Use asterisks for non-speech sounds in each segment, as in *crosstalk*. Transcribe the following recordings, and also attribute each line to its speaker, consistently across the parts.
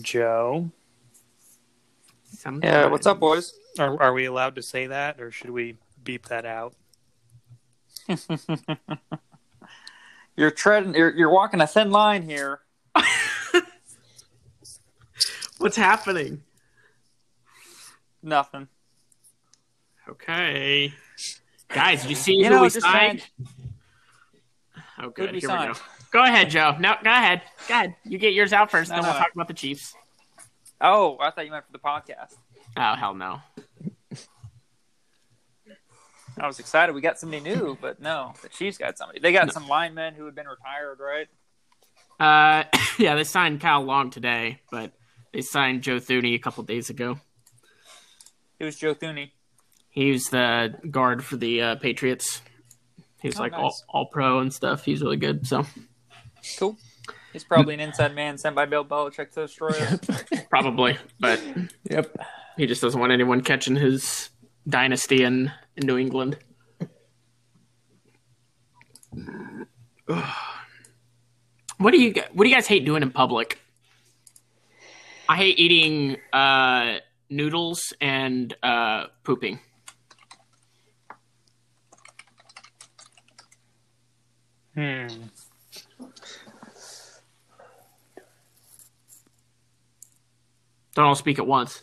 Speaker 1: Joe.
Speaker 2: Sometimes.
Speaker 3: Yeah, what's up, boys?
Speaker 1: Are are we allowed to say that, or should we beep that out?
Speaker 3: You're treading. You're, you're walking a thin line here.
Speaker 2: What's happening?
Speaker 3: Nothing.
Speaker 2: Okay. Guys, did you see
Speaker 3: You
Speaker 2: who
Speaker 3: know,
Speaker 2: we
Speaker 3: just
Speaker 2: signed? Oh, good.
Speaker 3: we
Speaker 2: Here we
Speaker 3: signed?
Speaker 2: go. Go ahead, Joe. No, go ahead. Go ahead. You get yours out first,
Speaker 3: No,
Speaker 2: then we'll
Speaker 3: no.
Speaker 2: talk about the Chiefs.
Speaker 3: Oh, I thought you meant for the podcast.
Speaker 2: Oh, hell no.
Speaker 3: I was excited. We got somebody new, but no, the Chiefs got somebody. They got some linemen who had been retired, right?
Speaker 2: Uh, *coughs* yeah, they signed Kyle Long today, but they signed Joe Thuney a couple days ago.
Speaker 3: It was Joe Thuney.
Speaker 2: He was the guard for the uh, Patriots. He was
Speaker 3: Oh,
Speaker 2: like
Speaker 3: nice.
Speaker 2: all, all pro and stuff. He's really good. So
Speaker 3: Cool. He's probably an inside man sent by Bill Belichick to destroy us.
Speaker 2: probably, but
Speaker 1: Yep.
Speaker 2: he just doesn't want anyone catching his dynasty in, in New England. what do you gu- What do you guys hate doing in public? I hate eating uh, noodles and uh, pooping.
Speaker 1: Hmm.
Speaker 2: Don't all speak at once.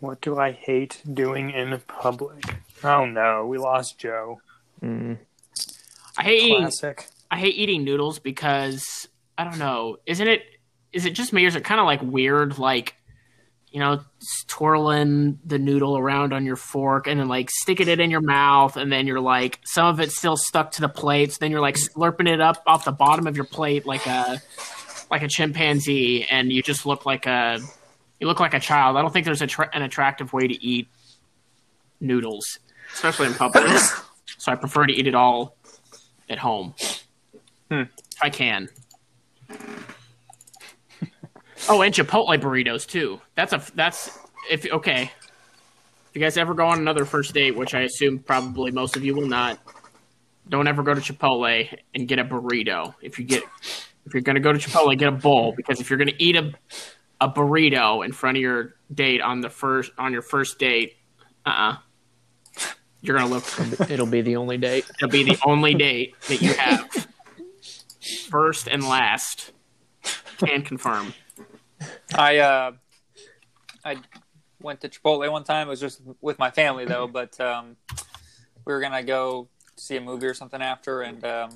Speaker 1: What do I hate doing in public? Oh no, we lost Joe.
Speaker 4: Mm.
Speaker 2: I hate eating
Speaker 1: Classic.
Speaker 2: I hate eating noodles because I don't know. Isn't it? Is it just me, or is it kind of like weird, like you know, s- twirling the noodle around on your fork and then like sticking it in your mouth, and then you're like, some of it's still stuck to the plate. So then you're like slurping it up off the bottom of your plate like a like a chimpanzee, and you just look like a you look like a child. I don't think there's a tra- an attractive way to eat noodles, especially in public. *coughs* so I prefer to eat it all at home. If I can. *laughs* Oh, and Chipotle burritos too. That's a that's if okay. If you guys ever go on another first date, which I assume probably most of you will not, don't ever go to Chipotle and get a burrito. If you get if you're gonna go to Chipotle, get a bowl because if you're gonna eat a a burrito in front of your date on the first on your first date, uh uh-uh. uh, you are gonna look
Speaker 4: It'll be the only date.
Speaker 2: It'll be the only date that you have. First and last. Can *laughs* confirm.
Speaker 3: I uh, I went to Chipotle one time. It was just with my family though, but um, we were gonna go see a movie or something after, and um,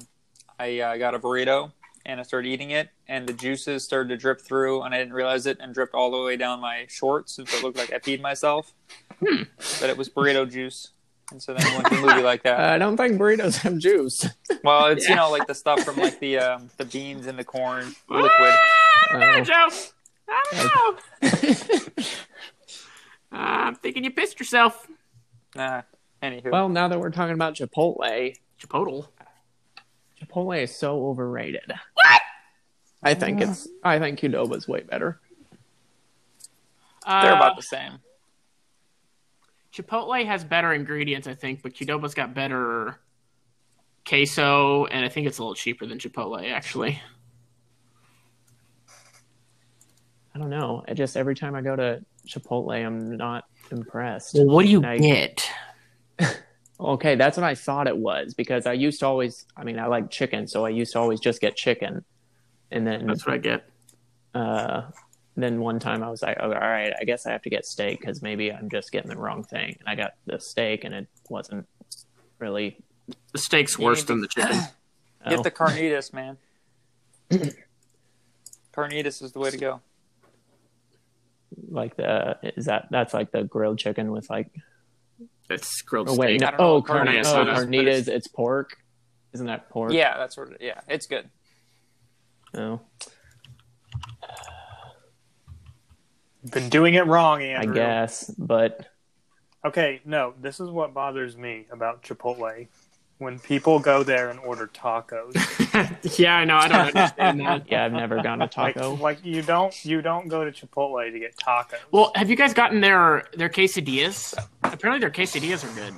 Speaker 3: I uh, got a burrito and I started eating it, and the juices started to drip through, and I didn't realize it, and dripped all the way down my shorts, and so it looked like I peed myself, but it was burrito juice. And so then we went to a movie like that.
Speaker 4: Uh, I don't think burritos have juice.
Speaker 3: Well, it's you know like the stuff from like the um, the beans and the corn liquid.
Speaker 2: Ah, I
Speaker 4: Oh.
Speaker 2: don't know, Joe. I don't know. *laughs* Ah, I'm thinking you pissed yourself.
Speaker 3: Nah, anywho,
Speaker 4: well, now that we're talking about Chipotle,
Speaker 2: Chipotle.
Speaker 4: Chipotle is so overrated. What? I think it's. I think Qdoba's way better.
Speaker 2: Uh,
Speaker 3: they're about the same.
Speaker 2: Chipotle has better ingredients, I think, but Qdoba's got better queso, and I think it's a little cheaper than Chipotle, actually.
Speaker 4: I don't know. I just every time I go to Chipotle, I'm not impressed.
Speaker 2: Well, what do you
Speaker 4: Now you-
Speaker 2: get?
Speaker 4: Okay, that's what I thought it was because I used to always. I mean, I like chicken, so I used to always just get chicken, and then
Speaker 2: That's what I get.
Speaker 4: uh, then one time I was like, oh, all right, I guess I have to get steak because maybe I'm just getting the wrong thing. And I got the steak, and it wasn't really.
Speaker 2: The steak's
Speaker 3: You
Speaker 2: worse
Speaker 3: need to-
Speaker 2: than the chicken.
Speaker 4: oh.
Speaker 3: Get the carnitas, man. carnitas is the way to go.
Speaker 4: like the is that that's like the grilled chicken with like
Speaker 2: It's grilled
Speaker 4: oh
Speaker 2: steak.
Speaker 4: wait
Speaker 3: I
Speaker 4: no,
Speaker 3: don't know
Speaker 4: oh
Speaker 3: what
Speaker 4: carne,
Speaker 2: carne asada
Speaker 4: oh,
Speaker 2: is,
Speaker 3: but
Speaker 4: carnitas
Speaker 3: it's-
Speaker 4: it's... pork isn't that pork
Speaker 3: Yeah, that's what. Yeah, it's good.
Speaker 4: oh
Speaker 1: Been doing it wrong,
Speaker 4: I
Speaker 1: Andrew.
Speaker 4: guess but
Speaker 1: Okay, no, this is what bothers me about Chipotle. When people go there and order tacos,
Speaker 2: *laughs* yeah, I know. I *laughs* don't understand that.
Speaker 4: yeah I've never gotten a
Speaker 5: *laughs*
Speaker 1: like
Speaker 4: taco
Speaker 1: like you don't you don't go to Chipotle to get tacos.
Speaker 2: Well, have you guys gotten their their quesadillas? Apparently, their quesadillas are good.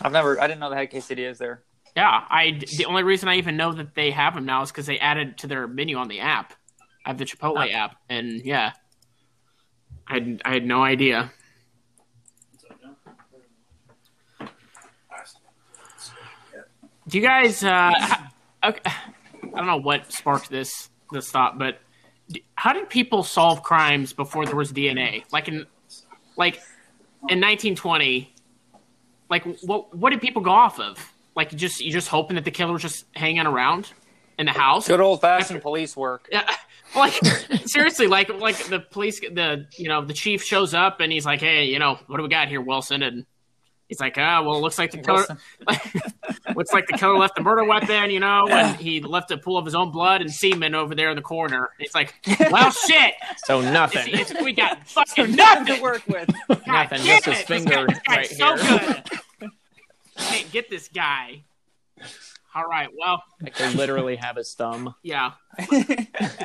Speaker 3: I've never. I didn't know they had quesadillas there.
Speaker 2: Yeah, I the only reason I even know that they have them now is because they added to their menu on the app. I have the Chipotle app, and yeah, Uh, I had- I had no idea. Do you guys? Uh, h- okay, I don't know what sparked this this thought, but d- how did people solve crimes before there was DNA? Like in like in 1920, like what what did people go off of? Like you just you just hoping that the killer was just hanging around in the house.
Speaker 3: Good old fashioned police work.
Speaker 2: Yeah, *laughs*
Speaker 5: *laughs*
Speaker 2: like seriously, like like the police, the you know the chief shows up and he's like, hey, you know what do we got here, Wilson? And he's like, ah, well, it looks like the killer,
Speaker 3: *laughs* Wilson.
Speaker 2: *laughs* looks like the killer left the murder weapon, you know, and he left a pool of his own blood and semen over there in the corner.
Speaker 5: *laughs*
Speaker 2: It's like, well, shit,
Speaker 5: So
Speaker 2: it's-
Speaker 5: nothing.
Speaker 2: it's-
Speaker 5: *laughs*
Speaker 2: we got fucking
Speaker 3: Nothing to
Speaker 2: nothing.
Speaker 3: work *laughs* with.
Speaker 2: God
Speaker 5: Nothing,
Speaker 2: damn
Speaker 5: just his
Speaker 2: it, this
Speaker 5: finger
Speaker 2: guy- this guy's
Speaker 5: right
Speaker 2: so
Speaker 5: here.
Speaker 2: good. Can't get this guy. All right, well,
Speaker 5: Like they literally have his thumb.
Speaker 2: yeah.
Speaker 3: *laughs*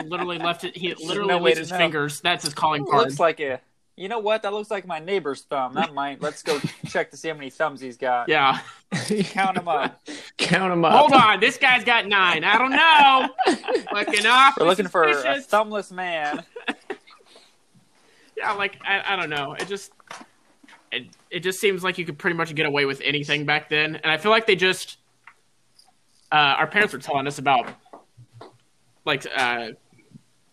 Speaker 2: literally left
Speaker 5: *laughs*
Speaker 2: it. He literally
Speaker 3: no way
Speaker 2: leaves
Speaker 3: to
Speaker 2: his
Speaker 3: know.
Speaker 2: fingers. That's his calling card.
Speaker 3: looks like a. You know what? That looks like my neighbor's thumb, not mine. Let's go check to see how many thumbs he's got.
Speaker 2: Yeah.
Speaker 3: Count them up.
Speaker 5: Count him up.
Speaker 2: Hold on, this guy's got nine. I don't know. Fucking off.
Speaker 3: *laughs* We're looking for a
Speaker 2: suspicious.
Speaker 3: thumbless man.
Speaker 2: Yeah, like I, I don't know. It just it, it just seems like you could pretty much get away with anything back then, and I feel like they just uh, our parents were telling us about like uh,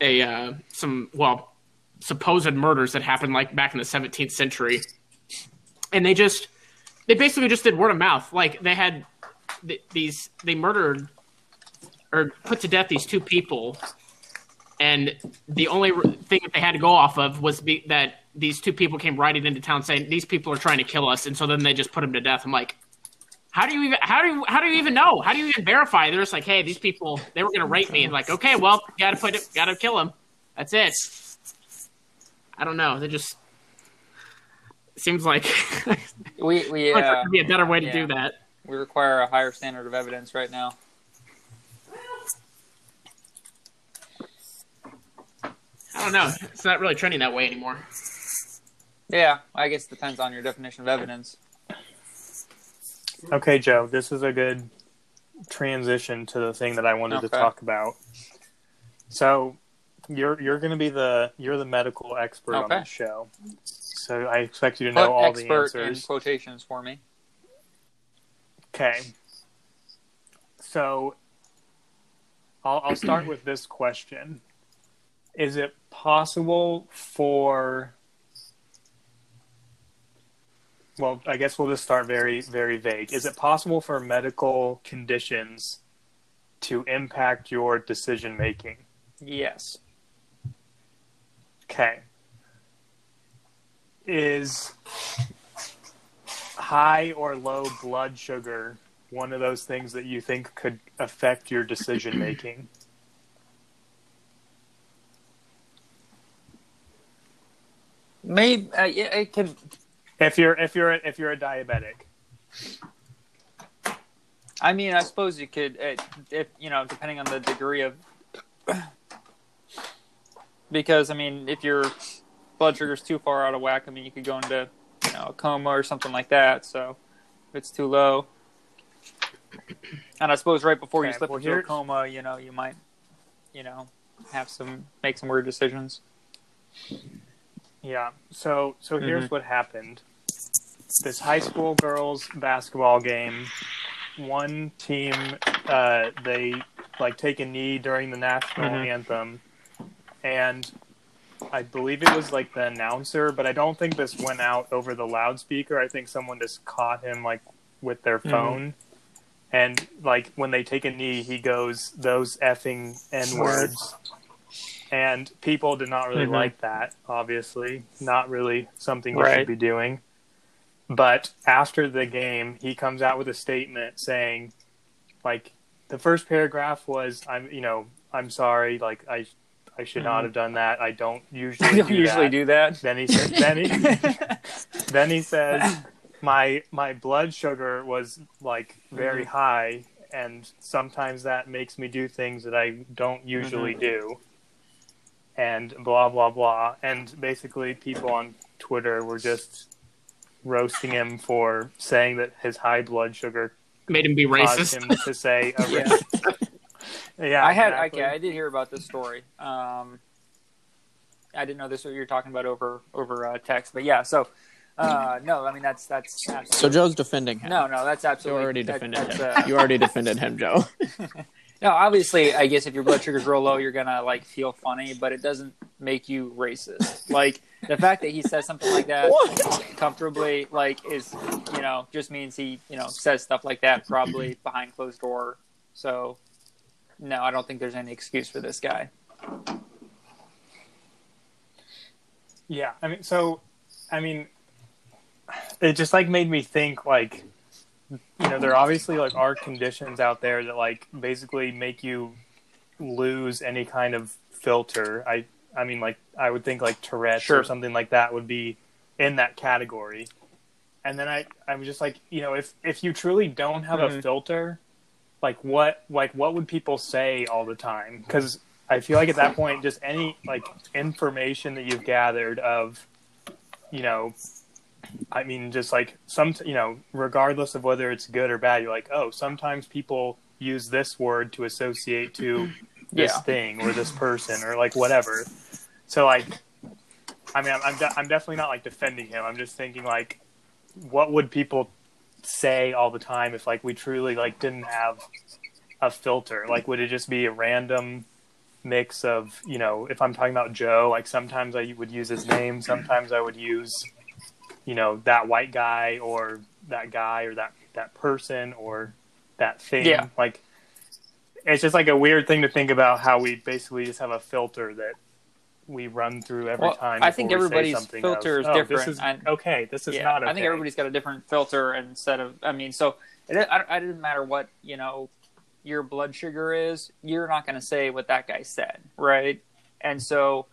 Speaker 2: a uh, some well supposed murders that happened like back in the 17th century, and they just they basically just did word of mouth. Like they had th- these they murdered or put to death these two people and the only r- thing that they had to go off of was be, that these two people came riding into town saying these people are trying to kill us, and so then they just put them to death. I'm like, how do you even how do you, how do you even know? How do you even verify? They're just like, hey, these people they were gonna rape me, and like, okay, well, gotta put it, gotta kill them. That's it. I don't know. They just seems like *laughs*
Speaker 3: We we
Speaker 2: like there
Speaker 3: uh,
Speaker 2: could be a better way to
Speaker 3: Yeah.
Speaker 2: do that.
Speaker 3: we require a higher standard of evidence right now.
Speaker 2: I don't know. It's not really trending that way anymore.
Speaker 3: Yeah, I guess it depends on your definition of evidence.
Speaker 1: Okay, Joe, this is a good transition to the thing that I wanted to
Speaker 3: Okay.
Speaker 1: talk about. So, you're you're going to be the you're the medical expert on
Speaker 3: Okay.
Speaker 1: this show. So, I expect you to
Speaker 3: Put
Speaker 1: know all the
Speaker 3: expert in
Speaker 1: answers.
Speaker 3: quotations for me.
Speaker 1: Okay. So, I'll, I'll start with this question: Is it possible for? Well, I guess we'll just start very, very vague. Is it possible for medical conditions to impact your decision making?
Speaker 3: Yes.
Speaker 1: Okay. Is high or low blood sugar one of those things that you think could affect your decision making?
Speaker 3: Maybe uh, yeah, it could.
Speaker 1: If you're if you're if you're a diabetic,
Speaker 3: I mean, I suppose you could, it, if you know, depending on the degree of. Because I mean, if your blood sugar's too far out of whack, I mean, you could go into you know a coma or something like that. So if it's too low, and I suppose right before you
Speaker 1: Okay,
Speaker 3: slip
Speaker 1: well,
Speaker 3: into a
Speaker 1: here-
Speaker 3: coma, you know, you might, you know, have some make some weird decisions.
Speaker 1: Yeah. So so here's what happened. This high school girls basketball game. One team, uh, they like take a knee during the national
Speaker 3: Mhm.
Speaker 1: anthem, and I believe it was like the announcer, but I don't think this went out over the loudspeaker. I think someone just caught him like with their phone. And like when they take a knee, he goes those effing n words, and people did not really
Speaker 3: Mhm.
Speaker 1: like that. Obviously, not really something you
Speaker 3: Right.
Speaker 1: should be doing. But after the game, he comes out with a statement saying, like, the first paragraph was, "I'm, you know, I'm sorry. Like, I, I should not have done that. I
Speaker 3: *laughs*
Speaker 1: don't usually.
Speaker 3: I don't
Speaker 1: do
Speaker 3: usually
Speaker 1: that."
Speaker 3: do that.
Speaker 1: Then he said, then
Speaker 3: *laughs*
Speaker 1: he, then he says, my my blood sugar was like very high, and sometimes that makes me do things that I don't usually do. And blah blah blah, and basically people on Twitter were just roasting him for saying that his high blood sugar
Speaker 2: made him be
Speaker 1: caused
Speaker 2: racist.
Speaker 1: him to
Speaker 3: *laughs*
Speaker 1: say a
Speaker 3: Yeah.
Speaker 1: race. yeah,
Speaker 3: I had
Speaker 1: exactly.
Speaker 3: okay. I did hear about this story. Um, I didn't know this what you were talking about over over uh, text, but yeah. So uh, no, I mean that's that's
Speaker 5: So
Speaker 3: absolutely,
Speaker 5: Joe's defending him.
Speaker 3: no, no, that's
Speaker 5: you
Speaker 3: absolutely
Speaker 5: already
Speaker 3: that-
Speaker 5: defended
Speaker 3: that's,
Speaker 5: him.
Speaker 3: uh,
Speaker 5: you already defended him,
Speaker 3: *laughs*
Speaker 5: Joe.
Speaker 3: No, obviously, I guess if your blood sugar's real low, you're gonna like feel funny, but it doesn't make you racist. Like the fact that he says something like that comfortably, like is you know just means he you know says stuff like that probably behind closed door. So no, I don't think there's any excuse for this guy.
Speaker 1: Yeah, I mean, so, I mean, it just like made me think like, you know, there obviously like are conditions out there that like basically make you lose any kind of filter. I, I mean, like I would think like Tourette's or
Speaker 3: Sure.
Speaker 1: something like that would be in that category. And then I, I was just like, you know, if if you truly don't have a
Speaker 3: Mhm.
Speaker 1: filter, like what, like what would people say all the time? Because I feel like at that point, just any like information that you've gathered of, you know, I mean, just like some, you know, regardless of whether it's good or bad, you're like, oh, sometimes people use this word to associate to this
Speaker 3: Yeah.
Speaker 1: thing or this person or like whatever. So like, I mean, I'm I'm, de- I'm definitely not like defending him. I'm just thinking like, what would people say all the time if like we truly like didn't have a filter? Like, would it just be a random mix of you know if i'm talking about joe like sometimes i would use his name sometimes i would use you know that white guy or that guy or that that person or that thing
Speaker 3: Yeah.
Speaker 1: like it's just like a weird thing to think about how we basically just have a filter that we run through every
Speaker 3: Well,
Speaker 1: time
Speaker 3: I think
Speaker 1: before we say
Speaker 3: everybody's
Speaker 1: something of,
Speaker 3: filter is
Speaker 1: "Oh,
Speaker 3: different."
Speaker 1: this is
Speaker 3: I-
Speaker 1: okay this is not okay
Speaker 3: I think everybody's got a different filter instead of. I mean, so it, I, I didn't matter what you know your blood sugar is. You're not going to say what that guy said, right? And so,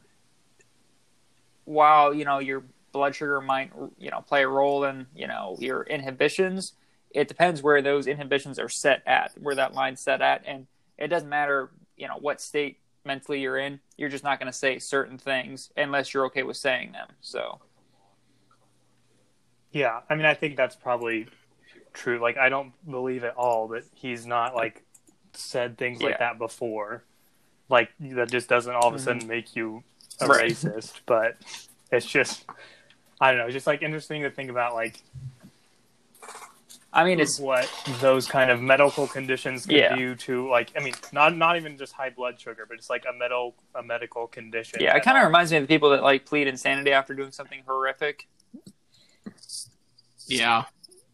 Speaker 3: while you know your blood sugar might you know play a role in you know your inhibitions, it depends where those inhibitions are set at, where that line's set at, and it doesn't matter you know what state mentally you're in. You're just not going to say certain things unless you're okay with saying them. So.
Speaker 1: Yeah, I mean, I think that's probably true. Like, I don't believe at all that he's not like said things
Speaker 3: Yeah. Mm-hmm.
Speaker 1: like that before. Like, that just doesn't all of a sudden make you a
Speaker 3: Right.
Speaker 1: racist. But it's just, I don't know. It's just like interesting to think about, like
Speaker 3: I mean, it's
Speaker 1: what those kind of medical conditions can
Speaker 3: Yeah.
Speaker 1: do to, like, I mean, not not even just high blood sugar, but it's like a metal a medical condition.
Speaker 3: Yeah, it
Speaker 1: that-
Speaker 3: kind of reminds me of the people that like plead insanity after doing something horrific.
Speaker 2: yeah.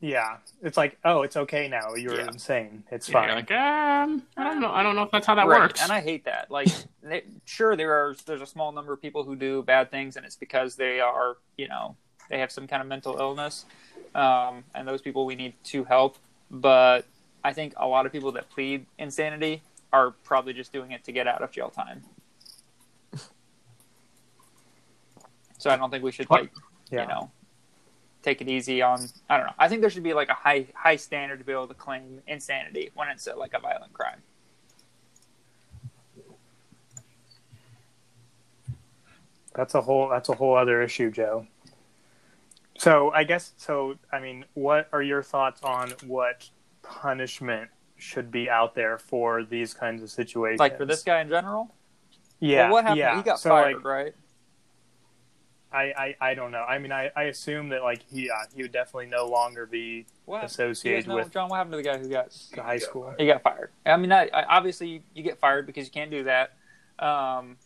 Speaker 1: yeah. It's like, oh, it's okay now. You're
Speaker 2: Yeah.
Speaker 1: insane. It's
Speaker 2: Yeah,
Speaker 1: fine.
Speaker 2: you're like, um, I don't know. I don't know if that's how that
Speaker 3: Right,
Speaker 2: works.
Speaker 3: and I hate
Speaker 2: *laughs*
Speaker 3: that. Like, they, sure, there are there's a small number of people who do bad things, and it's because they are you know they have some kind of mental illness, um, and those people we need to help. But I think a lot of people that plead insanity are probably just doing it to get out of
Speaker 2: *laughs*
Speaker 3: jail time. So I don't think we should
Speaker 2: What?
Speaker 3: like
Speaker 1: yeah.
Speaker 3: you know take it easy on i don't know i think there should be like a high high standard to be able to claim insanity when it's uh like a violent crime
Speaker 1: That's a whole that's a whole other issue, Joe. So I guess so I mean, what are your thoughts on what punishment should be out there for these kinds of situations?
Speaker 3: like for this guy in general
Speaker 1: Yeah.
Speaker 3: well, what happened
Speaker 1: Yeah.
Speaker 3: he got
Speaker 1: so
Speaker 3: fired
Speaker 1: like
Speaker 3: right
Speaker 1: I, I, I don't know. I mean I, I assume that like he uh, he would definitely no longer be
Speaker 3: what you guys
Speaker 1: associated
Speaker 3: know,
Speaker 1: with
Speaker 3: john what happened to the guy who got
Speaker 1: the high school.
Speaker 3: he got fired i mean I, I, obviously you get fired because you can't do that um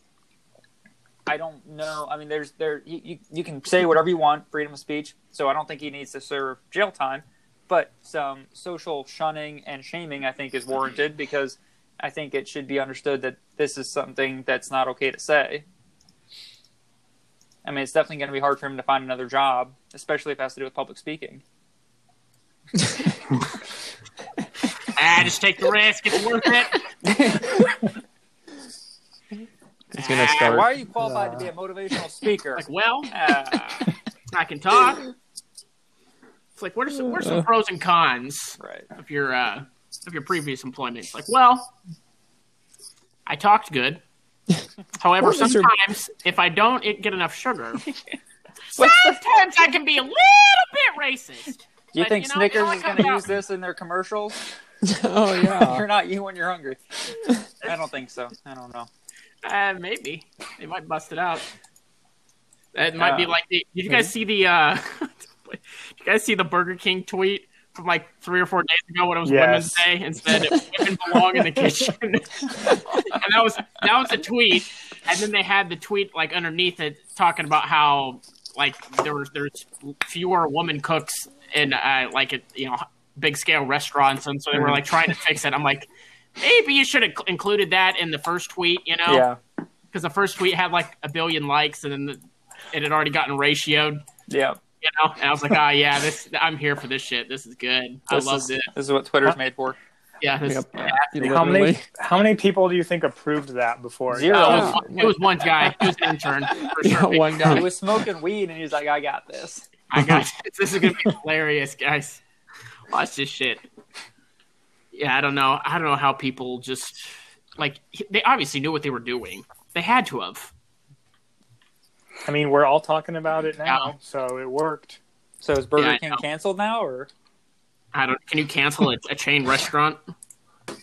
Speaker 3: I don't know. I mean, there's there you, you, you can say whatever you want, freedom of speech. So I don't think he needs to serve jail time, but some social shunning and shaming I think is warranted because I think it should be understood that this is something that's not okay to say. I mean, it's definitely going to be hard for him to find another job, especially if it has to do with public speaking.
Speaker 2: ah, just take the risk. It's worth it.
Speaker 5: He's gonna
Speaker 2: Ah,
Speaker 5: start.
Speaker 3: Why are you qualified to be a motivational speaker?
Speaker 2: Like, well,
Speaker 3: *laughs* Ah,
Speaker 2: I can talk. It's like, what are some, what are
Speaker 5: Uh.
Speaker 2: some pros and cons
Speaker 3: right.
Speaker 2: of your uh, of your previous employment? It's like, well, I talked good.
Speaker 5: *laughs*
Speaker 2: However,
Speaker 5: What was your-
Speaker 2: sometimes if
Speaker 5: *laughs*
Speaker 2: I don't get enough sugar,
Speaker 3: What's the-
Speaker 2: sometimes I can be a little bit racist.
Speaker 3: Do you
Speaker 2: But,
Speaker 3: think
Speaker 2: you know, it
Speaker 3: Snickers
Speaker 2: all
Speaker 3: is going
Speaker 2: comes
Speaker 3: to
Speaker 2: out-
Speaker 3: use this in their commercials?
Speaker 5: *laughs*
Speaker 3: *laughs*
Speaker 5: oh
Speaker 3: you're not you when you're hungry. *laughs* I don't think so. I don't know.
Speaker 2: Uh, maybe they might bust it out. That might be
Speaker 3: Uh,
Speaker 2: like the. Did you guys see the? uh *laughs* Did you guys see the Burger King tweet from like three or four days ago when it was
Speaker 1: Yes.
Speaker 2: Women's Day and said women belong in the kitchen? and that was that was a tweet, and then they had the tweet like underneath it talking about how like there was there's fewer woman cooks in uh, like it you know big scale restaurants, and so they were like trying to fix it. I'm like. Maybe you should have included that in the first tweet, you know?
Speaker 3: Yeah,
Speaker 2: because the first tweet had like a billion likes and then the, it had already gotten ratioed,
Speaker 3: yeah.
Speaker 2: you know. And I was like, ah, yeah, this I'm here for this shit. This is good. I
Speaker 3: This
Speaker 2: loved
Speaker 3: is,
Speaker 2: it.
Speaker 3: This is what Twitter's made *laughs* for.
Speaker 2: Yeah, this,
Speaker 5: Yep.
Speaker 2: yeah.
Speaker 1: How many how many people do you think approved that before?
Speaker 3: Zero.
Speaker 2: Uh,
Speaker 5: Yeah.
Speaker 2: it was- it was one guy. It was an intern for
Speaker 5: *laughs* *laughs* Yeah,
Speaker 2: sure.
Speaker 5: one
Speaker 3: He
Speaker 5: guy.
Speaker 3: was smoking weed and he's like, "I got this."
Speaker 2: I got this. *laughs* This is gonna be hilarious, guys. Watch this shit. Yeah, I don't know. I don't know how people just like they obviously knew what they were doing. They had to have.
Speaker 1: I mean, we're all talking about it now,
Speaker 2: Yeah.
Speaker 1: so it worked.
Speaker 3: So is Burger
Speaker 2: Yeah, I
Speaker 3: King
Speaker 2: know.
Speaker 3: canceled now, or
Speaker 2: I don't. Can you cancel a, a chain restaurant?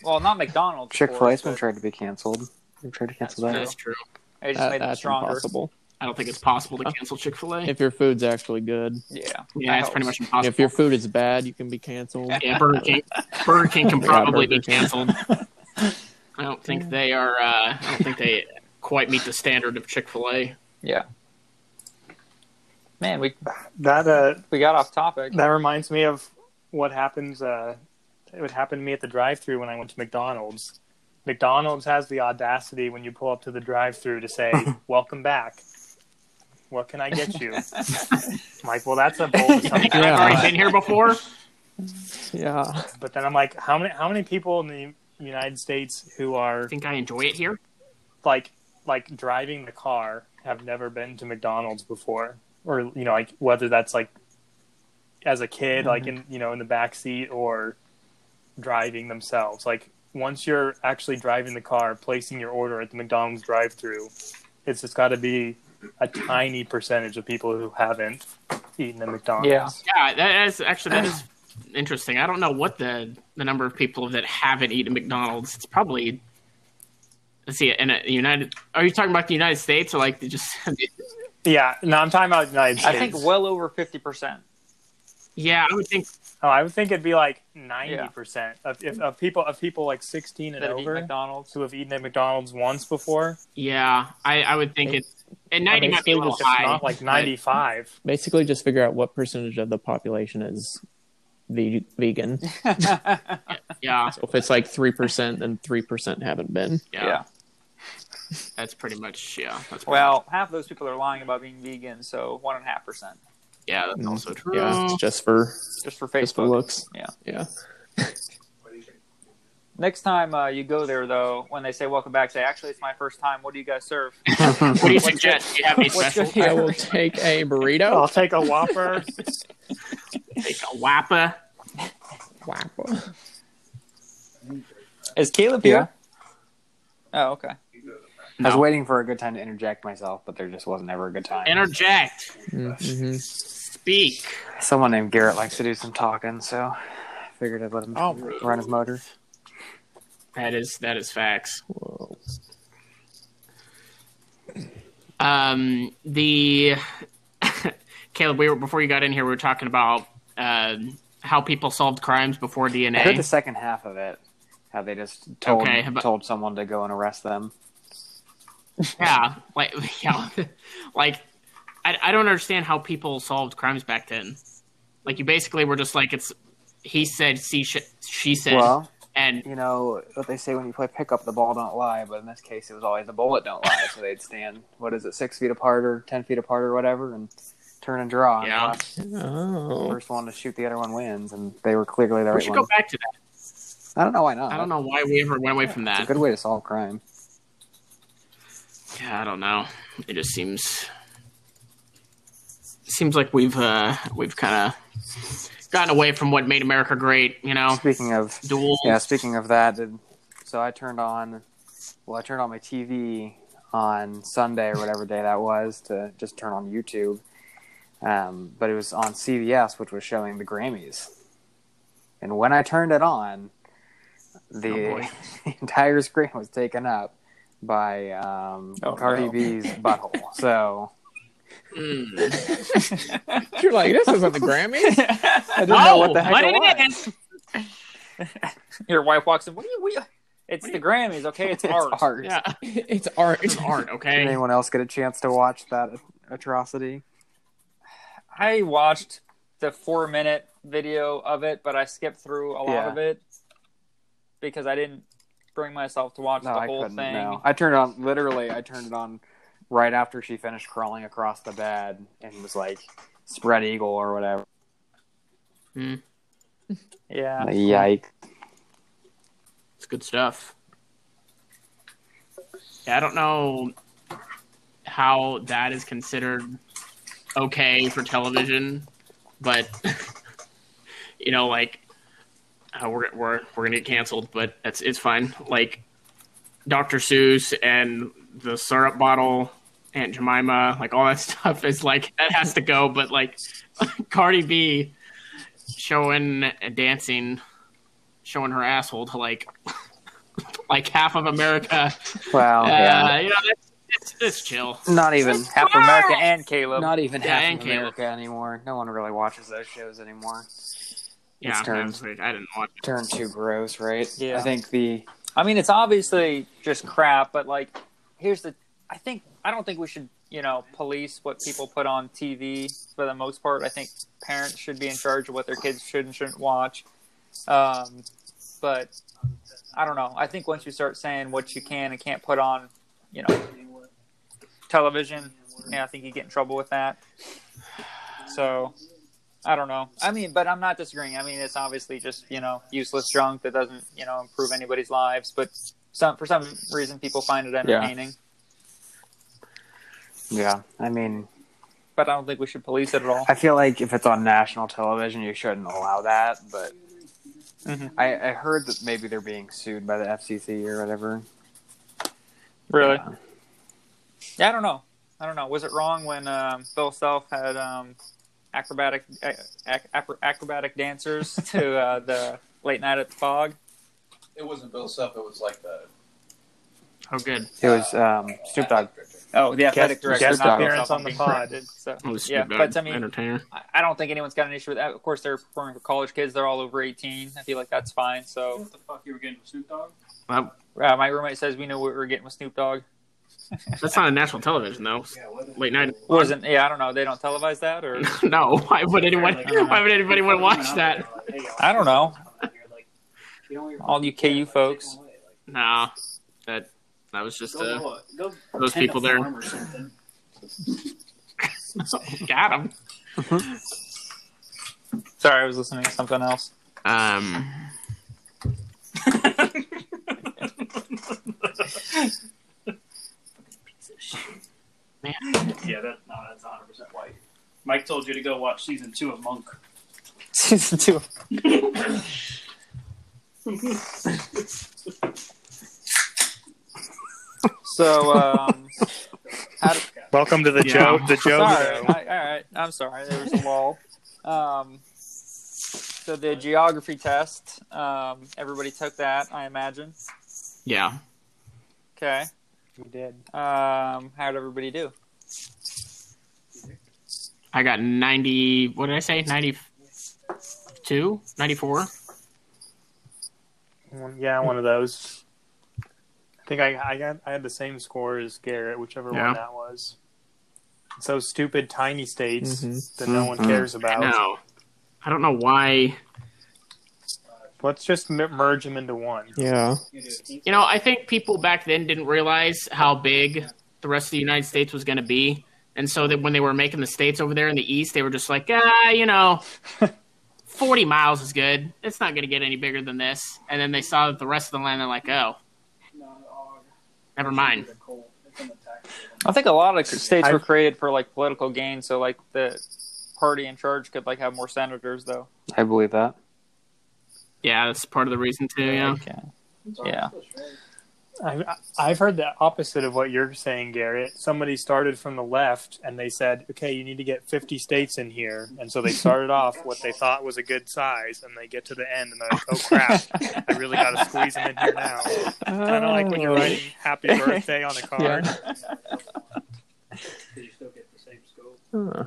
Speaker 3: well, not McDonald's. of
Speaker 6: Chick Fil
Speaker 3: course,
Speaker 6: A's been
Speaker 3: but
Speaker 6: tried to be canceled. They tried to cancel that.
Speaker 2: That's true.
Speaker 3: They just
Speaker 5: That-
Speaker 3: made it
Speaker 5: that's
Speaker 3: stronger.
Speaker 5: impossible.
Speaker 2: I don't think it's possible to cancel Chick Fil A.
Speaker 5: Uh, If your food's actually good,
Speaker 3: Yeah,
Speaker 2: Yeah,
Speaker 3: I
Speaker 2: it's
Speaker 3: hope
Speaker 2: pretty
Speaker 3: so.
Speaker 2: much impossible.
Speaker 5: if your food is bad, you can be canceled.
Speaker 2: yeah, Burger King, Burger King can
Speaker 5: Yeah,
Speaker 2: probably be
Speaker 5: Burger King.
Speaker 2: canceled. I don't think they are. Uh, I don't think they quite meet the standard of Chick Fil A.
Speaker 3: Yeah. Man, we
Speaker 1: That uh,
Speaker 3: we got off topic.
Speaker 1: that reminds me of what happens. Uh, it would happen to me at the drive-through when I went to McDonald's. McDonald's has the audacity when you pull up to the drive-through to say, "Welcome back." What can I get you? I'm like, well, that's a bold
Speaker 2: I've
Speaker 1: assumption.
Speaker 5: Yeah.
Speaker 2: already been here before.
Speaker 5: Yeah.
Speaker 1: But then I'm like, how many how many people in the United States who
Speaker 2: I
Speaker 1: are
Speaker 2: think I enjoy it here.
Speaker 1: like like driving the car have never been to McDonald's before, or you know, like whether that's like as a kid, like in you know in the back seat or driving themselves. Like once you're actually driving the car, placing your order at the McDonald's drive-through, it's just got to be a tiny percentage of people who haven't eaten at McDonald's.
Speaker 2: Yeah, that is actually that is interesting. I don't know what the the number of people that haven't eaten McDonald's. It's probably let's see. In a United, are you talking about the United States or like they just? *laughs*
Speaker 1: Yeah. no, I'm talking about United
Speaker 3: I
Speaker 1: States.
Speaker 3: think well over fifty percent.
Speaker 2: yeah, I would think.
Speaker 1: Oh, I would think it'd be like ninety percent of if, of people of people like sixteen and
Speaker 3: that have eaten
Speaker 1: over
Speaker 3: *laughs* McDonald's.
Speaker 1: who have eaten at McDonald's once before.
Speaker 2: Yeah, I, I would think it's. And
Speaker 1: I
Speaker 2: ninety
Speaker 1: mean,
Speaker 2: might be a
Speaker 1: still
Speaker 2: little
Speaker 1: just
Speaker 2: high.
Speaker 1: Not like ninety five.
Speaker 5: Basically, just figure out what percentage of the population is ve- vegan.
Speaker 2: Yeah,
Speaker 5: So if it's like 3%, then 3% haven't been.
Speaker 2: yeah,
Speaker 3: yeah.
Speaker 2: That's pretty much yeah. That's pretty
Speaker 3: Well, half those people are lying about being vegan, so one and a half percent
Speaker 2: Yeah, that's also
Speaker 6: mm-hmm.
Speaker 2: true.
Speaker 5: Yeah, it's just for
Speaker 3: just for
Speaker 5: just for
Speaker 3: Facebook.
Speaker 5: looks.
Speaker 3: Yeah.
Speaker 5: Yeah.
Speaker 3: Next time uh, you go there, though, when they say "Welcome back," say, "Actually, it's my first time. What do you guys serve?"
Speaker 6: Hmm.
Speaker 2: What do you suggest? Do you have any
Speaker 3: What's
Speaker 2: special?
Speaker 3: good here?
Speaker 5: I will take a burrito.
Speaker 1: Oh, I'll take a *laughs* Whopper.
Speaker 2: Like a Wappa?
Speaker 3: Is Caleb
Speaker 6: here?
Speaker 3: Oh, okay. *laughs*
Speaker 6: I was
Speaker 2: No.
Speaker 6: waiting for a good time to interject myself, but there just wasn't ever a good time.
Speaker 2: Interject.
Speaker 5: Mm-hmm.
Speaker 2: Speak.
Speaker 6: Someone named Garrett likes to do some talking, so I figured I'd let him
Speaker 5: Oh.
Speaker 6: run his motor.
Speaker 2: That is that is facts.
Speaker 5: Whoa.
Speaker 2: Um, the *laughs* Caleb, we were before you got in here. We were talking about um, how people solved crimes before
Speaker 6: I heard
Speaker 2: DNA.
Speaker 6: the second half of it. How they just told
Speaker 2: Okay, how about-
Speaker 6: told someone to go and arrest them.
Speaker 2: yeah, like *laughs* yeah, like I, I don't understand how people solved crimes back then. Like you basically were just like it's he said, she sh- she said,
Speaker 6: Well,
Speaker 2: and
Speaker 6: you know what they say when you play pickup, the ball don't lie. But in this case, it was always the bullet don't lie. so they'd stand what is it, six feet apart or ten feet apart or whatever, and turn and draw.
Speaker 2: Yeah.
Speaker 6: And watch. the
Speaker 5: Oh.
Speaker 6: first one to shoot the other one wins, and they were clearly the
Speaker 2: we
Speaker 6: right
Speaker 2: should
Speaker 6: one.
Speaker 2: go back to that.
Speaker 6: I don't know why not.
Speaker 2: I don't know why we ever went away from
Speaker 6: It's a
Speaker 2: that.
Speaker 6: good way to solve crime.
Speaker 2: Yeah, I don't know. It just seems seems like we've uh we've kind of gotten away from what made America great, you know.
Speaker 6: Speaking of
Speaker 2: Duels.
Speaker 6: Yeah, speaking of that, did, so I turned on, well, I turned on my TV on Sunday or whatever day that was to just turn on YouTube. Um, but it was on CBS, which was showing the Grammys. And when I turned it on,
Speaker 2: Oh,
Speaker 6: *laughs* the
Speaker 2: boy.
Speaker 6: entire screen was taken up by um,
Speaker 3: Oh,
Speaker 6: Cardi
Speaker 3: no.
Speaker 6: B's butthole. So
Speaker 2: Mm.
Speaker 5: You're like, this isn't the Grammys.
Speaker 6: *laughs* I didn't know
Speaker 2: Oh,
Speaker 6: what the heck
Speaker 2: but
Speaker 6: it was.
Speaker 2: it
Speaker 6: *laughs*
Speaker 2: is.
Speaker 3: Your wife walks in. What are you? What are you-" It's the Grammys, okay? It's,
Speaker 6: *laughs* It's
Speaker 3: art.
Speaker 6: art.
Speaker 2: Yeah,
Speaker 5: it's art.
Speaker 2: it's art.
Speaker 6: Did
Speaker 2: Okay.
Speaker 6: anyone else get a chance to watch that atrocity?
Speaker 3: I watched the four-minute video of it, but I skipped through a lot
Speaker 6: Yeah.
Speaker 3: of it because I didn't bring myself to watch
Speaker 6: No,
Speaker 3: the
Speaker 6: I
Speaker 3: whole
Speaker 6: couldn't.
Speaker 3: thing.
Speaker 6: No, I turned on literally. I turned it on right after she finished crawling across the bed and was like spread eagle or whatever.
Speaker 3: Yeah.
Speaker 6: Yike!
Speaker 2: It's good stuff. Yeah, I don't know how that is considered okay for television, but *laughs* you know, like uh, we're we're we're gonna get canceled, but that's it's fine. Like Dr. Seuss and the syrup bottle, Aunt Jemima, like all that *laughs* stuff is like that has to go. But like *laughs* Cardi B showing and dancing, showing her asshole to like like half of America.
Speaker 6: Wow,
Speaker 3: Oh,
Speaker 2: uh,
Speaker 6: yeah.
Speaker 2: You know, that's, it's, it's chill.
Speaker 6: not even
Speaker 3: Half America and Caleb.
Speaker 6: not even
Speaker 2: Yeah,
Speaker 6: half
Speaker 2: and
Speaker 6: of
Speaker 2: Caleb.
Speaker 6: America anymore. No one really watches those shows anymore.
Speaker 2: Yeah, I,
Speaker 6: turned.
Speaker 2: was like, I didn't watch. It.
Speaker 6: Turned too gross, right?
Speaker 3: Yeah.
Speaker 6: I think the
Speaker 3: I mean, it's obviously just crap, but like, here's the. I think I don't think we should, you know, police what people put on TV for the most part. I think parents should be in charge of what their kids should and shouldn't watch. Um, but I don't know. I think once you start saying what you can and can't put on, you know, television, yeah, I think you get in trouble with that. So I don't know. I mean, but I'm not disagreeing. I mean, it's obviously just you know useless junk that doesn't you know improve anybody's lives. But some for some reason people find it entertaining.
Speaker 6: yeah, I mean,
Speaker 3: But I don't think we should police it at all.
Speaker 6: I feel like if it's on national television, you shouldn't allow that. But
Speaker 3: Mhm.
Speaker 6: I, I heard that maybe they're being sued by the FCC or whatever. Yeah.
Speaker 3: Yeah, I don't know. I don't know. Was it wrong when um, Phil Self had um, acrobatic ac- ac- acrobatic dancers to uh, the late night at the fog?
Speaker 7: It wasn't Bill Self. It was like the
Speaker 2: Oh, good.
Speaker 6: It was um, Snoop Dogg.
Speaker 3: Oh, the
Speaker 1: athletic director,
Speaker 6: guest
Speaker 3: not Phil
Speaker 1: appearance
Speaker 3: Self, I'm
Speaker 1: on the
Speaker 3: being
Speaker 1: pod.
Speaker 3: corrected, So
Speaker 2: Oh, this is
Speaker 3: Yeah,
Speaker 2: good.
Speaker 3: but I mean- *laughs*
Speaker 2: entertainer.
Speaker 3: I- I don't think anyone's got an issue with that. Of course, they're performing for college kids. They're all over 18. I feel like that's fine. So
Speaker 7: What the fuck you were getting with Snoop Dogg?
Speaker 2: Well,
Speaker 3: uh, my roommate says we knew what we were getting with Snoop Dogg.
Speaker 2: that's not on national television though. *laughs*
Speaker 7: Yeah, what
Speaker 2: Late night.
Speaker 3: Wasn't yeah? I don't know. They don't televise that or
Speaker 2: No, why would anyone? Why would anybody want to
Speaker 7: Uh-huh.
Speaker 2: watch that?
Speaker 3: I don't know. All you KU folks.
Speaker 2: No, that that was just uh,
Speaker 7: Go, go, go
Speaker 2: those
Speaker 7: tend
Speaker 2: people
Speaker 7: to
Speaker 2: there.
Speaker 7: farm or something.
Speaker 2: *laughs* got him.
Speaker 3: Sorry, I was listening to something else.
Speaker 2: Um.
Speaker 7: Yeah, that, no, that's 100 percent white. Mike told you to go watch season two of Monk.
Speaker 3: *laughs* Season two. So um, how do,
Speaker 1: Welcome to the
Speaker 2: Yeah.
Speaker 1: joke. The joke.
Speaker 3: Sorry. I, all right. I'm sorry. There was a lull. Um, so the geography test, um, everybody took that, I imagine.
Speaker 2: Yeah.
Speaker 3: Okay.
Speaker 1: We did.
Speaker 3: Um, how did everybody do?
Speaker 2: I got 90, what did I say? 92? 94?
Speaker 1: One- Yeah, one of those. I think I I got I had the same score as Garrett, whichever
Speaker 2: Yeah.
Speaker 1: one that was. So stupid, tiny states
Speaker 5: Mhm.
Speaker 1: that no one
Speaker 6: Mhm.
Speaker 1: cares
Speaker 2: Mm-hmm. I
Speaker 1: about.
Speaker 2: know. I don't know why.
Speaker 1: Let's just m- merge them into one.
Speaker 5: Yeah.
Speaker 2: You know, I think people back then didn't realize how big the rest of the United States was going to be. And so that when they were making the states over there in the East, they were just like, ah, you know, 40 miles is good. It's not going to get any bigger than this. And then they saw that the rest of the land, they're like, oh, never mind.
Speaker 3: I think a lot of states
Speaker 1: I-
Speaker 3: were created for like political gain, so like the party in charge could like have more senators, though.
Speaker 6: I believe that.
Speaker 2: Yeah, that's part of the reason, too. Yeah.
Speaker 3: Like, uh, yeah.
Speaker 1: I, I've heard the opposite of what you're saying, Garrett. Somebody started from the left and they said, okay, you need to get 50 states in here. And so they started off what they thought was a good size and they get to the end and they're like, oh crap, I really got to squeeze them in here now. Kind of like when you're writing happy birthday on a card.
Speaker 7: Because you still get the same scope.
Speaker 5: Huh.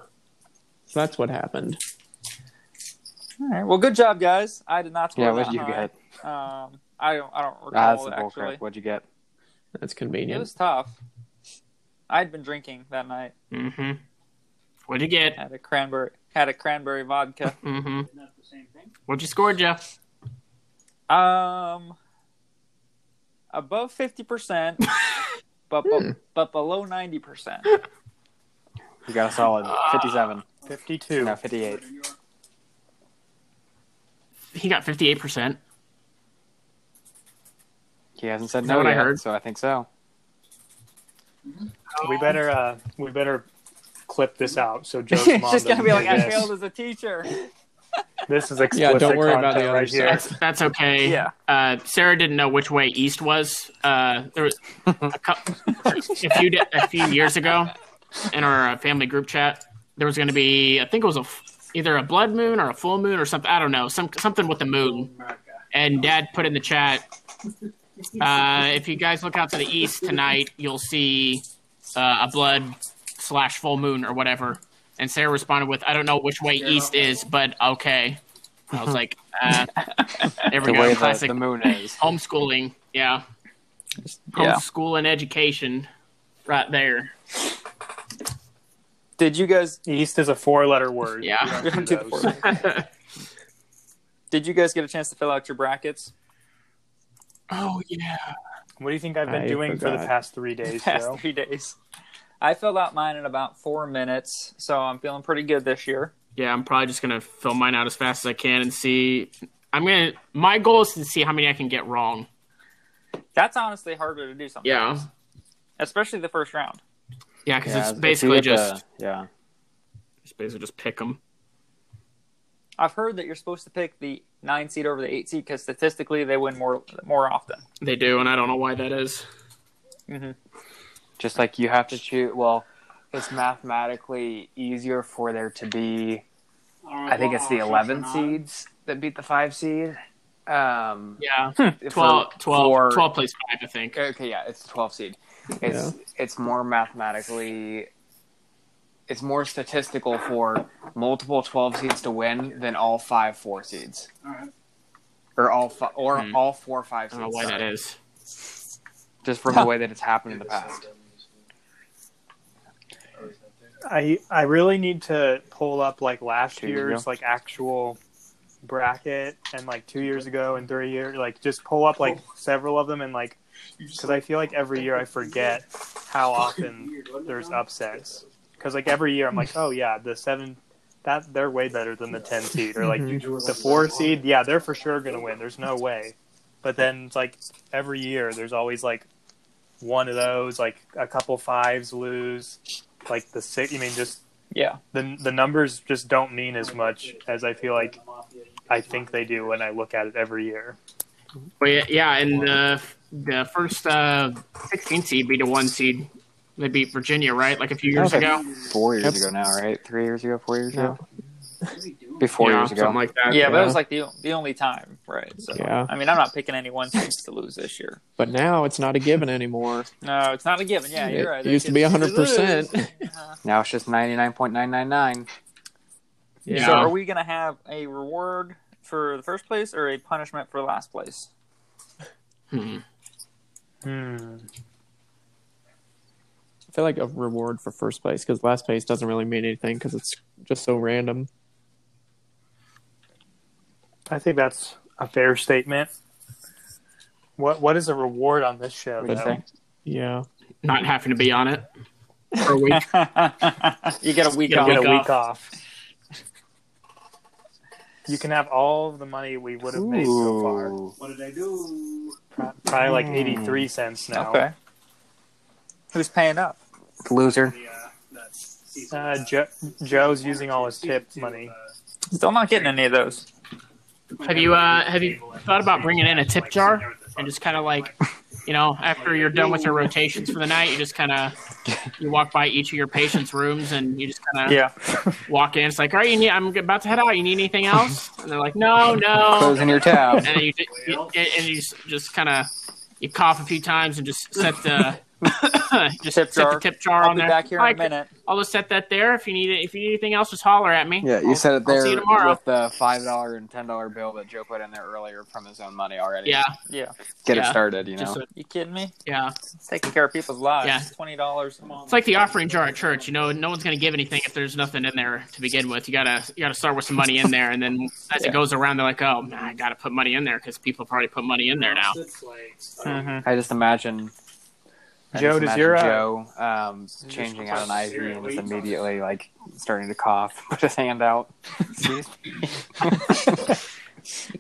Speaker 5: So that's what happened.
Speaker 3: All right. Well, good job, guys. I did not score.
Speaker 6: Yeah,
Speaker 3: that
Speaker 6: what'd you
Speaker 3: high.
Speaker 6: get?
Speaker 3: Um, I don't. I don't
Speaker 6: Ah,
Speaker 3: recall
Speaker 6: that's bull
Speaker 3: actually.
Speaker 6: crap. What'd you get?
Speaker 5: That's
Speaker 3: It
Speaker 5: convenient.
Speaker 3: was tough. I'd been drinking that night.
Speaker 2: Mm-hmm. What'd you get?
Speaker 3: Had a cranberry. Had a cranberry vodka.
Speaker 2: Mm-hmm.
Speaker 7: Isn't that the same thing?
Speaker 2: What'd you score, Jeff?
Speaker 3: Um, above fifty
Speaker 6: *laughs*
Speaker 3: percent, but
Speaker 5: Hmm.
Speaker 3: but below ninety percent.
Speaker 6: You got a solid 57.
Speaker 1: 52.
Speaker 6: No, 58.
Speaker 7: Whether you're
Speaker 2: He got fifty-eight percent.
Speaker 6: He hasn't said
Speaker 2: Is that
Speaker 6: no
Speaker 2: what I
Speaker 6: yet,
Speaker 2: heard?
Speaker 6: so I think so.
Speaker 1: We better, uh, we better clip this out. So Joe's mom
Speaker 3: *laughs* it's just gonna
Speaker 1: doesn't
Speaker 3: be like
Speaker 1: hear
Speaker 3: I
Speaker 1: this.
Speaker 3: failed as a teacher.
Speaker 1: This is explicit
Speaker 5: don't worry about
Speaker 1: content
Speaker 5: the other
Speaker 1: right here.
Speaker 2: That's that's okay.
Speaker 3: Yeah.
Speaker 2: Uh, Sarah didn't know which way east was. Uh, there was a, cou- a few di- a few years ago in our uh, family group chat. There was going to be I think it was a f- either a blood moon or a full moon or something. I don't know. Some something with the moon.
Speaker 7: America.
Speaker 2: And Dad put in the chat. Uh, if you guys look out to the east tonight, you'll see uh, a blood slash full moon or whatever. And Sarah responded with, "I don't know which way east is, but okay." I was like,
Speaker 6: *laughs*
Speaker 2: uh, "There we
Speaker 6: The
Speaker 2: go,
Speaker 6: way the,
Speaker 2: classic Oh,
Speaker 6: the moon is.
Speaker 2: homeschooling, yeah,
Speaker 3: Yeah.
Speaker 2: homeschool and education, right there."
Speaker 3: Did you guys?
Speaker 1: East is a four letter word.
Speaker 2: Yeah.
Speaker 1: We don't do
Speaker 3: Do the
Speaker 1: those.
Speaker 3: four- Did you guys get a chance to fill out your brackets?
Speaker 2: oh yeah,
Speaker 1: What do you think I've been
Speaker 5: I
Speaker 1: doing for the
Speaker 5: forgot.
Speaker 1: past three days,
Speaker 3: *laughs* Past
Speaker 1: Joe?
Speaker 3: three days. I filled out mine in about four minutes, so I'm feeling pretty good this year.
Speaker 2: yeah. I'm probably just gonna fill mine out as fast as I can and see. I'm gonna. My goal is to see how many I can get wrong.
Speaker 3: That's honestly harder to do something.
Speaker 2: Yeah,
Speaker 3: Especially the first round.
Speaker 2: yeah, because
Speaker 6: Yeah, if
Speaker 2: it's
Speaker 6: you
Speaker 2: basically
Speaker 6: get the-
Speaker 2: just
Speaker 6: yeah.
Speaker 2: it's basically just pick them.
Speaker 3: I've heard that you're supposed to pick the nine seed over the eight seed because statistically they win more more often.
Speaker 2: They do, and I don't know why that is.
Speaker 6: Just like you have to choose. Well, it's mathematically easier for there to be. I think it's the 11 seeds that beat the five seed. Um,
Speaker 2: Yeah,
Speaker 6: for-
Speaker 2: 12, 12,
Speaker 6: for-
Speaker 2: 12 plays five, I think.
Speaker 6: Okay, yeah, it's 12 seed. It's it's more mathematically it's more statistical for multiple 12 seeds to win than all five four seeds
Speaker 7: Alright.
Speaker 6: or all fi- or
Speaker 2: Hmm.
Speaker 6: all four five
Speaker 2: I don't know
Speaker 6: seeds.
Speaker 2: why that
Speaker 6: sorry.
Speaker 2: is.
Speaker 6: Just from the way that it's happened in the past.
Speaker 1: I I really need to pull up like last
Speaker 6: Two years
Speaker 1: year's
Speaker 6: ago.
Speaker 1: like actual bracket and like two years ago and three years like just pull up like several of them and like because I feel like every year I forget how often there's upsets because like every year I'm like oh yeah the seven that they're way better than the ten seed or like the four seed yeah they're for sure gonna win there's no way but then it's like every year there's always like one of those like a couple fives lose like the six I mean just
Speaker 3: Yeah.
Speaker 1: the the numbers just don't mean as much as I feel like I think they do when I look at it every year.
Speaker 2: Well, yeah, yeah, and the the first uh, 16 seed beat a one seed. They beat Virginia, right? Like a few years
Speaker 6: Okay.
Speaker 2: ago.
Speaker 6: Four years ago now, right? Three years ago, four years ago? Before
Speaker 2: yeah,
Speaker 6: years ago.
Speaker 2: something like that.
Speaker 3: Yeah, but
Speaker 5: Yeah.
Speaker 3: it was like the the only time, right? So
Speaker 5: Yeah.
Speaker 3: I mean, I'm not picking any one seed to lose this year.
Speaker 5: But now it's not a given anymore.
Speaker 3: No, it's not a given. Yeah,
Speaker 5: It
Speaker 3: you're right.
Speaker 5: used to be
Speaker 3: It's-
Speaker 5: 100%.
Speaker 3: *laughs* Uh,
Speaker 6: now it's just 99.999.
Speaker 2: Yeah.
Speaker 3: So are we gonna have a reward for the first place or a punishment for last place?
Speaker 2: Hmm.
Speaker 1: Hmm.
Speaker 5: I feel like a reward for first place because last place doesn't really mean anything because it's just so random.
Speaker 1: I think that's a fair statement. What what is a reward on this show?
Speaker 6: What do you
Speaker 1: though?
Speaker 6: think?
Speaker 5: Yeah.
Speaker 2: Not having to be on it for a week.
Speaker 3: *laughs* you get a week
Speaker 1: Get
Speaker 2: You get
Speaker 1: a
Speaker 3: off.
Speaker 2: Week
Speaker 1: week off. You can have all of the money we would have made so far.
Speaker 6: Ooh.
Speaker 7: What did I do?
Speaker 1: Probably like eighty three cents now.
Speaker 3: Okay. Who's paying up?
Speaker 6: Loser.
Speaker 7: The, uh, that season,
Speaker 1: Uh, jo- Joe's using all his tip money.
Speaker 7: uh,
Speaker 3: Still not getting any of those.
Speaker 2: uh, Have you, uh, have you thought about bringing in a tip jar? And just kind of like You know, after you're done with your rotations for the night, you just kind of you walk by each of your patients' rooms and you just kind of
Speaker 3: Yeah.
Speaker 2: walk in. It's like, all right, you need, I'm about to head out. You need anything else? And they're like, no, Oh, no.
Speaker 6: Closing your tab.
Speaker 2: *laughs* And then you, ju- you and you s- just kind of you cough a few times and just set the *coughs* just
Speaker 3: Tip
Speaker 2: set
Speaker 3: jar.
Speaker 2: the tip jar
Speaker 3: I'll
Speaker 2: on
Speaker 3: be
Speaker 2: there.
Speaker 3: back here
Speaker 2: All
Speaker 3: in
Speaker 2: right,
Speaker 3: a minute.
Speaker 2: I'll just set that there. If you need it, if you need anything else, just holler at me.
Speaker 6: Yeah, you
Speaker 2: I'll-
Speaker 6: said it
Speaker 2: I'll
Speaker 6: there
Speaker 2: see you tomorrow.
Speaker 6: with the five dollar and ten dollar bill that Joe put in there earlier from his own money already.
Speaker 2: Yeah,
Speaker 3: Yeah.
Speaker 6: get
Speaker 2: yeah.
Speaker 6: it started. You know,
Speaker 2: just so-
Speaker 3: You kidding me?
Speaker 2: yeah.
Speaker 3: It's taking care of people's lives.
Speaker 2: Yeah.
Speaker 3: Twenty dollars a month.
Speaker 2: It's like the offering jar at church. You know, no one's going to give anything if there's nothing in there to begin with. You gotta you gotta start with some money in there, and then as
Speaker 5: Yeah.
Speaker 2: it goes around, they're like, oh, man, I gotta put money in there because people probably put money in there now.
Speaker 3: Mhm.
Speaker 6: I just imagine. I
Speaker 1: Joe, does
Speaker 6: just imagine
Speaker 1: your, uh,
Speaker 6: Joe um, changing out an IV and just immediately like starting to cough, *laughs* put his hand out?
Speaker 3: You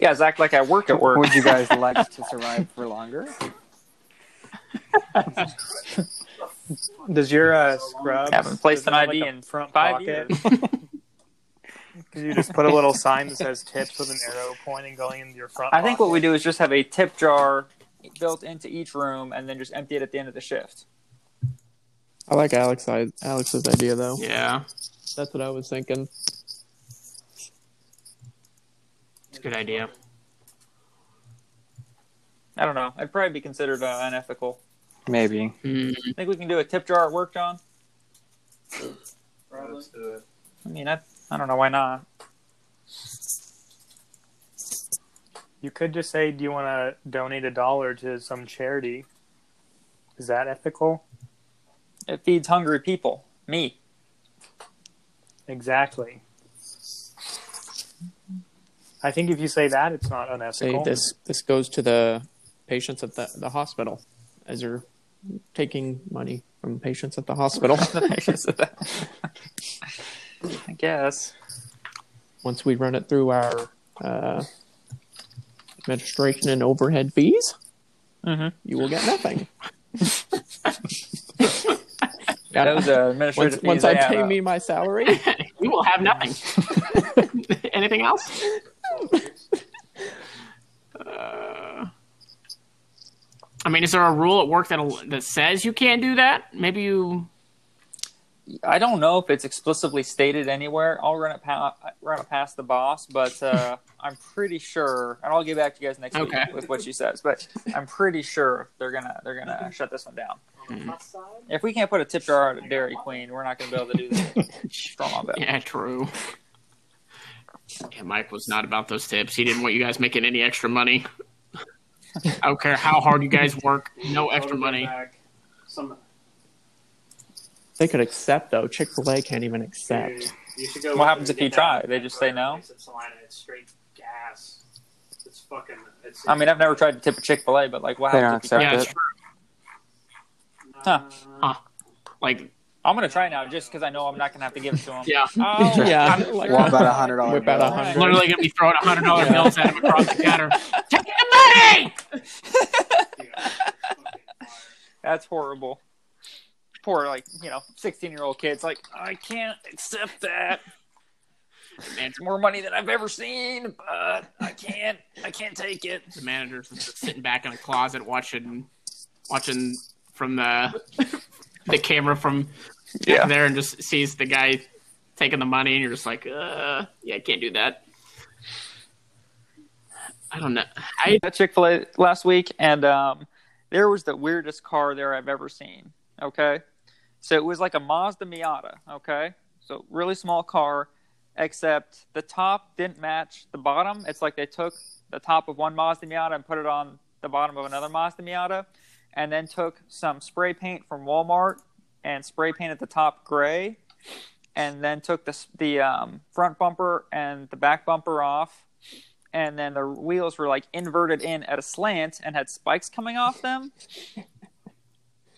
Speaker 3: guys act like I work at work.
Speaker 6: Would you guys like to survive for longer?
Speaker 1: Does your uh, scrub
Speaker 3: Haven't placed
Speaker 1: does it
Speaker 3: an
Speaker 1: have,
Speaker 3: ID
Speaker 1: a
Speaker 3: in
Speaker 1: front
Speaker 3: five
Speaker 1: pocket? *laughs* Because you just put a little sign that says tips with an arrow pointing going into your front.
Speaker 3: *laughs* I think what
Speaker 1: pocket.
Speaker 3: we do is just have a tip jar built into each room and then just empty it at the end of the shift.
Speaker 5: I like Alex. I, Alex's idea though.
Speaker 2: Yeah,
Speaker 5: That's what I was thinking.
Speaker 2: it's a good idea.
Speaker 3: I don't know. I'd probably be considered uh, unethical.
Speaker 6: Maybe.
Speaker 2: *laughs* Mm,
Speaker 3: Think we can do a tip jar at work, John?
Speaker 7: Probably.
Speaker 3: I mean, I, I don't know why not.
Speaker 1: you could just say, "Do you want to donate a dollar to some charity?" Is that ethical?
Speaker 3: It feeds hungry people. Me.
Speaker 1: Exactly. I think if you say that, it's not
Speaker 5: Say
Speaker 1: unethical.
Speaker 5: this. This goes to the patients at the, the hospital as you're taking money from patients at the hospital. *laughs*
Speaker 3: I guess.
Speaker 5: Once we run it through our uh, administration and overhead fees,
Speaker 3: Mhm.
Speaker 5: you will get nothing.
Speaker 3: Those uh,
Speaker 5: once,
Speaker 3: administrative fees,
Speaker 5: once
Speaker 3: they uh,
Speaker 5: I
Speaker 3: add
Speaker 5: pay
Speaker 3: up.
Speaker 5: me my salary,
Speaker 2: you will have nothing. *laughs* anything else? Uh, I mean, is there a rule at work that that says you can't do that? Maybe you.
Speaker 3: I don't know if it's explicitly stated anywhere. I'll run it, pa- run it past the boss, but
Speaker 2: *laughs*
Speaker 3: uh, I'm pretty sure, and I'll get back to you guys next
Speaker 2: Okay.
Speaker 3: week with what she says. But I'm pretty sure they're gonna they're gonna
Speaker 2: Mm-hmm.
Speaker 3: shut this one down. If we can't put a tip jar at a Dairy Queen, we're not gonna be able to do
Speaker 2: *laughs*
Speaker 3: that. Strong on that.
Speaker 2: Yeah, true. Yeah, Mike was not about those tips. He didn't want you guys making any extra money. I don't care how hard you guys work, no extra money.
Speaker 7: Back. Some,
Speaker 5: they could accept though. Chick Fil A can't even
Speaker 7: dude,
Speaker 5: accept.
Speaker 7: you should go
Speaker 3: What happens if you
Speaker 7: get that
Speaker 3: try? They just say no?
Speaker 7: It's at Salina. It's straight gas. It's fucking. It's,
Speaker 3: I mean, I've never tried to tip a Chick Fil A, but like,
Speaker 6: They
Speaker 3: wow,
Speaker 6: don't accept
Speaker 2: Yeah,
Speaker 6: it.
Speaker 2: it's true.
Speaker 3: Huh.
Speaker 2: Huh. Like,
Speaker 3: I'm gonna try now just because I know I'm not gonna have to give it to them.
Speaker 2: *laughs* yeah,
Speaker 3: Oh,
Speaker 5: Yeah,
Speaker 3: I'm-
Speaker 5: like-
Speaker 6: Well, about a hundred
Speaker 3: Oh,
Speaker 6: dollar
Speaker 5: We're about
Speaker 6: bill.
Speaker 5: a hundred.
Speaker 2: literally gonna be throwing hundred dollar
Speaker 5: Yeah.
Speaker 2: bills at him across the counter. Take the money.
Speaker 7: dude, fucking fire.
Speaker 3: that's horrible. Poor like you know, 16 year old kids like I can't accept that.
Speaker 2: Man,
Speaker 3: It's more money than I've ever seen, but I can't. I can't take it.
Speaker 2: the manager's just sitting back in a closet watching, watching from the the camera from
Speaker 3: Yeah.
Speaker 2: there, and just sees the guy taking the money, and you're just like, uh, yeah, I can't do that. I don't know. I
Speaker 3: At Chick Fil A last week, and um, there was the weirdest car there I've ever seen. Okay, so it was like a Mazda Miata. Okay, so really small car, except the top didn't match the bottom. It's like they took the top of one Mazda Miata and put it on the bottom of another Mazda Miata, and then took some spray paint from Walmart and spray painted the top gray, and then took the s- the um, front bumper and the back bumper off, and then the wheels were like inverted in at a slant and had spikes coming off them.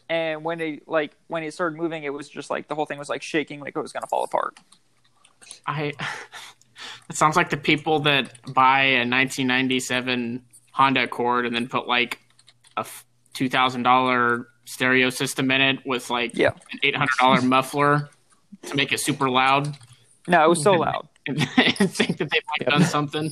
Speaker 3: And when it like when it started moving, it was just like the whole thing was like shaking, like it was gonna fall apart.
Speaker 2: I. *laughs* It sounds like the people that buy a 1997 Honda Accord and then put like a f- two thousand dollar stereo system in it with like
Speaker 3: Yeah.
Speaker 2: an eight hundred dollar muffler to make it super loud *laughs*
Speaker 3: No, it was so loud.
Speaker 2: and, think that they might have done something.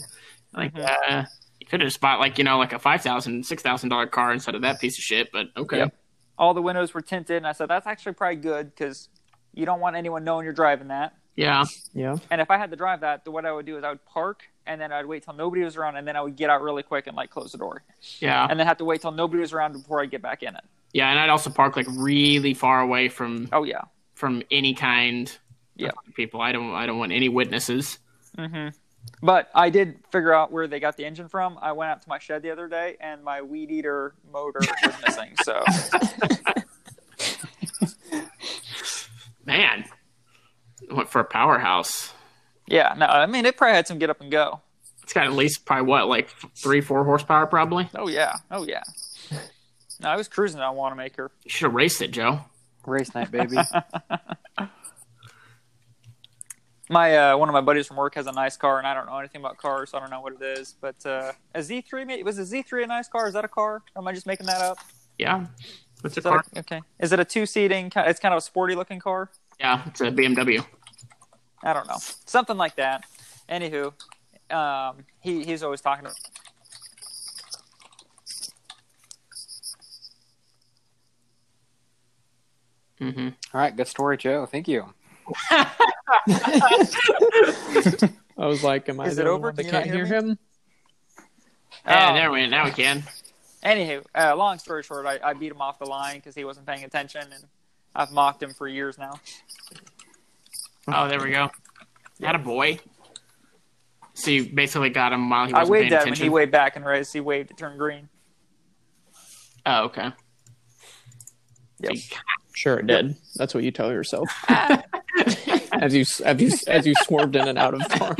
Speaker 2: Like, uh, you Could have just bought like you know like a five thousand, six thousand dollar car instead of that piece of shit. But okay,
Speaker 3: Yep. All the windows were tinted, and I said that's actually probably good because you don't want anyone knowing you're driving that.
Speaker 2: yeah,
Speaker 5: Yeah.
Speaker 3: And if I had to drive that, the, what I would do is I would park and then I'd wait till nobody was around, and then I would get out really quick and like close the door,
Speaker 2: yeah,
Speaker 3: and then have to wait till nobody was around before I get back in it.
Speaker 2: yeah. And I'd also park like really far away from
Speaker 3: Oh yeah.
Speaker 2: from any kind of
Speaker 3: Yeah.
Speaker 2: people. I don't I don't want any witnesses.
Speaker 3: hmm But I did figure out where they got the engine from. I went out to my shed the other day, and my weed eater motor was *laughs* missing. So
Speaker 2: Man, went for a powerhouse.
Speaker 3: yeah, no, I mean it probably had some get up and go.
Speaker 2: It's got at least probably what like f- three four horsepower probably.
Speaker 3: Oh yeah, oh yeah. No, I was cruising on Wanamaker.
Speaker 2: You should have raced it, Joe.
Speaker 6: Race night, baby.
Speaker 3: My uh, one of my buddies from work has a nice car, and I don't know anything about cars, so I don't know what it is. But uh, a Z3 ma- was a Z3 a nice car? Is that a car? Or am I just making that up?
Speaker 2: Yeah, what's it
Speaker 3: Is that
Speaker 2: called?
Speaker 3: a, okay, is it a two seating? It's kind of a sporty looking car.
Speaker 2: Yeah, it's a BMW.
Speaker 3: I don't know, something like that. Anywho, um, he he's always talking about.
Speaker 2: hmm
Speaker 6: All right, good story, Joe. Thank you.
Speaker 5: I was like, am I
Speaker 3: Is
Speaker 5: the
Speaker 3: it
Speaker 5: only
Speaker 3: over?
Speaker 5: one that
Speaker 3: Can you not
Speaker 5: can't
Speaker 3: hear
Speaker 5: hear him?
Speaker 2: Yeah,
Speaker 3: Oh.
Speaker 2: there we now we can.
Speaker 3: Anywho, uh, long story short, I, I beat him off the line because he wasn't paying attention, and I've mocked him for years now.
Speaker 2: Oh, there we go. Had a boy. So you basically got him while he
Speaker 3: I
Speaker 2: wasn't
Speaker 3: waved
Speaker 2: paying
Speaker 3: at him, and he
Speaker 2: attention.
Speaker 3: waved back and raised. He waved, it turned green.
Speaker 2: oh, okay.
Speaker 3: Yep.
Speaker 5: Sure, it did. That's what you tell yourself as you as you as you swerved in and out of
Speaker 6: *laughs*
Speaker 5: cars.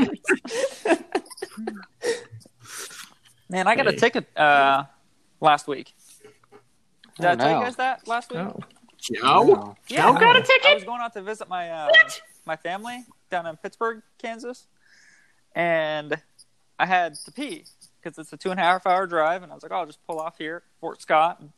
Speaker 3: Man, I got
Speaker 2: Hey.
Speaker 3: a ticket uh, last week. Did I
Speaker 6: Oh,
Speaker 3: tell
Speaker 6: no.
Speaker 3: you guys that last week?
Speaker 5: Oh,
Speaker 2: *laughs* Joe,
Speaker 6: Wow.
Speaker 2: Joe got a
Speaker 3: I
Speaker 2: ticket.
Speaker 3: was going out to visit my uh, my family down in Pittsburgh, Kansas, and I had to pee because it's a two and a half hour drive, and I was like, "Oh, I'll just pull off here, Fort Scott, and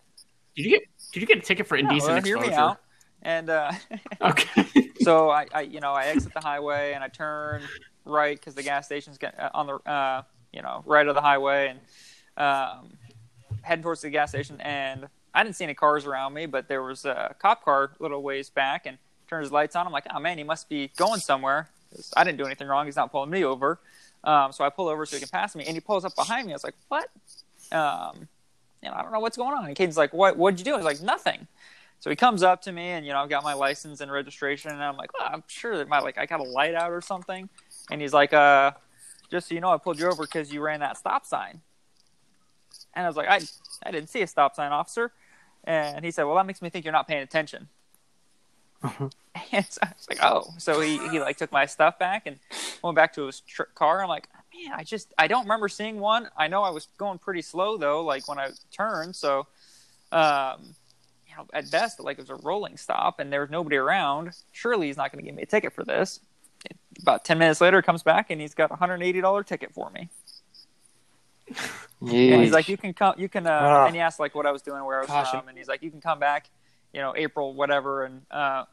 Speaker 2: Did you get Did you get a ticket for indecent
Speaker 3: well, uh, hear
Speaker 2: exposure?
Speaker 3: me out." And uh, *laughs*
Speaker 2: Okay.
Speaker 3: so I, I, you know, I exit the highway and I turn right because the gas station's get, uh, on the, uh, you know, right of the highway and um, heading towards the gas station. And I didn't see any cars around me, but there was a cop car a little ways back and turned his lights on. I'm like, oh man, he must be going somewhere. 'Cause I didn't do anything wrong. He's not pulling me over. Um, so I pull over so he can pass me, and he pulls up behind me. I was like, what? Um, and I don't know what's going on. And Caden's like, what? What'd you do? I was like, nothing. So he comes up to me, and you know, I've got my license and registration, and I'm like, well, I'm sure that my like I got a light out or something. And he's like, uh, just so you know, I pulled you over because you ran that stop sign. And I was like, I I didn't see a stop sign, officer. And he said, well, that makes me think you're not paying attention. And so I was like, oh. So he, he like took my stuff back and went back to his tr- car. I'm like, man, I just I don't remember seeing one. I know I was going pretty slow though, like when I turned. So, um, you know, at best, like it was a rolling stop and there was nobody around. Surely he's not going to give me a ticket for this. About ten minutes later, comes back and he's got a hundred eighty dollar ticket for me. And he's like, you can come, you can, uh,
Speaker 1: Ah.
Speaker 3: and he asked like what I was doing, where I was
Speaker 6: Gosh,
Speaker 3: from, and he's like, you can come back, you know, April, whatever, and uh,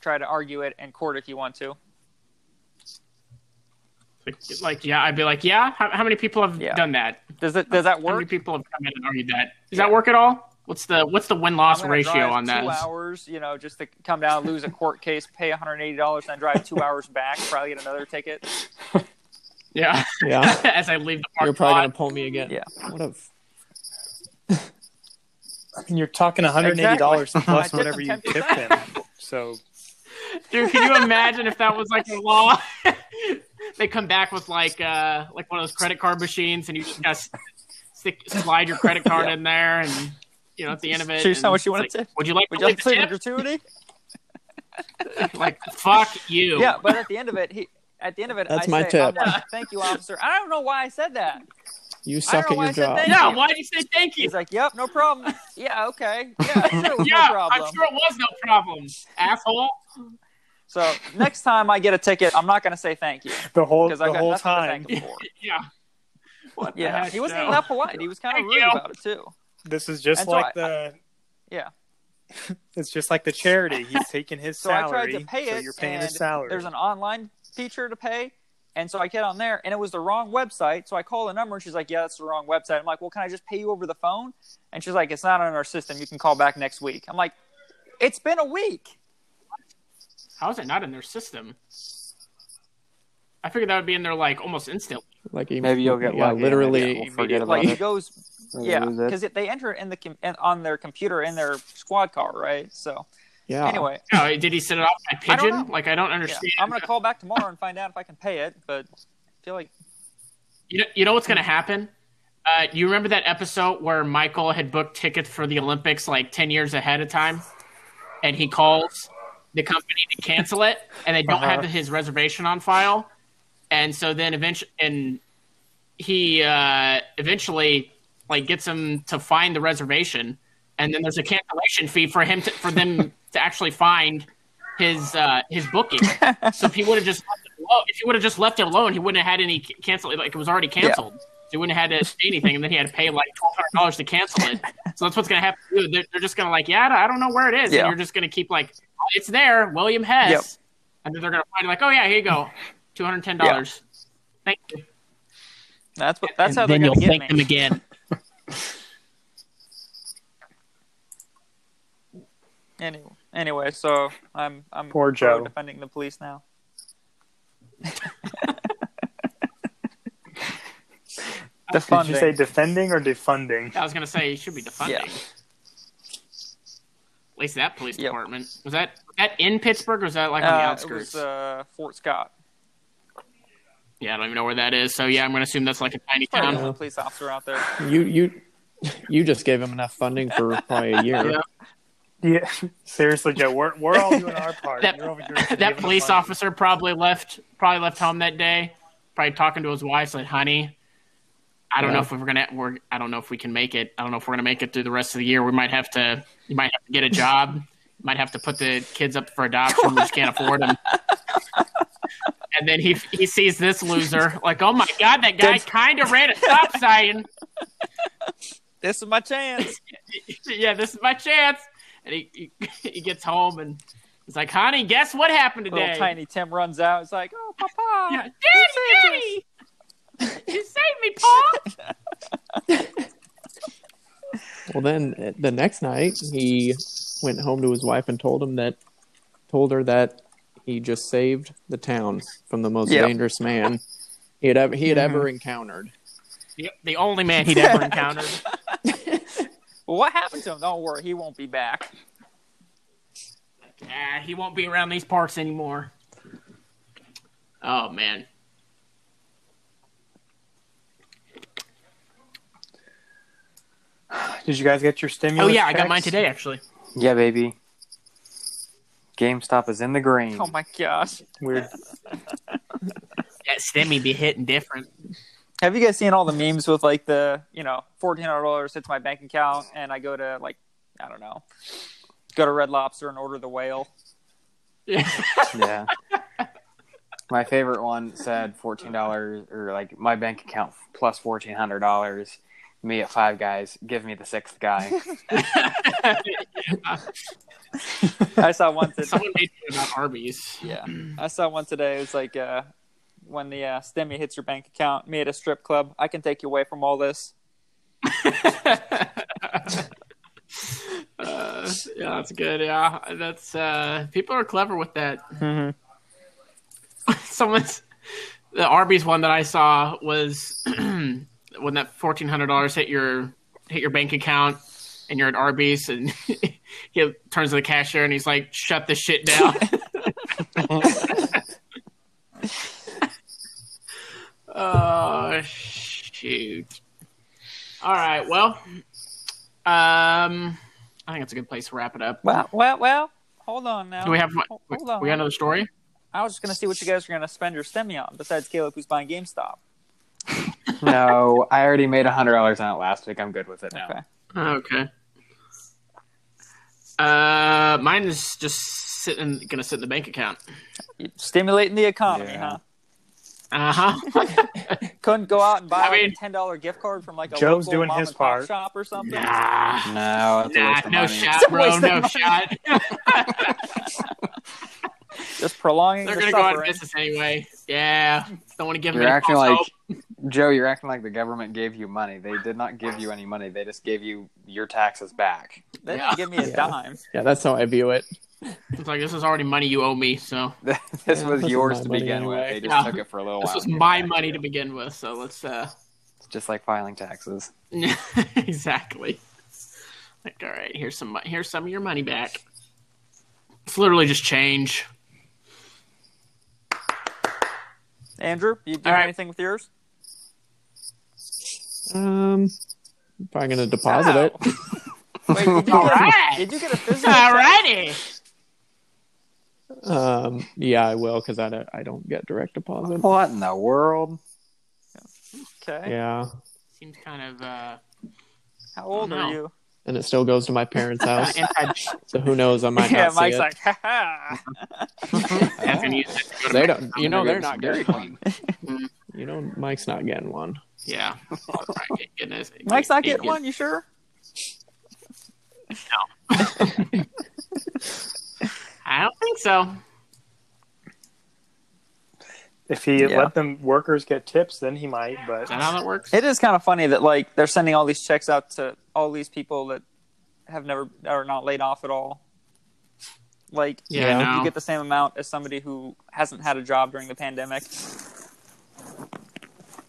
Speaker 3: try to argue it in court if you want to.
Speaker 2: Like, like, yeah, I'd be like, yeah. How, how many people have
Speaker 3: Yeah.
Speaker 2: done that?
Speaker 3: Does it? Does that
Speaker 2: How many
Speaker 3: work?
Speaker 2: people have come in and argued that? Does that work at all? What's the What's the win loss
Speaker 3: I'm gonna
Speaker 2: ratio
Speaker 3: drive
Speaker 2: on that?
Speaker 3: Two hours, you know, just to come down, lose a court case, pay one hundred eighty dollars, and then drive two hours back, probably get another ticket.
Speaker 2: Yeah.
Speaker 5: yeah.
Speaker 2: *laughs* As I leave the
Speaker 5: You're
Speaker 2: parking
Speaker 5: probably gonna
Speaker 2: lot.
Speaker 5: pull me again.
Speaker 3: Yeah.
Speaker 5: What a f-
Speaker 1: And you're talking 180 dollars
Speaker 3: Exactly. *laughs* I
Speaker 1: plus
Speaker 3: tipped
Speaker 1: whatever you
Speaker 3: him
Speaker 1: tipped him. So
Speaker 2: Dude, can you imagine if that was like a law? *laughs* they come back with like uh like one of those credit card machines, and you just gotta stick, slide your credit card in there, and you know at the end of it,
Speaker 3: Choose how
Speaker 2: and
Speaker 3: much
Speaker 2: it's
Speaker 3: you wanna
Speaker 2: like,
Speaker 3: tip.
Speaker 2: Would you like
Speaker 3: Would
Speaker 2: to
Speaker 3: you like
Speaker 2: leave
Speaker 3: to plead
Speaker 2: a
Speaker 3: a
Speaker 2: tip?
Speaker 3: gratuity?
Speaker 2: *laughs* Like fuck you.
Speaker 3: Yeah, but at the end of it, he. At the end of it,
Speaker 5: That's
Speaker 3: I
Speaker 5: my
Speaker 3: say,
Speaker 5: tip.
Speaker 3: I'm like, Thank you, officer. I don't know why I said that.
Speaker 5: you
Speaker 3: I
Speaker 5: suck
Speaker 3: don't
Speaker 5: at
Speaker 3: know why
Speaker 5: your
Speaker 3: I said
Speaker 5: job.
Speaker 3: thank
Speaker 2: Yeah. Why did you say thank you?
Speaker 3: He's like, "Yep, no problem. Yeah, okay. Yeah, *laughs* sure, it was
Speaker 2: yeah,
Speaker 3: no problem."
Speaker 2: I'm sure it was no problem, asshole.
Speaker 3: So next time I get a ticket, I'm not going to say thank you
Speaker 1: the whole
Speaker 3: because
Speaker 1: the
Speaker 3: I've got
Speaker 1: whole
Speaker 3: nothing
Speaker 1: time,
Speaker 3: to thank
Speaker 2: *laughs*
Speaker 3: him for.
Speaker 2: Yeah. What the
Speaker 3: Yeah,
Speaker 2: heck,
Speaker 3: he wasn't
Speaker 2: Joe?
Speaker 3: even that polite. He was kind of
Speaker 2: Thank
Speaker 3: rude
Speaker 2: you.
Speaker 3: about it too.
Speaker 1: this is just
Speaker 3: And so
Speaker 1: like
Speaker 3: I-
Speaker 1: the
Speaker 3: Yeah.
Speaker 1: *laughs* It's just like the
Speaker 3: *laughs*
Speaker 1: charity. He's taking his
Speaker 3: So I
Speaker 1: salary.
Speaker 3: tried to pay
Speaker 1: so
Speaker 3: it,
Speaker 1: you're paying his
Speaker 3: and
Speaker 1: salary.
Speaker 3: There's an online feature to pay, And so I get on there, and it was the wrong website. So I call the number, and she's like, "Yeah, that's the wrong website." I'm like, "Well, can I just pay you over the phone?" And she's like, "It's not on our system. You can call back next week." I'm like, "It's been a week."
Speaker 2: How is it not in their system? I figured that would be in their like almost instant.
Speaker 5: Like you-
Speaker 6: Maybe you'll get
Speaker 5: yeah,
Speaker 6: lucky.
Speaker 5: Literally,
Speaker 6: Maybe it will forget about
Speaker 3: *laughs* Like it
Speaker 6: it.
Speaker 3: goes,
Speaker 6: Maybe
Speaker 3: yeah,
Speaker 6: lose it.
Speaker 3: because they enter it in the com- in- on their computer in their squad car, right? So
Speaker 5: yeah.
Speaker 3: anyway,
Speaker 2: Oh, did he send it off by
Speaker 3: I don't
Speaker 2: pigeon?
Speaker 3: know.
Speaker 2: like I don't
Speaker 3: yeah.
Speaker 2: understand.
Speaker 3: I'm gonna call back tomorrow and find out if I can pay it. But I feel like
Speaker 2: You know, you know what's going to happen? Uh, you remember that episode where Michael had booked tickets for the Olympics like 10 years ahead of time? And he calls the company to cancel it, and they don't have his reservation on file. And so then eventually, and he uh, eventually like gets him to find the reservation, and then there's a cancellation fee for him to, for them *laughs* to actually find his uh, his booking. so if he would have just left it alone, if he would have just left it alone, he wouldn't have had any cancel. Like it was already canceled. So he wouldn't have had to pay anything, and then he had to pay like twelve hundred dollars to cancel it. So that's what's gonna happen. to you. They're, they're just gonna like, yeah, I don't- I don't know where it is,
Speaker 3: Yeah.
Speaker 2: and you're just gonna keep like, "Oh, it's there, William Hess,
Speaker 3: Yep.
Speaker 2: and then they're gonna find like, oh yeah, here you go, two hundred ten dollars. Thank you.
Speaker 3: that's what that's how
Speaker 2: then
Speaker 3: they
Speaker 2: you'll
Speaker 3: got
Speaker 2: thank
Speaker 3: get
Speaker 2: them *laughs*
Speaker 3: me.
Speaker 2: again.
Speaker 3: Anyway, anyway, so I'm I'm
Speaker 1: Poor
Speaker 3: pro
Speaker 1: Joe.
Speaker 3: defending the police now. the fun
Speaker 1: Did you say
Speaker 3: thing.
Speaker 1: defending or defunding?
Speaker 3: *laughs*
Speaker 2: I was gonna say it should be defunding.
Speaker 3: Yeah.
Speaker 2: At least that police
Speaker 3: Yep.
Speaker 2: department was that was that in Pittsburgh or was that like on the
Speaker 3: Uh, it
Speaker 2: outskirts?
Speaker 3: was uh, Fort Scott.
Speaker 2: yeah, I don't even know where that is. So yeah, I'm gonna assume that's like a tiny
Speaker 3: Probably
Speaker 2: town.
Speaker 3: the police officer out there.
Speaker 5: you you *laughs* you just gave him enough funding for probably
Speaker 6: *laughs*
Speaker 5: a year.
Speaker 2: Yeah.
Speaker 1: Yeah, *laughs* seriously, Joe, we're we're all doing our part.
Speaker 2: That-
Speaker 1: You're over here giving
Speaker 2: *laughs* that police
Speaker 1: money.
Speaker 2: officer probably left probably left home that day probably talking to his wife said honey i don't know
Speaker 5: Yeah.
Speaker 2: if we're gonna we're, i don't know if we can make it i don't know if we're gonna make it through the rest of the year we might have to you might have to get a job you might have to put the kids up for adoption we just can't afford them and then he he sees this loser like oh my god that guy kind of ran a stop sign *laughs*
Speaker 3: This is my chance.
Speaker 2: yeah this is my chance and he, *laughs* he he gets home and he's like honey guess what happened today
Speaker 3: Little tiny Tim runs out. It's like, oh, papa.
Speaker 2: Yeah, Daddy, Daddy, you saved me, Paul.
Speaker 5: Well, then uh, the next night he went home to his wife and told him that told her that he just saved the town from the most
Speaker 3: Yeah. Mm-hmm.
Speaker 5: dangerous man he had ever he had ever encountered.
Speaker 2: *laughs* Yep, the only man he'd ever encountered. *laughs*
Speaker 3: Well, what happened to him? Don't worry, he won't be back.
Speaker 2: Ah, he won't be around these parts anymore. Oh man.
Speaker 1: Did you guys get your
Speaker 2: Oh
Speaker 1: stimulus?
Speaker 2: yeah, I got
Speaker 1: checks?
Speaker 2: mine today actually.
Speaker 6: Yeah, baby. GameStop is in the green.
Speaker 3: Oh my gosh.
Speaker 1: Weird.
Speaker 2: That stimmy be hitting *laughs* different.
Speaker 3: Have you guys seen all the memes with like the you know fourteen hundred dollars hits my bank account and I go to like I don't know go to Red Lobster and order the whale.
Speaker 6: yeah. My favorite one said fourteen dollars, or like my bank account plus fourteen hundred dollars. Me at Five Guys, give me the sixth guy.
Speaker 3: I saw *laughs* one today.
Speaker 2: Someone made it about Arby's.
Speaker 3: yeah, I saw one today. It's like uh, when the uh, stimmy hits your bank account, me at a strip club. I can take you away from all this.
Speaker 2: Uh, yeah, that's good. Yeah, that's uh, people are clever with that.
Speaker 3: Mm-hmm.
Speaker 2: Someone's the Arby's one that I saw was *clears throat* when that fourteen hundred dollars hit your hit your bank account and you're at Arby's and *laughs* he turns to the cashier and he's like, "Shut this shit
Speaker 3: *laughs*
Speaker 2: down." oh shoot! All right, well, um, I think that's a good place to wrap it up.
Speaker 3: Well, well, well. Hold on now.
Speaker 2: Do we have
Speaker 3: Hold
Speaker 2: we
Speaker 3: on.
Speaker 2: got another story?
Speaker 3: I was just gonna see what you guys are gonna spend your stimmy on besides Caleb, who's buying GameStop.
Speaker 6: no, I already made hundred dollars on it last week. I'm good with it now.
Speaker 3: Okay.
Speaker 2: Oh, Okay. Uh, mine is just sitting, gonna sit in the bank account.
Speaker 3: You- Stimulating the economy,
Speaker 6: Yeah.
Speaker 3: huh?
Speaker 2: Uh
Speaker 6: *laughs*
Speaker 2: huh.
Speaker 3: Couldn't go out and buy
Speaker 2: I
Speaker 3: like,
Speaker 2: mean-
Speaker 3: a ten dollar gift card from like a
Speaker 1: Joe's
Speaker 3: local
Speaker 1: doing
Speaker 3: mom
Speaker 1: his
Speaker 3: and pop
Speaker 1: part.
Speaker 3: shop or something.
Speaker 2: nah,
Speaker 6: No, it's a
Speaker 2: nah,
Speaker 6: waste of
Speaker 2: no
Speaker 6: money. *laughs*
Speaker 2: shot,
Speaker 3: It's
Speaker 2: bro,
Speaker 3: a waste of
Speaker 2: no
Speaker 3: money.
Speaker 2: shot.
Speaker 3: Just prolonging
Speaker 2: They're
Speaker 3: the
Speaker 2: gonna go out of
Speaker 3: suffering.
Speaker 2: business anyway. Yeah, don't want to give them
Speaker 6: You're
Speaker 2: any
Speaker 6: acting
Speaker 2: false
Speaker 6: like
Speaker 2: hope.
Speaker 6: Joe. You're acting like the government gave you money. They did not give you any money. They just gave you your taxes back. *laughs*
Speaker 3: They
Speaker 2: Yeah.
Speaker 3: didn't give me a
Speaker 5: Yeah.
Speaker 3: dime.
Speaker 5: Yeah, that's how I view it.
Speaker 2: It's like this is already money you owe me, so
Speaker 6: this
Speaker 5: Yeah,
Speaker 6: was
Speaker 5: this is
Speaker 6: yours
Speaker 5: my
Speaker 6: to
Speaker 5: money
Speaker 6: begin with.
Speaker 5: anyway.
Speaker 6: They just
Speaker 2: Yeah.
Speaker 6: took it for a little
Speaker 2: this
Speaker 6: while.
Speaker 2: was
Speaker 6: and gave it
Speaker 2: my
Speaker 6: back.
Speaker 2: money to begin with. So let's uh, *laughs*
Speaker 6: It's just like filing taxes.
Speaker 2: exactly. Like, all right, here's some mo- here's some of your money back. It's literally just change.
Speaker 3: Andrew, you do
Speaker 2: All right.
Speaker 3: anything
Speaker 5: *laughs*
Speaker 3: with yours?
Speaker 5: Um, probably gonna deposit
Speaker 3: Oh.
Speaker 5: it.
Speaker 3: Wait, did you, get,
Speaker 2: All right,
Speaker 3: did you get a physical?
Speaker 2: all righty.
Speaker 5: Um, yeah, I will because I don't, I don't get direct deposit.
Speaker 6: What in the world?
Speaker 3: Okay.
Speaker 5: Yeah,
Speaker 2: Seems kind of uh,
Speaker 3: How old
Speaker 2: No.
Speaker 3: are you?
Speaker 5: and it still goes to my
Speaker 3: *laughs*
Speaker 5: parents' house.
Speaker 2: anti
Speaker 5: so who knows? I might
Speaker 3: yeah,
Speaker 5: not see
Speaker 3: Mike's
Speaker 5: it.
Speaker 3: like, *laughs* ha ha.
Speaker 5: they don't. You know
Speaker 6: Maybe
Speaker 5: they're
Speaker 6: it's
Speaker 5: not
Speaker 6: Dairy
Speaker 5: getting one.
Speaker 6: Queen.
Speaker 5: You know Mike's not getting one.
Speaker 2: Yeah. *laughs* All right, goodness.
Speaker 3: *laughs* Mike's not
Speaker 2: He-
Speaker 3: getting
Speaker 2: he-
Speaker 3: one. You sure?
Speaker 2: I don't think so.
Speaker 1: If he
Speaker 3: Yeah.
Speaker 1: let them workers get tips, then he might. But
Speaker 2: Is that how that works?
Speaker 3: It is kind of funny that like they're sending all these checks out to all these people that have never are not laid off at all. Like,
Speaker 2: Yeah,
Speaker 5: Yeah.
Speaker 2: I know.
Speaker 3: you get the same amount as somebody who hasn't had a job during the pandemic.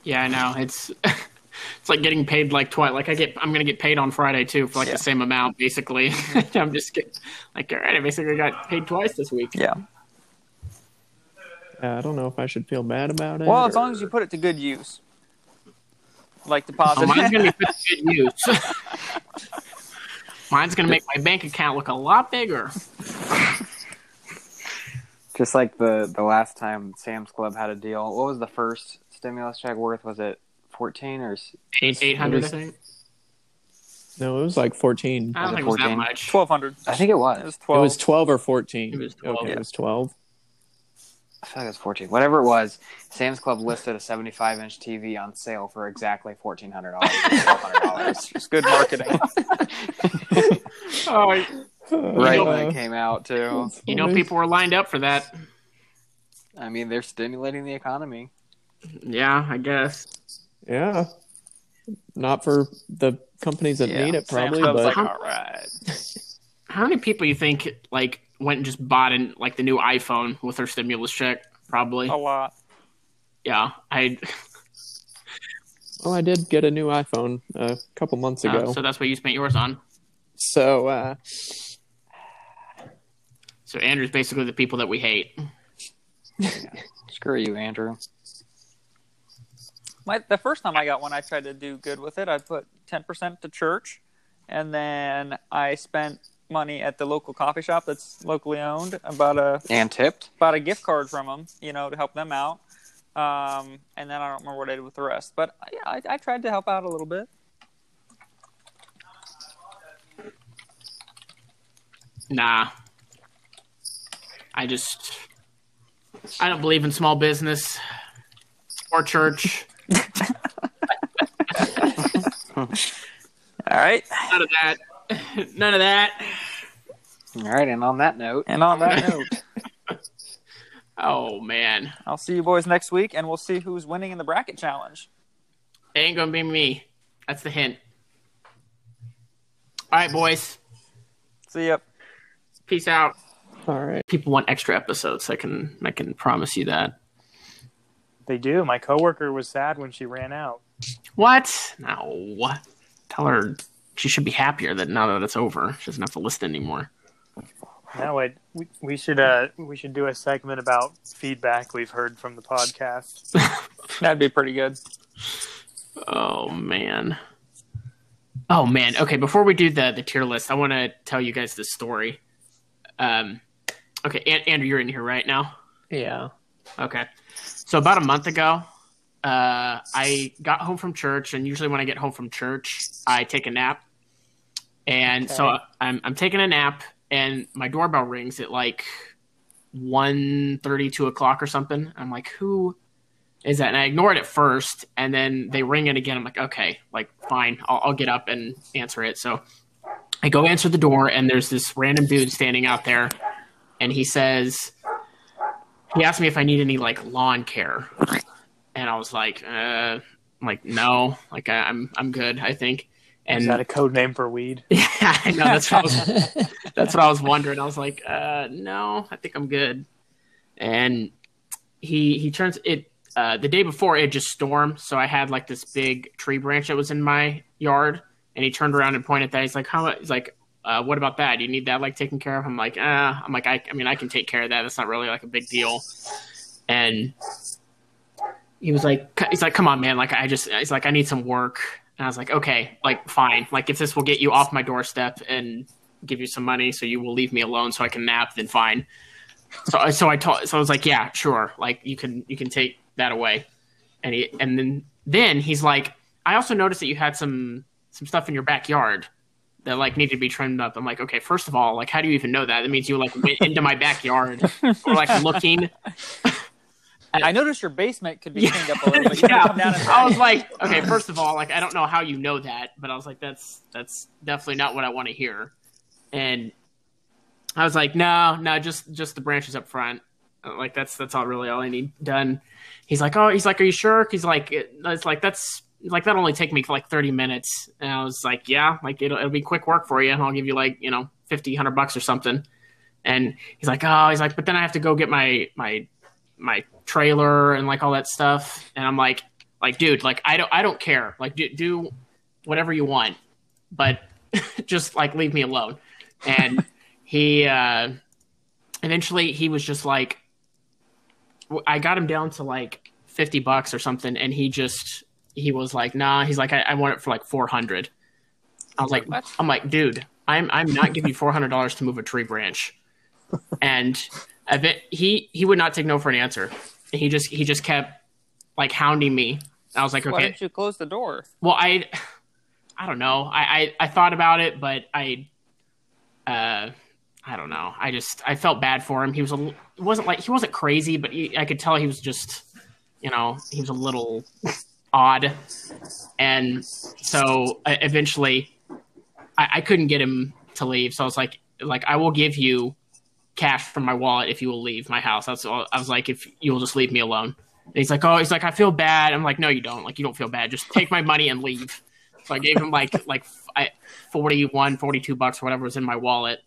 Speaker 2: Yeah, I know. It's *laughs* it's like getting paid like twice. Like I get, I'm gonna get paid on Friday too for like
Speaker 3: Yeah.
Speaker 2: the same amount basically. *laughs* I'm just get, like, all right, I basically got paid twice this week.
Speaker 3: Yeah.
Speaker 5: Yeah, I don't know if I should feel bad about it.
Speaker 3: Well, as long
Speaker 5: or-
Speaker 3: as you put it to good use, like
Speaker 2: So
Speaker 3: deposit.
Speaker 2: Oh, mine's gonna be put to good use. *laughs* mine's gonna make my bank account look a lot bigger.
Speaker 6: *laughs* Just like the the last time Sam's Club had a deal. What was the first stimulus check worth? Was it fourteen or s-
Speaker 2: Eight hundred, I think.
Speaker 5: no, it was like fourteen.
Speaker 2: I don't
Speaker 6: Was it
Speaker 2: think it was that
Speaker 6: 14?
Speaker 2: much.
Speaker 3: *laughs* Twelve hundred.
Speaker 6: I think it
Speaker 3: It
Speaker 6: was.
Speaker 3: was twelve.
Speaker 5: It was twelve or fourteen.
Speaker 2: It was 12,
Speaker 5: Okay,
Speaker 2: yeah.
Speaker 5: it was twelve.
Speaker 6: I feel like it was fourteen. Whatever it was, Sam's Club listed a seventy five inch TV on sale for exactly fourteen hundred dollars.
Speaker 3: *laughs* It's just good marketing.
Speaker 2: Oh,
Speaker 6: right
Speaker 2: know-
Speaker 6: when it came out too.
Speaker 2: you know, people were lined up for that.
Speaker 6: I mean, they're stimulating the economy.
Speaker 2: Yeah, I guess.
Speaker 5: Yeah. Not for *laughs* the companies that
Speaker 3: Yeah.
Speaker 5: need it, probably.
Speaker 3: Sam's Club's
Speaker 5: But
Speaker 3: like, all right.
Speaker 2: How many people you think like went and just bought in like the new iPhone with their stimulus check? Probably.
Speaker 3: A lot.
Speaker 2: Yeah, I.
Speaker 5: oh, I did get a new iPhone a couple months
Speaker 2: uh,
Speaker 5: ago.
Speaker 2: so that's what you spent yours on.
Speaker 5: So uh,
Speaker 2: So Andrew's basically the people that we hate.
Speaker 6: Screw you, Andrew.
Speaker 3: My, the first time I got one, I tried to do good with it. I put 10% to church, and then I spent money at the local coffee shop that's locally owned. I bought a,
Speaker 6: And tipped.
Speaker 3: bought a gift card from them, you know, to help them out. Um, and then I don't remember what I did with the rest. But yeah, I, I tried to help out a little bit.
Speaker 2: Nah. I just I don't believe in small business or church. *laughs*
Speaker 3: All right.
Speaker 2: None of that. *laughs* None of that.
Speaker 6: All right, and on that note,
Speaker 3: And on that *laughs* note,
Speaker 2: Oh man.
Speaker 3: I'll see you boys next week, and we'll see who's winning in the bracket challenge.
Speaker 2: It ain't gonna be me. That's the hint. All right, boys.
Speaker 3: See ya.
Speaker 2: Peace out.
Speaker 5: all right.
Speaker 2: People want extra episodes. I can I can promise you that.
Speaker 1: they do. My coworker was sad when she ran out.
Speaker 2: What? No. Tell her she should be happier that now that it's over, she doesn't have to listen anymore.
Speaker 1: Now I, we, we should uh we should do a segment about feedback we've heard from the podcast.
Speaker 3: That'd be pretty good.
Speaker 2: Oh man. Oh man. Okay, before we do the the tier list, I want to tell you guys this story. Um, okay, An- Andrew, you're in here right now.
Speaker 5: Yeah.
Speaker 2: Okay. So about a month ago, uh, I got home from church, and usually when I get home from church, I take a nap. And so I'm I'm taking a nap, and my doorbell rings at like one thirty, two o'clock or something. I'm like, who is that? And I ignore it at first, and then they ring it again. I'm like, okay, like fine, I'll, I'll get up and answer it. So I go answer the door, and there's this random dude standing out there, and he says he asked me if I need any like lawn care, and I was like, uh, I'm like no, like I, I'm I'm good, I think. And
Speaker 1: Is that a code name for weed?
Speaker 2: *laughs* yeah, I know that's what I was that's what I was wondering. I was like, uh, no, I think I'm good. And he he turns it uh, the day before it just stormed, so I had like this big tree branch that was in my yard, and he turned around and pointed at that. He's like, how? mu- He's like, uh, what about that? Do you need that like taken care of? I'm like, uh, I'm like, I, I mean, I can take care of that. That's not really like a big deal. And he was like, c- he's like, come on, man. Like, I just, he's like, I need some work. And I was like, okay, like, fine. Like, if this will get you off my doorstep and give you some money so you will leave me alone so I can nap, then fine. So I so I told so I was like, yeah, sure. Like you can you can take that away. And he and then then he's like, I also noticed that you had some some stuff in your backyard that like needed to be trimmed up. I'm like, okay, first of all, like how do you even know that? That means you like went into my backyard or like looking.
Speaker 3: I noticed your basement could be
Speaker 2: Yeah.
Speaker 3: cleaned up a *laughs* little bit. You
Speaker 2: Yeah.
Speaker 3: yeah. come down and
Speaker 2: I was like, okay, first of all, like I don't know how you know that, but I was like, that's that's definitely not what I want to hear. And I was like, no, no, just just the branches up front. Uh, Like that's that's all really all I need done. He's like, oh, he's like, are you sure? He's like, it- it's like that's like that only take me like thirty minutes. And I was like, yeah, like it'll it'll be quick work for you. I'll give you like you know 50, 100 bucks or something. And he's like, oh, he's like, but then I have to go get my my my trailer and like all that stuff. And I'm like, like dude like i don't i don't care like do, do whatever you want but *laughs* just like leave me alone and *laughs* he uh eventually he was just like w- i got him down to like 50 bucks or something and he just he was like nah he's like i, I want it for like 400 i was like
Speaker 3: What?
Speaker 2: i'm like dude i'm i'm not giving you 400 dollars to move a tree branch and a bit, he he would not take no for an answer he just he just kept like hounding me i was like
Speaker 3: Why
Speaker 2: okay
Speaker 3: didn't you close the door?
Speaker 2: well, I, I don't know. I, I, I thought about it, but I, uh, I don't know. I just I felt bad for him. He was a l- it wasn't like he wasn't crazy, but he, I could tell he was just, you know, he was a little odd, and so I, eventually, I, I couldn't get him to leave. So I was like, like I will give you cash from my wallet if you will leave my house. That's all. I was like, if you will just leave me alone. And he's like, oh, he's like, I feel bad. I'm like, no, you don't. Like, you don't feel bad. Just take my money and leave. So I gave him like like f- I, 41, 42 bucks, whatever was in my wallet.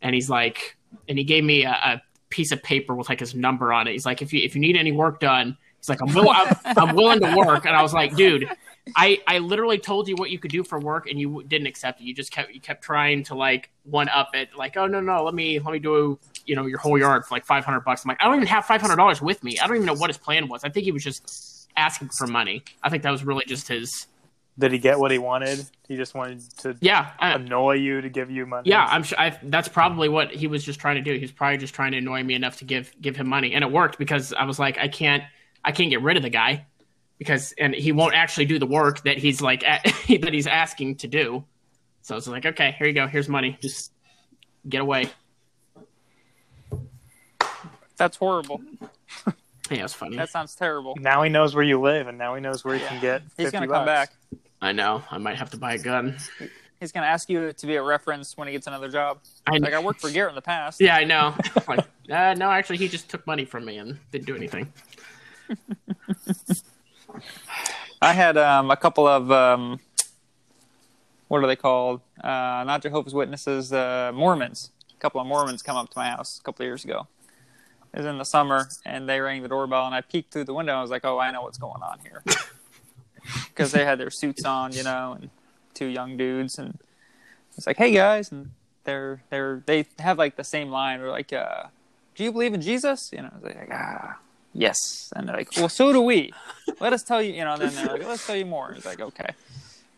Speaker 2: And he's like, and he gave me a, a piece of paper with like his number on it. He's like, if you if you need any work done, he's like, I'm will, I'm, I'm willing to work. And I was like, dude, I I literally told you what you could do for work, and you didn't accept it. You just kept you kept trying to like one up it. Like, oh no no, let me let me do you know your whole yard for like 500 bucks i'm like i don't even have 500 dollars with me i don't even know what his plan was i think he was just asking for money i think that was really just his
Speaker 1: Did he get what he wanted? He just wanted to
Speaker 2: yeah I,
Speaker 1: annoy you to give you money.
Speaker 2: yeah i'm sure I, that's probably what he was just trying to do he was probably just trying to annoy me enough to give give him money and it worked because i was like i can't i can't get rid of the guy because and he won't actually do the work that he's like *laughs* at, that he's asking to do so it's like okay here you go here's money just get away
Speaker 3: That's horrible.
Speaker 2: yeah it's funny
Speaker 3: That sounds terrible.
Speaker 1: Now he knows where you live, and now he knows where he can get. 50
Speaker 3: He's gonna
Speaker 1: bucks.
Speaker 3: come back.
Speaker 2: i know i might have to buy a gun
Speaker 3: He's gonna ask you to be a reference when he gets another job.
Speaker 2: I,
Speaker 3: Like I worked for Garrett in the past.
Speaker 2: Yeah, I know. like, *laughs* uh, no, actually, he just took money from me and didn't do anything.
Speaker 3: I had um, a couple of um, what are they called? Uh, not Jehovah's Witnesses, uh, Mormons. A couple of Mormons come up to my house a couple of years ago. It was in the summer, and they rang the doorbell, and I peeked through the window. and I was like, "Oh, I know what's going on here," because they had their suits on, you know, and two young dudes, and it's like, "Hey guys," and they're they're they have like the same line. They're like, uh, "Do you believe in Jesus?" You know, I was like, "Ah, yes," and they're like, "Well, so do we." let us tell you, you know, and then they're like, let's tell you more. It's like, okay.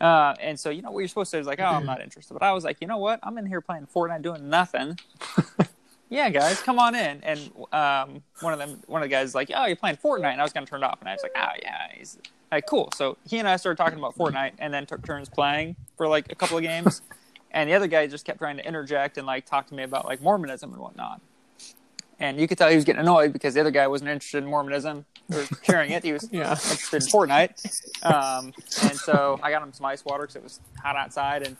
Speaker 3: Uh, and so, you know, what you're supposed to do is like, oh, I'm not interested. But I was like, you know what? I'm in here playing Fortnite doing nothing. yeah, guys, come on in. And um, one of them, one of the guys is like, oh, you're playing Fortnite. And I was going to turn it off. And I was like, oh, yeah. He's like, cool. So he and I started talking about Fortnite and then took turns playing for like a couple of games. and the other guy just kept trying to interject and like talk to me about like Mormonism and whatnot. And you could tell he was getting annoyed because the other guy wasn't interested in Mormonism or sharing it. He was
Speaker 5: Yeah.
Speaker 3: interested in Fortnite. Um, and so I got him some ice water because it was hot outside. And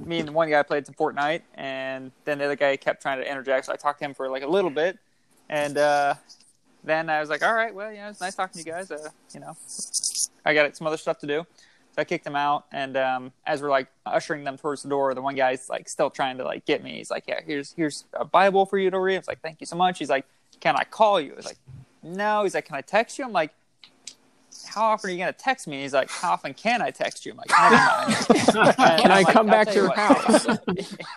Speaker 3: me and the one guy played some Fortnite. And then the other guy kept trying to interject. So I talked to him for like a little bit. And uh, then I was like, all right, well, you know, it's nice talking to you guys. Uh, you know, I got some other stuff to do. So I kicked him out, and um, as we're like ushering them towards the door, the one guy's like still trying to like get me. He's like, "Yeah, here's here's a Bible for you to read." I was like, "Thank you so much." He's like, "Can I call you?" I was like, "No." He's like, "Can I text you?" I'm like, "How often are you gonna text me?" He's like, "How often can I text you?" I'm like, "Never
Speaker 5: *laughs*
Speaker 3: mind."
Speaker 5: Can I come back to your
Speaker 3: house?" *laughs*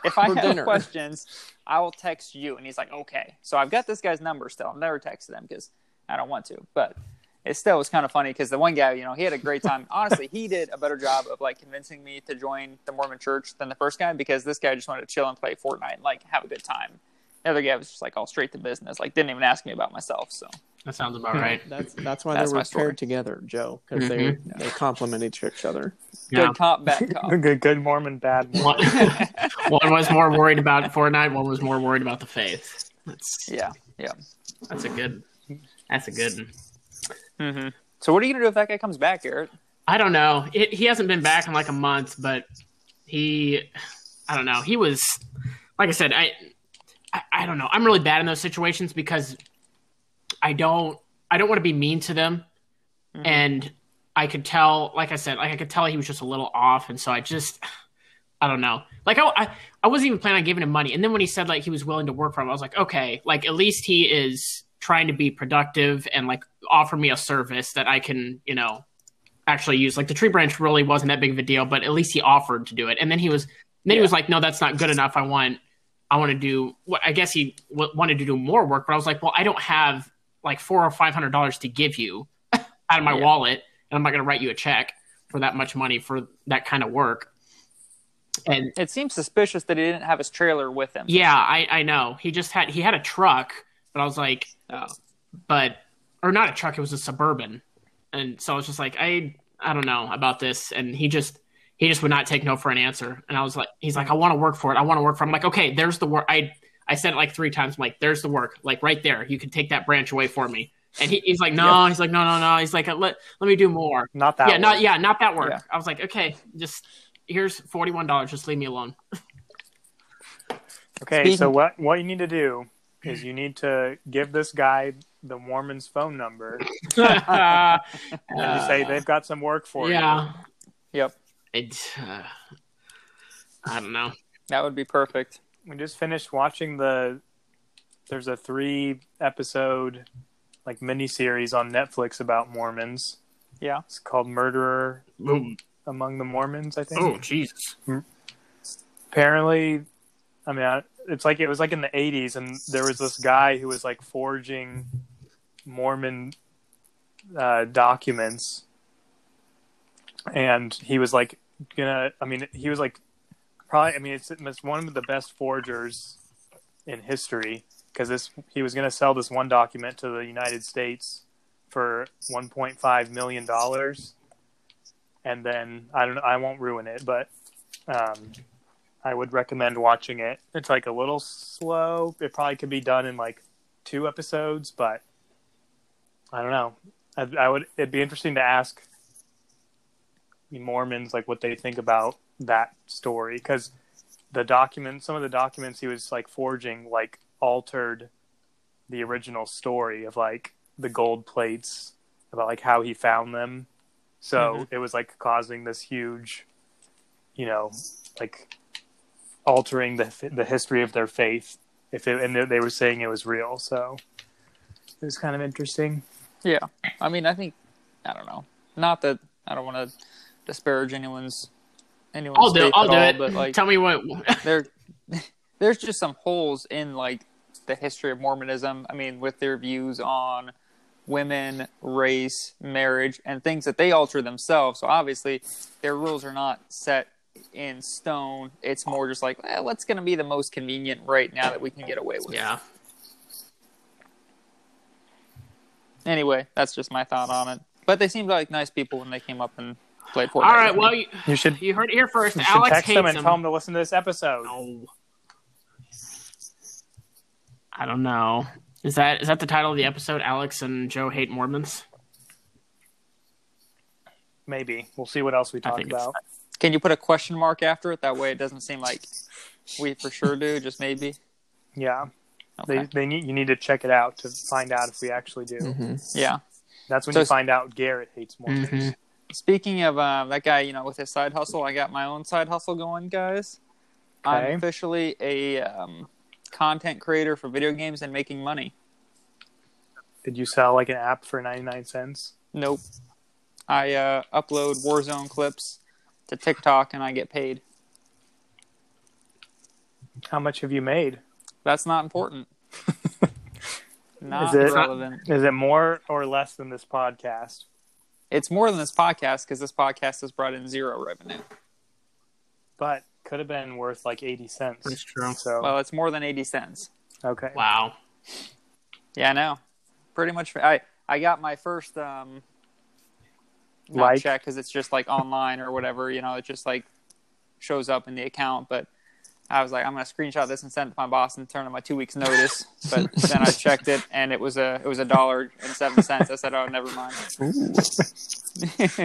Speaker 3: if I
Speaker 5: for
Speaker 3: have
Speaker 5: dinner?"
Speaker 3: questions, I will text you. And he's like, "Okay." So I've got this guy's number still. I've never texted him because I don't want to, but it still was kind of funny because the one guy, you know, he had a great time. Honestly, he did a better job of like convincing me to join the Mormon church than the first guy because this guy just wanted to chill and play Fortnite and like have a good time. The other guy was just like all straight to business, like didn't even ask me about myself. So
Speaker 2: That sounds about right.
Speaker 4: That's that's why
Speaker 3: That's
Speaker 4: they were
Speaker 3: my story.
Speaker 4: paired together, Joe, because they they complement each each other.
Speaker 2: Yeah.
Speaker 3: good
Speaker 2: *laughs*
Speaker 3: cop, bad cop.
Speaker 1: *laughs* good, good Mormon, bad Mormon.
Speaker 2: One, one was more worried about Fortnite. One was more worried about the faith. That's
Speaker 3: *laughs* yeah.
Speaker 2: that's a good. That's a good. One.
Speaker 3: hmm So what are you gonna do if that guy comes back, Garrett?
Speaker 2: I don't know. It, he hasn't been back in like a month, but he, I don't know. He was, like I said, I, I, I don't know. I'm really bad in those situations because I don't, I don't want to be mean to them,
Speaker 3: Mhm.
Speaker 2: and I could tell, like I said, like I could tell he was just a little off, and so I just, I don't know. Like I, I, I wasn't even planning on giving him money, and then when he said like he was willing to work for him, I was like, okay, like at least he is trying to be productive and like offer me a service that I can, you know actually used. Like the tree branch really wasn't that big of a deal, but at least he offered to do it. And then he was, then he was like, no, that's not good enough. I want, I want to do what I guess he w- wanted to do more work, but I was like, well, I don't have like four or five hundred dollars to give you *laughs* out of my
Speaker 3: Yeah.
Speaker 2: wallet, and I'm not going to write you a check for that much money for that kind of work. And
Speaker 3: It seems suspicious that he didn't have his trailer with him.
Speaker 2: yeah, I, I know. He just had he had a truck, but I was like, oh. but or not a truck. It was a suburban, and so I was just like, I I don't know about this. And he just he just would not take no for an answer. And I was like, he's like, I want to work for it. I want to work for. It. I'm like, okay, there's the work. I I said it like three times. I'm like, there's the work. Like right there, you can take that branch away for me. And he, he's like, no. He's like, no, no, no. He's like, let let me do more.
Speaker 1: *laughs* Not that
Speaker 2: yeah,
Speaker 1: one.
Speaker 2: not yeah, not that work.
Speaker 3: Yeah.
Speaker 2: I was like, okay, just here's forty one dollars. Just leave me alone.
Speaker 1: Okay,
Speaker 3: Speaking-
Speaker 1: so what what you need to do is you need to give this guy the Mormon's phone number
Speaker 2: *laughs*
Speaker 1: and you say they've got some work for you.
Speaker 2: Uh, yeah.
Speaker 3: Yep.
Speaker 2: It, uh, I don't know.
Speaker 3: That would be perfect.
Speaker 1: We just finished watching the there's a three episode like miniseries on Netflix about Mormons.
Speaker 3: Yeah.
Speaker 1: It's called Murderer
Speaker 2: Oh,
Speaker 1: Among the Mormons, I think.
Speaker 2: oh Jesus.
Speaker 1: apparently i mean I- it's like it was like in the 80s and there was this guy who was like forging mormon uh, documents and he was like gonna i mean he was like probably i mean it's, it's one of the best forgers in history because this he was gonna sell this one document to the united states for 1.5 million dollars and then i don't i won't ruin it but um I would recommend watching it. It's like a little slow. It probably could be done in like two episodes, but I don't know. I, I would. It'd be interesting to ask Mormons like what they think about that story because the document, some of the documents he was like forging, like altered the original story of like the gold plates about like how he found them. So it was like causing this huge, you know, like altering the the history of their faith if it, and they were saying it was real so it was kind of interesting
Speaker 3: Yeah. I mean, I think I don't know. Not that I don't want to disparage anyone's anyone's
Speaker 2: I'll do.
Speaker 3: faith
Speaker 2: It, I'll
Speaker 3: at
Speaker 2: do
Speaker 3: all,
Speaker 2: it.
Speaker 3: but like
Speaker 2: Tell me what. *laughs*
Speaker 3: there *laughs* there's just some holes in like the history of Mormonism. I mean, with their views on women, race, marriage, and things that they alter themselves. So obviously, their rules are not set in stone. It's more just like, eh, what's going to be the most convenient right now that we can get away with.
Speaker 2: Yeah.
Speaker 3: Anyway, that's just my thought on it. But they seemed like nice people when they came up and played Fortnite.
Speaker 2: All right.
Speaker 3: with me.
Speaker 2: Well, you,
Speaker 1: you should,
Speaker 2: you heard it here first.
Speaker 1: you should
Speaker 2: Alex
Speaker 1: text
Speaker 2: hates
Speaker 1: them and
Speaker 2: him.
Speaker 1: tell them to listen to this episode
Speaker 2: No. I don't know. Is that is that the title of the episode? Alex and Joe hate Mormons.
Speaker 1: maybe we'll see what else we
Speaker 2: I
Speaker 1: talk
Speaker 2: think it's-
Speaker 1: about
Speaker 3: Can you put a question mark after it? That way it doesn't seem like we for sure do, just maybe.
Speaker 1: yeah They,
Speaker 3: Okay.
Speaker 1: they need, you need to check it out to find out if we actually do.
Speaker 2: Mm.
Speaker 5: Mm-hmm.
Speaker 3: Yeah.
Speaker 1: That's when
Speaker 3: So
Speaker 1: you
Speaker 3: it's-
Speaker 1: find out Garrett hates Mormons.
Speaker 2: Mhm.
Speaker 3: Speaking of uh, that guy, you know, with his side hustle, I got my own side hustle going, guys.
Speaker 1: Okay.
Speaker 3: I'm officially a um, content creator for video games and making money.
Speaker 1: Did you sell like an app for 99 cents?
Speaker 3: Nope. I uh, upload Warzone clips to TikTok and I get paid.
Speaker 1: How much have you made?
Speaker 3: That's not important. not
Speaker 1: Is it?
Speaker 3: relevant.
Speaker 1: Is it more or less than this podcast?
Speaker 3: It's more than this podcast because this podcast has brought in zero revenue.
Speaker 1: But could have been worth like 80
Speaker 2: That's
Speaker 1: cents.
Speaker 2: true.
Speaker 1: So,
Speaker 3: Well, it's more than 80 cents.
Speaker 1: okay.
Speaker 2: Wow.
Speaker 3: Yeah, I know. Pretty much. I I got my first um, not
Speaker 1: Like?
Speaker 3: check because it's just like online or whatever. You know, it just like shows up in the account. But I was like, I'm gonna screenshot this and send it to my boss and turn in my two weeks notice. but then I checked it and it was a it was a dollar and seven cents. I said, oh, never mind. *laughs*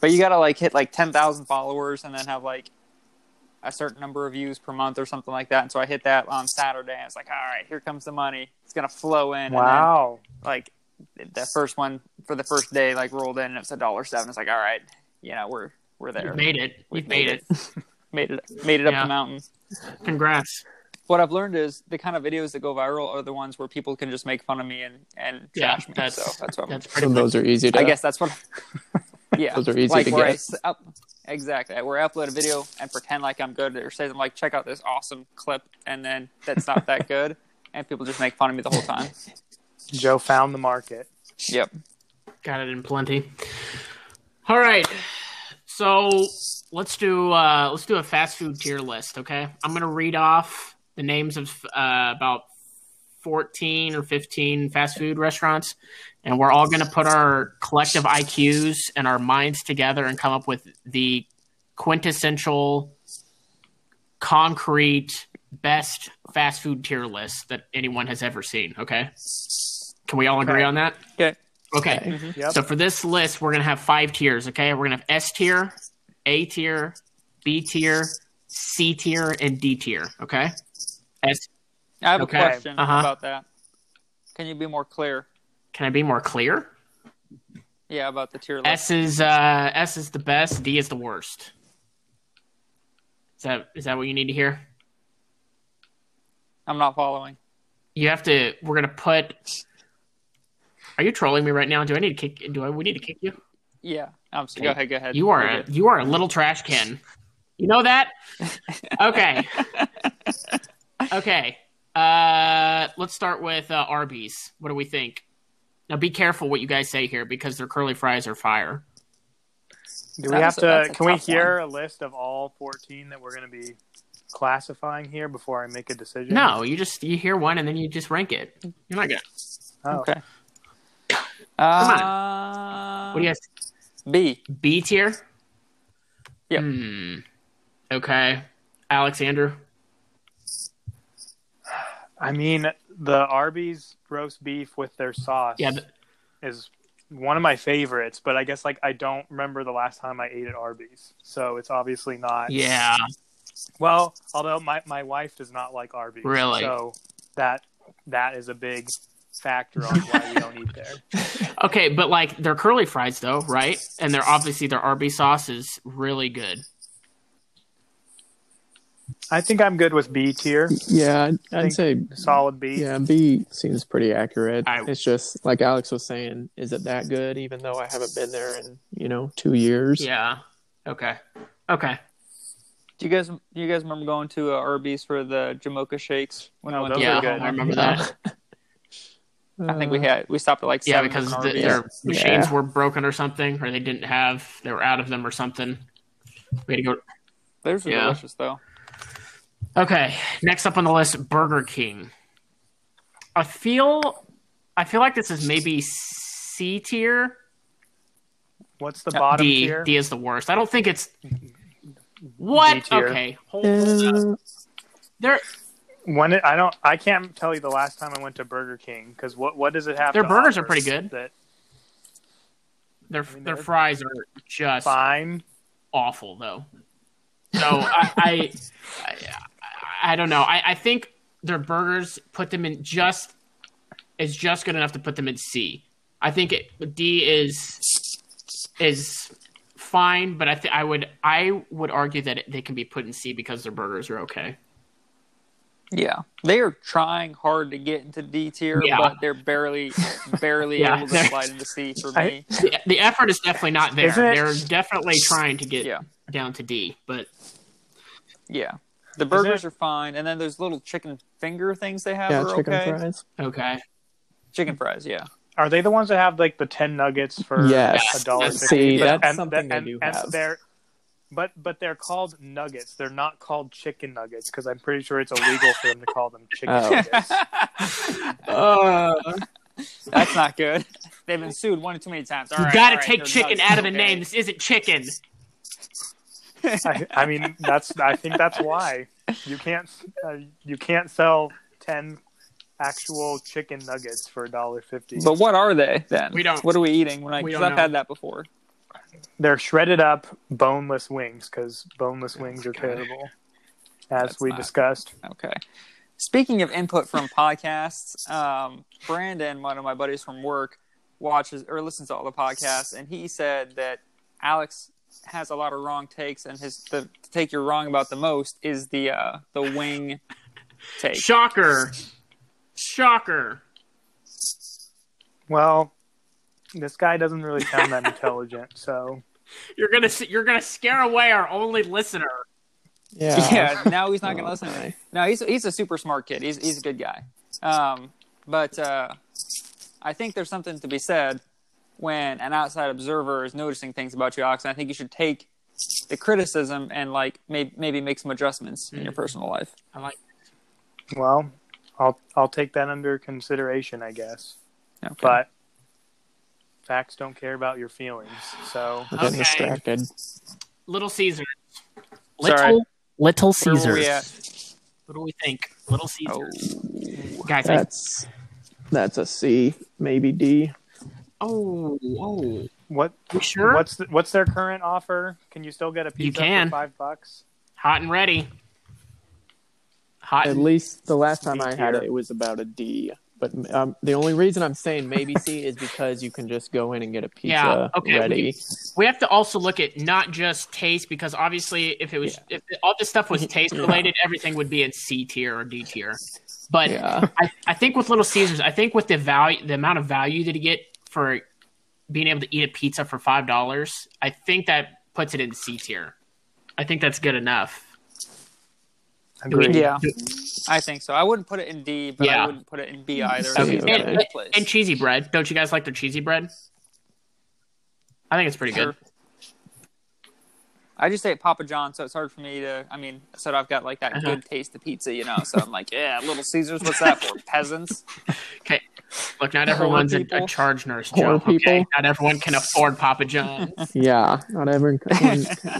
Speaker 3: but you gotta like hit like ten thousand followers and then have like a certain number of views per month or something like that. And so I hit that on Saturday. I was like, all right, here comes the money. It's gonna flow in. And
Speaker 1: Wow.
Speaker 3: then, like the first one for the first day, like rolled in and it's a dollar seven. It's like, all right, yeah, we're we're
Speaker 2: You
Speaker 3: there.
Speaker 2: made it. We
Speaker 3: We've
Speaker 2: made
Speaker 3: made
Speaker 2: it.
Speaker 3: Made it made it up
Speaker 2: Yeah.
Speaker 3: the mountain.
Speaker 2: Congrats.
Speaker 3: What I've learned is the kind of videos that go viral are the ones where people can just make fun of me and and
Speaker 2: Yeah,
Speaker 3: trash me.
Speaker 2: that's-
Speaker 3: so that's what I'm,
Speaker 2: That's pretty
Speaker 4: So
Speaker 2: much
Speaker 4: those are easy to.
Speaker 3: I guess
Speaker 4: *laughs*
Speaker 3: that's what. yeah,
Speaker 4: Those are easy
Speaker 3: like
Speaker 4: to
Speaker 3: where I
Speaker 4: get.
Speaker 3: s- up, exactly where I upload a video and pretend like I'm good or say I'm like check out this awesome clip and then that's not that good *laughs* and people just make fun of me the whole time.
Speaker 1: Joe found the market.
Speaker 3: Yep.
Speaker 2: got it in plenty. All right. So let's do uh let's do a fast food tier list, okay? I'm gonna read off the names of uh, about 14 or 15 fast food restaurants, and we're all gonna put our collective IQs and our minds together and come up with the quintessential, concrete, best fast food tier list that anyone has ever seen. Okay? Can we all agree
Speaker 1: Okay.
Speaker 2: on that?
Speaker 3: Okay.
Speaker 2: Okay.
Speaker 1: Yep.
Speaker 2: So for this list, we're gonna have five tiers. Okay, we're gonna have S tier, A tier, B tier, C tier, and D tier. Okay. S.
Speaker 3: I have
Speaker 2: Okay.
Speaker 3: a question
Speaker 2: Uh-huh.
Speaker 3: about that. Can you be more clear?
Speaker 2: Can I be more clear?
Speaker 3: Yeah, about the tier list.
Speaker 2: S is uh, S is the best. D is the worst. Is that is that what you need to hear?
Speaker 3: I'm not following.
Speaker 2: You have to. We're gonna put. Are you trolling me right now? Do I need to kick? Do I? We need to kick you.
Speaker 3: Yeah. Um, so
Speaker 2: Okay.
Speaker 3: Go ahead. Go ahead.
Speaker 2: You are
Speaker 3: You're
Speaker 2: a
Speaker 3: good.
Speaker 2: you are a little trash can. You know that? Okay. okay. Uh, let's start with uh, Arby's. What do we think? Now be careful what you guys say here because their curly fries are fire.
Speaker 1: Do we
Speaker 3: That
Speaker 1: have
Speaker 3: was a- that's
Speaker 1: to?
Speaker 3: a
Speaker 1: Can we
Speaker 3: tough one.
Speaker 1: hear a list of all fourteen that we're going to be classifying here before I make a decision?
Speaker 2: No, you just you hear one and then you just rank it. You're not gonna.
Speaker 1: Oh.
Speaker 3: Okay.
Speaker 2: on.
Speaker 3: Uh,
Speaker 2: What do you guys?
Speaker 3: B.
Speaker 2: B tier.
Speaker 3: Yep.
Speaker 2: Hmm. Okay. Alexander.
Speaker 1: I mean, the Arby's roast beef with their sauce
Speaker 2: Yeah. th-
Speaker 1: is one of my favorites, but I guess like I don't remember the last time I ate at Arby's, so it's obviously not.
Speaker 2: Yeah.
Speaker 1: Well, although my my wife does not like Arby's,
Speaker 2: Really?
Speaker 1: so that that is a big factor on why we don't eat
Speaker 3: *laughs*
Speaker 1: there.
Speaker 2: Okay, but like their curly fries though, right? And they're obviously their Arby's sauce is really good.
Speaker 1: I think I'm good with B tier,
Speaker 4: Yeah, I'd,
Speaker 1: think-
Speaker 4: I'd say
Speaker 1: solid B.
Speaker 4: yeah. B seems pretty accurate.
Speaker 2: I-
Speaker 4: it's just like Alex was saying. Is it that good? Even though I haven't been there in you know two years.
Speaker 2: Yeah. Okay. Okay.
Speaker 3: Do you guys do you guys remember going to uh, Arby's for the Jamocha shakes? When I
Speaker 1: Oh,
Speaker 3: went
Speaker 1: those
Speaker 3: to
Speaker 2: yeah,
Speaker 1: are good.
Speaker 2: I remember
Speaker 4: Yeah.
Speaker 2: that.
Speaker 3: I think
Speaker 4: Uh,
Speaker 3: we had we stopped at like
Speaker 2: Uh, Yeah,
Speaker 3: seven
Speaker 2: because
Speaker 3: different
Speaker 2: the,
Speaker 3: Arby's.
Speaker 2: their machines
Speaker 4: Yeah.
Speaker 2: were broken or something, or they didn't have, they were out of them or something. We had to go.
Speaker 3: Theirs were
Speaker 2: yeah.
Speaker 3: delicious though.
Speaker 2: Okay. Next up on the list, Burger King. I feel, I feel like this is maybe C tier.
Speaker 1: What's the
Speaker 3: Uh,
Speaker 1: bottom
Speaker 2: D
Speaker 1: tier?
Speaker 2: D is the worst. I don't think it's. What?
Speaker 1: D tier.
Speaker 2: Okay. Hold on.
Speaker 4: Uh,
Speaker 2: Their
Speaker 1: When it, I don't, I can't tell you the last time I went to Burger King because what what does it have?
Speaker 2: Their
Speaker 1: to
Speaker 2: burgers are
Speaker 1: offer
Speaker 2: pretty good.
Speaker 1: That
Speaker 2: their
Speaker 1: I mean,
Speaker 2: their
Speaker 1: they're-
Speaker 2: fries are just
Speaker 1: fine.
Speaker 2: awful though. So I, I, I, I don't know. I, I think their burgers put them in just is just good enough to put them in C. I think it, D is is fine, but I th- I would I would argue that it, they can be put in C because their burgers are okay.
Speaker 3: Yeah, they are trying hard to get into D tier,
Speaker 2: Yeah.
Speaker 3: but
Speaker 2: *laughs*
Speaker 3: they're barely, barely
Speaker 2: Yeah,
Speaker 3: able to
Speaker 2: they're-
Speaker 3: slide into C for
Speaker 6: I-
Speaker 3: me.
Speaker 2: The, the effort is definitely not there.
Speaker 1: Isn't it-
Speaker 2: They're definitely trying to get
Speaker 3: Yeah.
Speaker 2: down to D, but
Speaker 3: Yeah, the burgers are fine, and then those little chicken finger things they have
Speaker 4: yeah,
Speaker 3: are
Speaker 4: chicken
Speaker 3: okay.
Speaker 4: fries.
Speaker 2: okay.
Speaker 3: Chicken fries, yeah.
Speaker 1: Are they the ones that have like the ten nuggets for
Speaker 4: Yes.
Speaker 1: a dollar
Speaker 2: Yes.
Speaker 1: fifty?
Speaker 4: See,
Speaker 1: But-
Speaker 4: that's something they
Speaker 1: and,
Speaker 4: do
Speaker 1: and
Speaker 4: have.
Speaker 1: They're, but but they're called nuggets. They're not called chicken nuggets because I'm pretty sure it's illegal for them to call them chicken
Speaker 4: Oh.
Speaker 1: nuggets.
Speaker 3: That's not good. *laughs* They've been sued one too many times. All
Speaker 2: you
Speaker 3: right,
Speaker 2: gotta
Speaker 3: all right,
Speaker 2: take
Speaker 3: they're
Speaker 2: chicken
Speaker 3: nuts,
Speaker 2: out of the
Speaker 3: okay.
Speaker 2: name. This isn't chicken.
Speaker 1: I, I mean, that's I think that's why you can't uh, you can't sell ten actual chicken nuggets for a dollar fifty.
Speaker 3: But what are they then?
Speaker 2: We don't-
Speaker 3: What are we eating? When I,
Speaker 2: we
Speaker 3: because
Speaker 2: don't
Speaker 3: I've
Speaker 2: know.
Speaker 3: had that before.
Speaker 1: They're shredded up boneless wings because boneless wings are terrible, as
Speaker 3: That's
Speaker 1: we
Speaker 3: not-
Speaker 1: discussed.
Speaker 3: Okay. Speaking of input from podcasts, um, Brandon, one of my buddies from work, watches or listens to all the podcasts, and he said that Alex has a lot of wrong takes, and his the take you're wrong about the most is the uh, the wing take.
Speaker 2: Shocker. Shocker.
Speaker 1: Well, this guy doesn't really sound that intelligent, so
Speaker 2: You're gonna s- you're gonna scare away our only listener.
Speaker 4: Yeah.
Speaker 3: *laughs* Yeah, now he's not gonna
Speaker 4: Oh,
Speaker 3: listen. to me.
Speaker 4: okay.
Speaker 3: No, he's he's a super smart kid. He's he's a good guy. Um, but uh, I think there's something to be said when an outside observer is noticing things about you, Alex. And I think you should take the criticism and like maybe maybe make some adjustments in your
Speaker 2: Mm-hmm.
Speaker 3: personal life.
Speaker 2: I like
Speaker 1: well, I'll I'll take that under consideration, I guess.
Speaker 3: Okay.
Speaker 1: But facts don't care about your feelings, so
Speaker 4: We're getting
Speaker 2: Okay.
Speaker 4: distracted.
Speaker 2: Little Caesar.
Speaker 3: Sorry.
Speaker 2: Little Little
Speaker 3: Where were
Speaker 2: Caesars.
Speaker 3: we at?
Speaker 2: What do we think? Little
Speaker 3: Oh,
Speaker 2: Caesars. Guys, I,
Speaker 4: That's that's a C, maybe D.
Speaker 2: oh, oh.
Speaker 1: what
Speaker 2: You sure?
Speaker 1: what's the, what's their current offer? Can you still get a pizza
Speaker 2: can.
Speaker 1: for 5 bucks?
Speaker 2: Hot and ready. Hot
Speaker 4: At
Speaker 2: and
Speaker 4: least the last time
Speaker 1: D
Speaker 4: I had
Speaker 1: tier.
Speaker 4: it, it was about a D. But um, the only reason I'm saying maybe C is because you can just go in and get a pizza
Speaker 2: Yeah, okay, we
Speaker 4: ready.
Speaker 2: we have to also look at not just taste because obviously if it was if all this stuff
Speaker 3: *laughs*
Speaker 2: was taste related everything would be in c tier or d tier but
Speaker 4: Yeah.
Speaker 2: I, I think with little caesars i think with the value the amount of value that you get for being able to eat a pizza for five dollars i think that puts it in c tier i think that's good enough
Speaker 1: Agreed.
Speaker 3: yeah, I think so. I wouldn't put it in D, but
Speaker 2: Yeah.
Speaker 3: I wouldn't put it in B either.
Speaker 4: Okay.
Speaker 3: It's gotta be
Speaker 2: And-
Speaker 3: place.
Speaker 2: and cheesy bread don't you guys like their cheesy bread i think it's pretty good
Speaker 3: Sure. I just ate Papa John, so it's hard for me to. I mean, so I've got like that
Speaker 2: Uh-huh.
Speaker 3: good taste of pizza, you know. So I'm like, yeah, Little Caesars. What's
Speaker 2: *laughs*
Speaker 3: that for? Peasants.
Speaker 2: look not everyone's a, a
Speaker 3: people.
Speaker 2: charge nurse
Speaker 4: Poor
Speaker 2: Joe, okay?
Speaker 4: people.
Speaker 2: not everyone can afford papa john's
Speaker 3: *laughs*
Speaker 4: yeah. Not ever.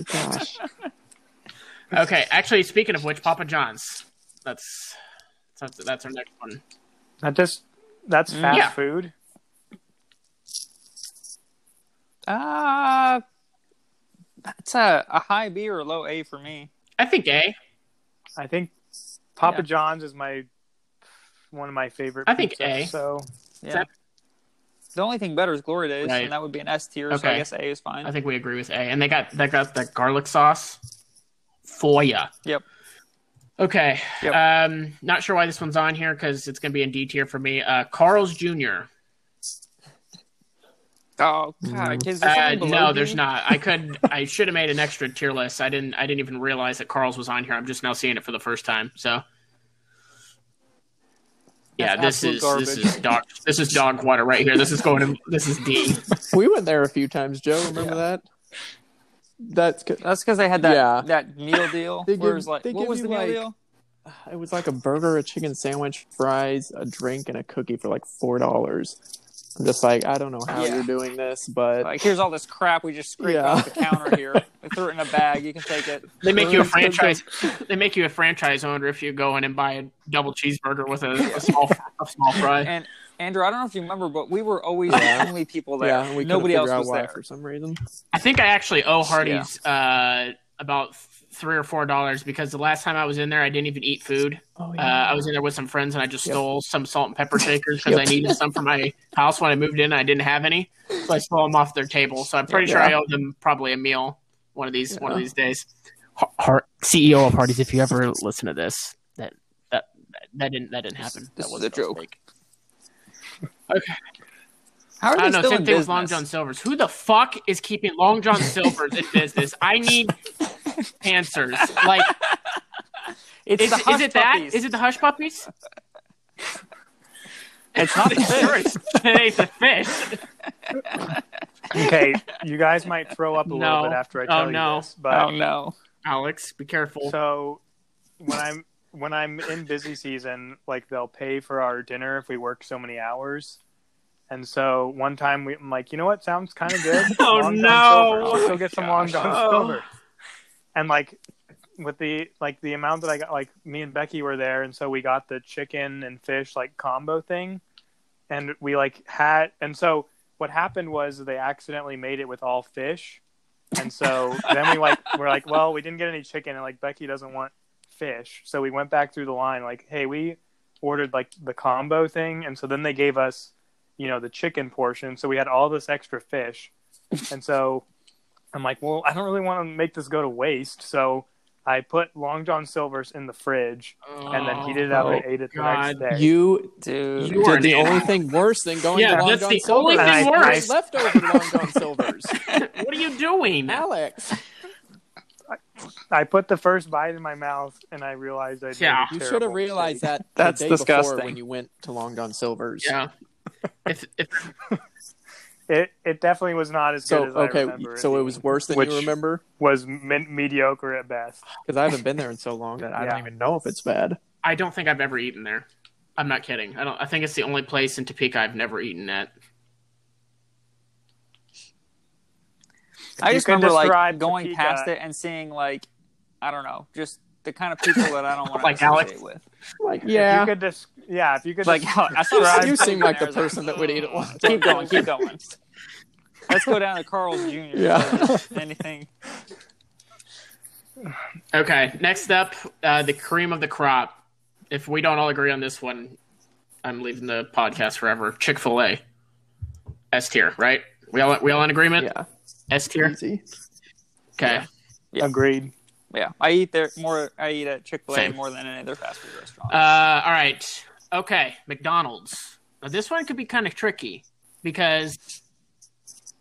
Speaker 4: Gosh.
Speaker 2: Okay, actually, speaking of which, Papa John's. That's that's that's our next one.
Speaker 1: That just that's
Speaker 3: Mm.
Speaker 1: fast
Speaker 2: Yeah.
Speaker 1: food.
Speaker 3: Uh that's a, a high B or a low A for me.
Speaker 2: I think A.
Speaker 1: I think Papa
Speaker 3: Yeah.
Speaker 1: John's is my one of my favorite.
Speaker 2: I think
Speaker 1: pizzas,
Speaker 2: A.
Speaker 1: So
Speaker 3: Yeah.
Speaker 2: That-
Speaker 3: The only thing better is Glory Days,
Speaker 2: Right.
Speaker 3: and that would be an S tier. So
Speaker 2: Okay.
Speaker 3: I guess A is fine. Oh,
Speaker 2: I think we agree with A. And they got they got the garlic sauce for ya.
Speaker 3: Yep.
Speaker 2: Okay.
Speaker 3: Yep.
Speaker 2: Um, not sure why this one's on here because it's gonna be in D tier for me. Uh, Carl's Jr.
Speaker 3: oh God, is there
Speaker 2: Uh,
Speaker 3: something below
Speaker 2: no, there's
Speaker 3: D?
Speaker 2: not.
Speaker 3: *laughs*
Speaker 2: I could I should have made an extra tier list. I didn't. I didn't even realize that Carl's was on here. I'm just now seeing it for the first time. So. Yeah,
Speaker 3: That's
Speaker 2: this is
Speaker 3: absolute
Speaker 2: this
Speaker 3: garbage.
Speaker 2: is dog this is dog water right here. This is going to this is
Speaker 3: *laughs*
Speaker 2: D.
Speaker 4: we went there a few times, Joe. Remember that? That's c-
Speaker 3: That's because they had that
Speaker 4: Yeah.
Speaker 3: that meal deal.
Speaker 4: *laughs* They
Speaker 3: where it
Speaker 4: give-
Speaker 3: was like,
Speaker 4: they
Speaker 3: what
Speaker 4: give
Speaker 3: was the
Speaker 4: you,
Speaker 3: meal
Speaker 4: like-
Speaker 3: deal?
Speaker 4: it was like a burger, a chicken sandwich, fries, a drink, and a cookie for like four dollars. I'm just like, I don't know how
Speaker 3: Yeah.
Speaker 4: you're doing this, but
Speaker 3: Like, here's all this crap we just scraped
Speaker 4: Yeah.
Speaker 3: off the counter here. we threw it in a bag. You can
Speaker 2: *laughs*
Speaker 3: take it.
Speaker 2: They make you a
Speaker 4: Burgers, good
Speaker 2: franchise. They make you a franchise owner if you go in and buy a double cheeseburger with a, a small a small fry.
Speaker 3: And Andrew, I don't know if you remember, but we were always
Speaker 4: Yeah.
Speaker 3: the only people there.
Speaker 4: yeah, we couldn't
Speaker 3: Nobody else
Speaker 4: figure out
Speaker 3: was
Speaker 4: why
Speaker 3: there.
Speaker 4: for some reason.
Speaker 2: I think I actually owe Hardy's uh, about th- three or four dollars because the last time I was in there, I didn't even eat food.
Speaker 4: Oh
Speaker 2: Uh,
Speaker 4: yeah.
Speaker 2: I was in there with some friends and I just
Speaker 4: Yep.
Speaker 2: stole some salt and
Speaker 3: *laughs*
Speaker 2: pepper shakers because
Speaker 4: Yep.
Speaker 2: I needed some for my house when I moved in. I didn't have any, so I stole them off their table. So I'm pretty sure I
Speaker 4: Yeah.
Speaker 2: owe them probably a meal one of these one of
Speaker 4: Yeah.
Speaker 2: these days. Har- CEO of Hardee's, if you ever listen to this, that that that didn't that didn't happen.
Speaker 3: This
Speaker 2: that
Speaker 3: is
Speaker 2: wasn't
Speaker 3: a joke. *laughs*
Speaker 2: mistake.
Speaker 3: How are
Speaker 2: I
Speaker 3: they
Speaker 2: don't know.
Speaker 3: still
Speaker 2: Same
Speaker 3: in
Speaker 2: thing with
Speaker 3: business?
Speaker 2: Long John Silver's. Who the fuck is keeping Long John Silver's in business? I need
Speaker 3: *laughs*
Speaker 2: answers. Like,
Speaker 3: It's
Speaker 2: is,
Speaker 3: the
Speaker 2: is
Speaker 3: Hush
Speaker 2: it that?
Speaker 3: Puppies.
Speaker 2: Is it the hush puppies?
Speaker 3: It's not the
Speaker 2: Sure, *laughs*
Speaker 3: fish.
Speaker 2: it's, it ain't the fish.
Speaker 1: Okay, you guys might throw up a little
Speaker 2: No.
Speaker 1: bit after I
Speaker 2: Oh,
Speaker 1: tell you
Speaker 2: no.
Speaker 1: this, but
Speaker 3: Oh no.
Speaker 2: Alex, be careful.
Speaker 1: So when I'm when I'm in busy season, like they'll pay for our dinner if we work so many hours. And so one time we, I'm like, you know what sounds kind of good?
Speaker 2: *laughs* Oh,
Speaker 1: Long John
Speaker 2: no.
Speaker 1: Silver. I'll go get some Long John
Speaker 2: Oh.
Speaker 1: Silver. And like with the like the amount that I got, like me and Becky were there, and so we got the chicken and fish like combo thing, and we like had and so what happened was they accidentally made it with all fish, and so then we like we're like, well, we didn't get any chicken, and like Becky doesn't want fish, so we went back through the line like, hey, we ordered like the combo thing, and so then they gave us, you know, the chicken portion, so we had all this extra fish, and so I'm like, well, I don't really want to make this go to waste, so I put Long John Silver's in the fridge, and then heated it up
Speaker 4: Oh,
Speaker 1: and ate it the
Speaker 2: God.
Speaker 1: next day.
Speaker 4: You
Speaker 3: Dude.
Speaker 2: You are
Speaker 4: did the
Speaker 2: an
Speaker 4: only thing worse than going
Speaker 2: Yeah,
Speaker 4: to Long
Speaker 2: that's
Speaker 4: John
Speaker 2: the
Speaker 4: Silver's.
Speaker 2: only
Speaker 1: thing
Speaker 4: There's
Speaker 1: worse.
Speaker 4: Leftover Long John Silver's.
Speaker 2: what are you doing?
Speaker 4: Alex,
Speaker 1: I put the first bite in my mouth, and I realized I did.
Speaker 2: Yeah.
Speaker 1: a
Speaker 4: you
Speaker 1: terrible
Speaker 4: should have realized
Speaker 1: mistake.
Speaker 4: that
Speaker 3: That's
Speaker 4: the day
Speaker 3: disgusting.
Speaker 4: before when you went to Long John Silver's.
Speaker 2: Yeah. If, if
Speaker 1: It it definitely was not as
Speaker 4: So
Speaker 1: good as I
Speaker 4: okay,
Speaker 1: remember.
Speaker 4: so it
Speaker 1: being.
Speaker 4: was worse than
Speaker 1: Which-
Speaker 4: you remember
Speaker 1: was me- mediocre at
Speaker 4: *sighs*
Speaker 1: best.
Speaker 4: because I haven't been there in so long that I
Speaker 1: Yeah.
Speaker 4: don't even know if it's bad.
Speaker 2: I don't think I've ever eaten there. I'm not kidding. I don't. I think it's the only place in Topeka I've never eaten at.
Speaker 3: I
Speaker 1: You
Speaker 3: just
Speaker 1: could
Speaker 3: remember like
Speaker 1: describe
Speaker 3: going
Speaker 1: Topeka-
Speaker 3: past it and seeing like I don't know, just the kind of people that I don't want
Speaker 2: *laughs*
Speaker 3: to
Speaker 2: Like Alex.
Speaker 3: associate with.
Speaker 4: Like
Speaker 1: If you
Speaker 4: yeah,
Speaker 1: could dis- yeah, if you could
Speaker 3: Like *laughs*
Speaker 1: dis-
Speaker 3: I saw
Speaker 1: describe-
Speaker 4: you seem like the
Speaker 3: There's a-
Speaker 4: person that would eat it. Long
Speaker 3: Keep going, keep going. *laughs* Let's go down to Carl's Jr.
Speaker 4: Yeah. *laughs*
Speaker 3: Anything.
Speaker 2: Okay. Next up, uh, the cream of the crop. If we don't all agree on this one, I'm leaving the podcast forever. Chick Fil A, S tier, right? We all we all in agreement?
Speaker 4: Yeah,
Speaker 2: S tier.
Speaker 4: easy.
Speaker 2: Okay.
Speaker 1: agreed.
Speaker 3: Yeah. I eat there more I eat at Chick fil A
Speaker 2: Same.
Speaker 3: more than any other fast food restaurant.
Speaker 2: Uh, all right. Okay, McDonald's. Now this one could be kind of tricky because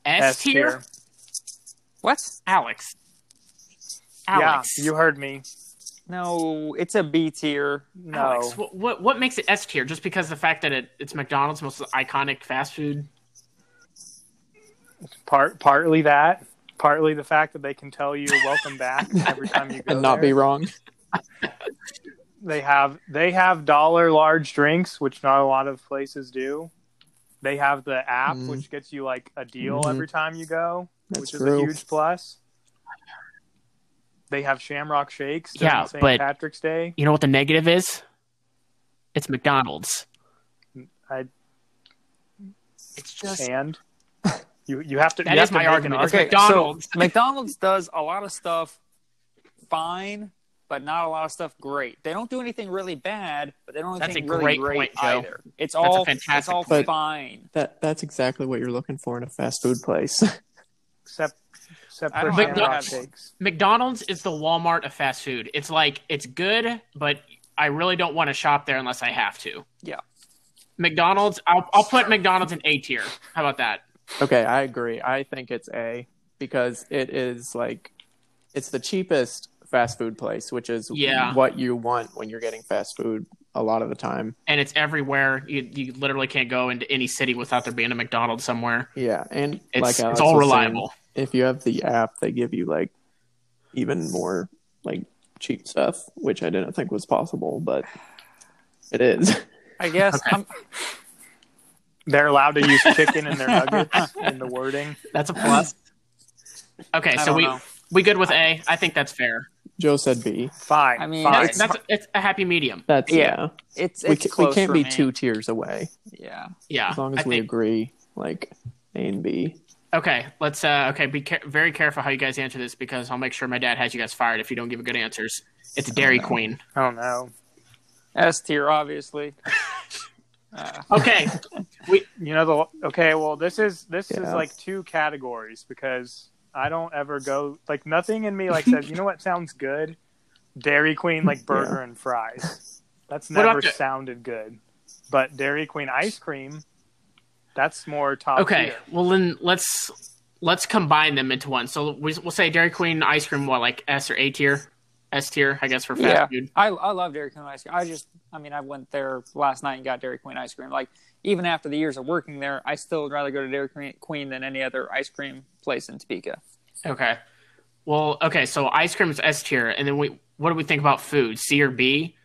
Speaker 2: S tier,
Speaker 3: what?
Speaker 2: Alex.
Speaker 1: Yeah,
Speaker 2: Alex,
Speaker 1: you heard me.
Speaker 3: No, it's a B tier.
Speaker 1: No,
Speaker 2: Alex. What, what what makes it S tier? Just because the fact that it, it's McDonald's most iconic fast food.
Speaker 1: part partly that, partly the fact that they can tell you "Welcome back" every time you go
Speaker 4: *laughs* and not
Speaker 1: there.
Speaker 4: be wrong.
Speaker 1: they have they have dollar large drinks, which not a lot of places do. They have the app,
Speaker 4: Mm.
Speaker 1: which gets you like a deal
Speaker 4: Mhm.
Speaker 1: every time you go,
Speaker 4: That's
Speaker 1: which
Speaker 4: true.
Speaker 1: is a huge plus. They have Shamrock Shakes during
Speaker 2: Yeah,
Speaker 1: St.
Speaker 2: but-
Speaker 1: Patrick's Day.
Speaker 2: You know what the negative is? It's McDonald's.
Speaker 1: I-
Speaker 2: It's just
Speaker 1: and you you have to.
Speaker 2: That
Speaker 1: you
Speaker 2: is
Speaker 1: have to
Speaker 2: my
Speaker 1: make an
Speaker 2: argument. It's
Speaker 1: argument.
Speaker 2: Okay, McDonald's.
Speaker 3: So McDonald's *laughs* does a lot of stuff fine, but not a lot of stuff great. They don't do anything really bad, but they don't do
Speaker 2: That's a
Speaker 3: anything
Speaker 2: great
Speaker 3: really great
Speaker 2: point, Joe.
Speaker 3: either. It's
Speaker 2: That's a
Speaker 3: all it's
Speaker 2: fantastic
Speaker 3: all
Speaker 4: point.
Speaker 3: fine.
Speaker 4: That that's exactly what you're looking for in a fast food place. *laughs*
Speaker 1: except except
Speaker 3: I
Speaker 1: for
Speaker 3: don't
Speaker 2: have
Speaker 1: Shamrock
Speaker 3: McDonald's.
Speaker 1: Shakes.
Speaker 2: McDonald's is the Walmart of fast food. It's like it's good, but I really don't want to shop there unless I have to.
Speaker 3: Yeah.
Speaker 2: McDonald's, I'll I'll put McDonald's in A tier. How about that?
Speaker 4: okay, I agree. I think it's A because it is like it's the cheapest fast food place, which is
Speaker 2: Yeah.
Speaker 4: what you want when you're getting fast food a lot of the time.
Speaker 2: And it's everywhere. You you literally can't go into any city without there being a McDonald's somewhere.
Speaker 4: Yeah, and
Speaker 2: It's
Speaker 4: like uh,
Speaker 2: it's
Speaker 4: Alex
Speaker 2: all
Speaker 4: was saying,
Speaker 2: reliable.
Speaker 4: if you have the app, they give you like even more like cheap stuff, which I didn't think was possible, but it is. *laughs*
Speaker 3: I guess
Speaker 2: Okay.
Speaker 3: I'm-
Speaker 1: They're allowed to use chicken in their
Speaker 2: *laughs*
Speaker 1: nuggets in the wording.
Speaker 2: That's a plus. *laughs* Okay,
Speaker 3: I
Speaker 2: so
Speaker 3: don't
Speaker 2: we
Speaker 3: know.
Speaker 2: we good with A. I think that's fair.
Speaker 4: Joe said B.
Speaker 1: Fine.
Speaker 3: I mean,
Speaker 1: fine.
Speaker 2: That's, that's it's a happy medium.
Speaker 4: That's
Speaker 3: Yeah.
Speaker 4: yeah.
Speaker 3: it's
Speaker 4: We,
Speaker 3: it's
Speaker 4: ca- we
Speaker 3: close
Speaker 4: can't
Speaker 3: for
Speaker 4: be
Speaker 3: me.
Speaker 4: two tiers away
Speaker 3: Yeah.
Speaker 2: Yeah.
Speaker 4: as long as
Speaker 2: I
Speaker 4: we
Speaker 2: think-
Speaker 4: agree like A and B.
Speaker 2: Okay, let's. Uh, okay, be care- very careful how you guys answer this because I'll make sure my dad has you guys fired if you don't give good answers. It's Dairy Queen.
Speaker 1: Oh no.
Speaker 3: S tier, obviously.
Speaker 2: *laughs*
Speaker 3: Uh,
Speaker 2: Okay,
Speaker 1: You know the okay. Well, this is this is
Speaker 4: Yeah.
Speaker 1: like two categories because I don't ever go like nothing in me like
Speaker 3: *laughs*
Speaker 1: says you know what sounds good, Dairy Queen like burger and fries. That's
Speaker 2: What about
Speaker 1: never
Speaker 2: the-
Speaker 1: sounded good, but Dairy Queen ice cream, that's more top.
Speaker 2: okay.
Speaker 1: tier.
Speaker 2: Well, then let's let's combine them into one. So we, we'll say Dairy Queen ice cream. What like S or A tier? S tier, I guess, for fast
Speaker 3: Yeah.
Speaker 2: food.
Speaker 3: I I love Dairy Queen ice cream. I just, I mean, I went there last night and got Dairy Queen ice cream. Like even after the years of working there, I still would rather go to Dairy Queen- Queen than any other ice cream place in Topeka.
Speaker 2: Okay. Well, okay. So ice cream is S tier, and then we what do we think about food? C or B?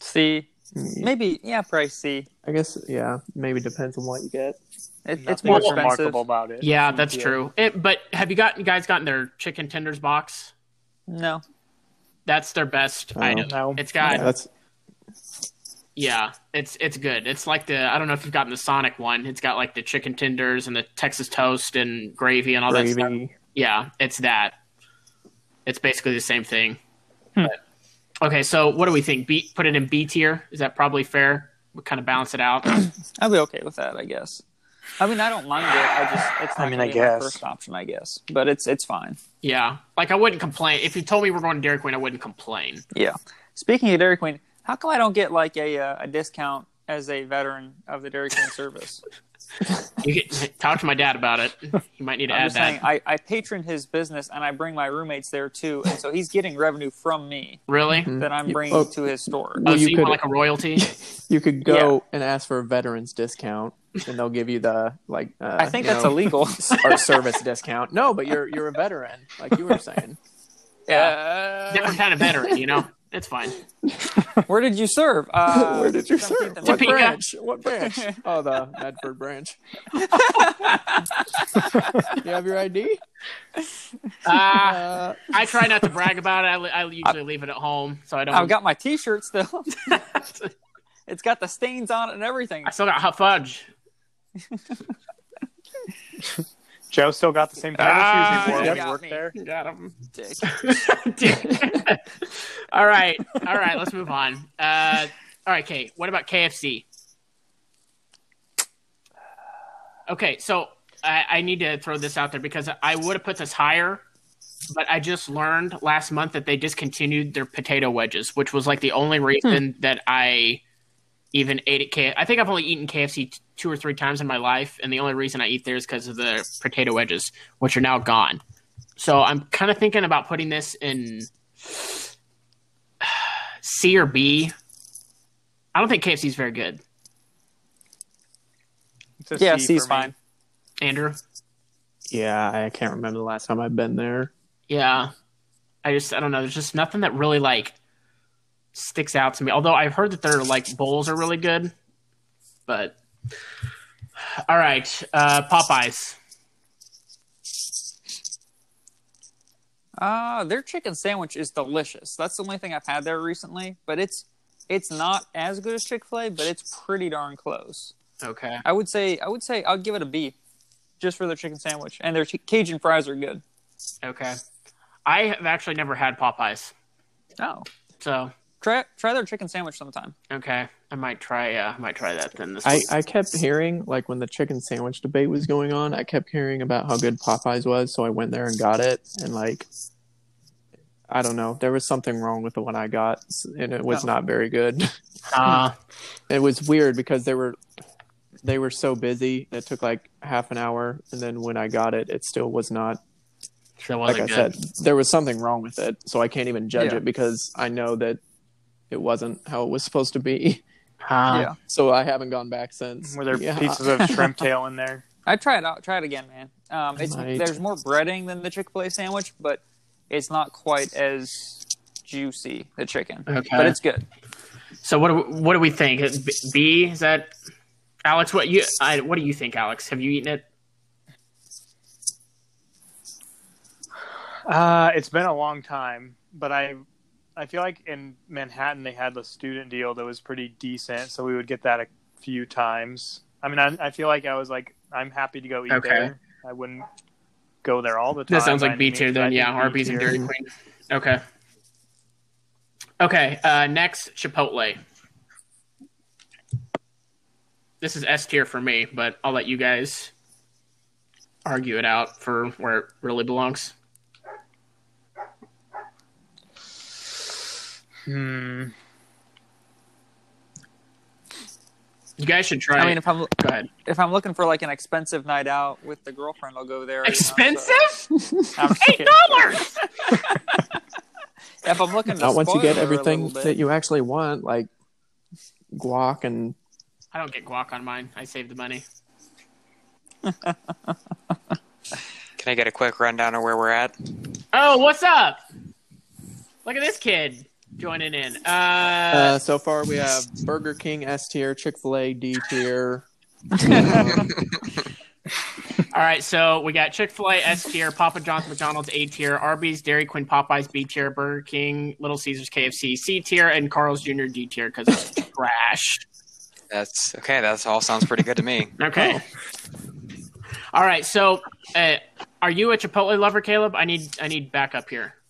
Speaker 3: C, maybe yeah, probably C.
Speaker 4: Mm, I guess yeah, maybe depends on what you get.
Speaker 3: It, it's
Speaker 1: Nothing
Speaker 3: more
Speaker 1: is
Speaker 3: expensive.
Speaker 1: remarkable about it.
Speaker 2: Yeah, that's true. It, but have you got you guys gotten their chicken tenders box?
Speaker 3: No,
Speaker 2: That's their best
Speaker 4: Oh.
Speaker 2: item.
Speaker 1: No.
Speaker 2: It's got
Speaker 4: Yeah, that's
Speaker 2: Yeah, it's it's good. It's like the I don't know if you've gotten the Sonic one. It's got like the chicken tenders and the Texas toast and gravy and all that stuff.
Speaker 4: gravy.
Speaker 2: Yeah, it's that. It's basically the same thing.
Speaker 3: Hmm.
Speaker 2: But, okay, so what do we think? B put it in B tier. Is that probably fair? We kind of balance it
Speaker 4: *clears throat*
Speaker 2: out.
Speaker 3: I'd be okay with that, I guess. I mean, I don't mind it. I just, it's not
Speaker 1: I mean,
Speaker 3: gonna
Speaker 1: I
Speaker 3: be my
Speaker 1: guess.
Speaker 3: first option, I guess. But it's it's fine.
Speaker 2: yeah, like I wouldn't complain if you told me we're going to Dairy Queen. I wouldn't complain.
Speaker 3: Yeah. Speaking of Dairy Queen, how come I don't get like a uh, a discount as a veteran of the Dairy Queen service?
Speaker 2: You can *laughs* talk to my dad about it. He might need to
Speaker 3: I'm
Speaker 2: add
Speaker 3: just
Speaker 2: that.
Speaker 3: saying, I, I patron his business and I bring my roommates there too, and so he's getting revenue from me
Speaker 2: really?
Speaker 3: that I'm
Speaker 4: You-
Speaker 3: bringing
Speaker 4: oh.
Speaker 3: to his store.
Speaker 2: Oh,
Speaker 4: Well,
Speaker 2: so
Speaker 4: you
Speaker 2: you want
Speaker 4: could-
Speaker 2: like a royalty?
Speaker 4: You could go and ask for a veterans discount, and they'll give you the like. Uh,
Speaker 3: I think
Speaker 4: you
Speaker 3: that's
Speaker 4: know,
Speaker 3: illegal.
Speaker 4: our service discount. No, but you're you're a veteran, like you were *laughs* saying.
Speaker 2: Different kind of veteran, you
Speaker 4: *laughs*
Speaker 2: know. It's fine.
Speaker 3: Uh, *laughs* where did you serve? Uh,
Speaker 4: Where did you serve?
Speaker 3: 17th and
Speaker 4: What
Speaker 2: Topeka.
Speaker 4: branch?
Speaker 3: *laughs*
Speaker 4: What branch? Oh, the Medford branch. you have your ID?
Speaker 2: Ah.
Speaker 4: Uh,
Speaker 2: I try not to brag about it. I, li- I usually leave it at home, so I don't.
Speaker 1: Um,
Speaker 3: I've got my T-shirt still. *laughs* it's got the stains on it and everything.
Speaker 2: I still got hot fudge.
Speaker 1: Joe still got the same pair
Speaker 2: Ah,
Speaker 1: of shoes he wore
Speaker 3: you
Speaker 1: when
Speaker 3: got
Speaker 1: he worked
Speaker 3: me.
Speaker 1: there.
Speaker 2: Got him.
Speaker 3: Dick.
Speaker 2: *laughs* all right, all right. Let's move on. Uh, all right, Kate. What about KFC? Okay, so I, I need to throw this out there because I would have put this higher, but I just learned last month that they discontinued their potato wedges, which was like the only reason that I even ate at KFC. I think I've only eaten KFC t- two or three times in my life, and the only reason I eat there is because of the potato wedges, which are now gone. So I'm kind of thinking about putting this in C or B. I don't think KFC is very good,
Speaker 1: It's a
Speaker 3: Yeah,
Speaker 1: C
Speaker 3: C's
Speaker 1: for me.
Speaker 3: fine.
Speaker 2: Andrew.
Speaker 4: yeah, I can't remember the last time I've been there.
Speaker 2: Yeah. I just I don't know. There's just nothing that really like sticks out to me. Although I've heard that their like bowls are really good. But all right. Uh Popeyes.
Speaker 3: Uh, their chicken sandwich is delicious. That's the only thing I've had there recently, but it's it's not as good as Chick Fil A, but it's pretty darn close.
Speaker 2: Okay.
Speaker 3: I would say I would say I'd give it a B, just for their chicken sandwich and their chi- Cajun fries are good.
Speaker 2: Okay. I have actually never had Popeyes.
Speaker 3: Oh,
Speaker 2: So
Speaker 3: try try their chicken sandwich sometime.
Speaker 2: okay. I might try uh I might try that then this
Speaker 4: I, I kept hearing, like, when the chicken sandwich debate was going on, I kept hearing about how good Popeyes was, so I went there and got it. And, like, I don't know. There was something wrong with the one I got, and it was
Speaker 3: Oh.
Speaker 4: not very good.
Speaker 2: uh,
Speaker 4: it was weird because they were they were so busy it took like half an hour and then when i got it it still was not
Speaker 2: that
Speaker 4: like
Speaker 2: wasn't
Speaker 4: i
Speaker 2: good.
Speaker 4: said there was something wrong with it so i can't even judge
Speaker 3: Yeah.
Speaker 4: it because i know that it wasn't how it was supposed to be *laughs*
Speaker 2: Uh,
Speaker 3: yeah,
Speaker 4: so i haven't gone back since
Speaker 1: Were there
Speaker 4: Yeah.
Speaker 1: pieces of shrimp tail in there?
Speaker 3: I'd try it out. Try it again, man. Um, it's
Speaker 4: Might.
Speaker 3: there's more breading than the Chick Fil A sandwich, but it's not quite as juicy the chicken.
Speaker 2: Okay.
Speaker 4: Uh,
Speaker 3: But it's good.
Speaker 2: So what do we, what do we think? Is B B- is that Alex? What you I, what do you think, Alex? Have you eaten it?
Speaker 1: Uh, it's been a long time, but I I feel like in Manhattan they had the student deal that was pretty decent, so we would get that a few times. I mean, I, I feel like I was like I'm happy to go eat
Speaker 2: Okay.
Speaker 1: there. I I wouldn't go there all the time.
Speaker 2: That sounds
Speaker 1: by
Speaker 2: like
Speaker 1: any
Speaker 2: B tier
Speaker 1: means,
Speaker 2: then,
Speaker 1: but I
Speaker 2: yeah.
Speaker 1: think
Speaker 2: Arby's and
Speaker 1: B-tier.
Speaker 2: Dairy Queen. Okay. Okay. Uh, next, Chipotle. This is S tier for me, but I'll let you guys argue it out for where it really belongs.
Speaker 1: Hmm.
Speaker 2: You guys should try.
Speaker 3: I mean, if I'm
Speaker 2: go *laughs* ahead.
Speaker 3: if I'm looking for like an expensive night out with the girlfriend, I'll go there. you know, so-
Speaker 2: Expensive?
Speaker 3: *laughs*
Speaker 2: *laughs*
Speaker 3: I'm just
Speaker 2: Eight
Speaker 3: kidding.
Speaker 2: dollars.
Speaker 3: if I'm looking, to
Speaker 4: Not once you get
Speaker 3: spoil her a
Speaker 4: everything
Speaker 3: little bit.
Speaker 4: that you actually want, like guac and
Speaker 2: I don't get guac on mine. I saved the money.
Speaker 6: Can I get a quick rundown of where we're at?
Speaker 2: Oh, what's up? Look at this kid joining in. Uh,
Speaker 4: Uh, so far, we have Burger King S tier, Chick Fil A D tier.
Speaker 2: all right, so we got Chick Fil A S tier, Papa John's, McDonald's A tier, Arby's, Dairy Queen, Popeyes B tier, Burger King, Little Caesars, KFC C tier, and Carl's Jr. D tier because it's trash.
Speaker 6: That's okay. That all sounds pretty good to me.
Speaker 2: Okay. All right, so uh, are you a Chipotle lover, Caleb? I need I need backup here.
Speaker 6: *laughs*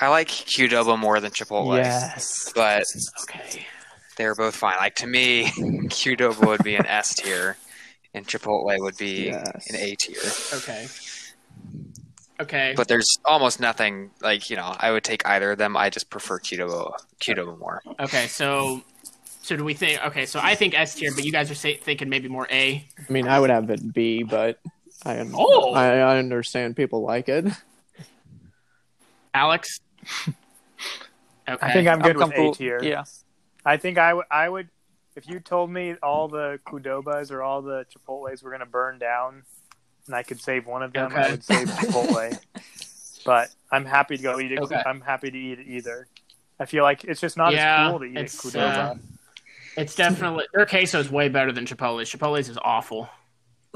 Speaker 6: I like Q Double more than Chipotle,
Speaker 4: Yes.
Speaker 6: but
Speaker 2: Okay.
Speaker 6: they're both fine. Like to me, *laughs* Q Double would be an S tier, and Chipotle would be
Speaker 4: Yes.
Speaker 6: an A tier.
Speaker 2: Okay. Okay.
Speaker 6: But there's almost nothing like you know. I would take either of them. I just prefer Q Double Q Double more.
Speaker 2: Okay, so so do we think? Okay, so I think S tier, but you guys are say, thinking maybe more A.
Speaker 4: I mean, I would have it B, but I un-
Speaker 2: Oh.
Speaker 4: I, I understand people like it.
Speaker 2: Alex. Okay.
Speaker 1: I think I'm good with A
Speaker 3: comfortable-
Speaker 1: tier.
Speaker 3: Yeah,
Speaker 1: I think I would. I would. If you told me all the Kudobas or all the Chipotles were going to burn down, and I could save one of them, I
Speaker 2: Okay.
Speaker 1: would save
Speaker 2: *laughs*
Speaker 1: Chipotle. but I'm happy to go eat it.
Speaker 2: Okay.
Speaker 1: I'm happy to eat it either. I feel like it's just not
Speaker 2: Yeah,
Speaker 1: as cool to eat at
Speaker 2: it's, uh,
Speaker 1: Kudoba.
Speaker 2: it's definitely their queso is way better than Chipotle's. Chipotle's is awful.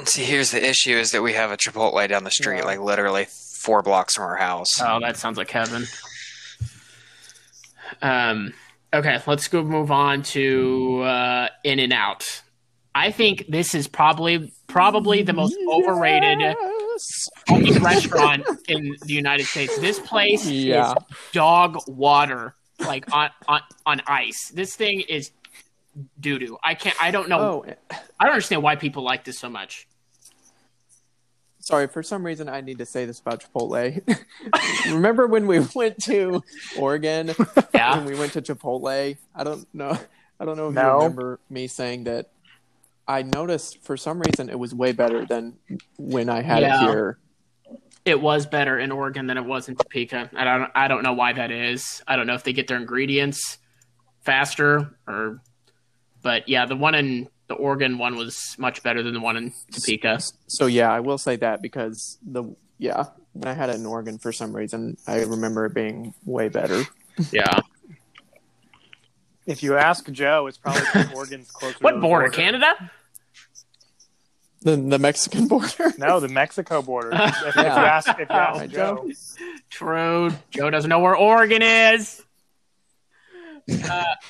Speaker 6: See, here's the issue: is that we have a Chipotle down the street, like literally four blocks from our house.
Speaker 2: Oh, that sounds like heaven. Um. Okay, let's go move on to uh, In and Out. I think this is probably probably the
Speaker 4: *laughs*
Speaker 2: most overrated
Speaker 4: Yes.
Speaker 2: restaurant in the United States. This place is
Speaker 4: Yeah.
Speaker 2: dog water like on on, on ice. This thing is doo doo. I can't. I don't know.
Speaker 4: Oh,
Speaker 2: I don't understand why people like this so much.
Speaker 4: sorry. For some reason, I need to say this about Chipotle. *laughs* Remember when we *laughs* went to Oregon and
Speaker 2: Yeah.
Speaker 4: we went to Chipotle? I don't know. I don't know if you
Speaker 1: No.
Speaker 4: remember me saying that. I noticed for some reason it was way better than when I had
Speaker 2: Yeah.
Speaker 4: it here.
Speaker 2: it was better in Oregon than it was in Topeka, and I don't. I don't know why that is. I don't know if they get their ingredients faster or, but yeah, the one in the Oregon one was much better than the one in Topeka.
Speaker 4: So yeah, I will say that because the yeah, when I had it in Oregon for some reason, I remember it being way better.
Speaker 2: Yeah.
Speaker 1: If you ask Joe, it's
Speaker 2: *laughs*
Speaker 1: probably because Oregon's closer. to
Speaker 2: What
Speaker 1: the
Speaker 2: border? Canada?
Speaker 4: The the Mexican *laughs* border.
Speaker 1: No, the Mexico border.
Speaker 2: *laughs*
Speaker 1: If, if you
Speaker 4: Yeah.
Speaker 1: ask, if you
Speaker 4: I
Speaker 1: ask Joe,
Speaker 4: don't-
Speaker 2: True. Joe doesn't know where Oregon is.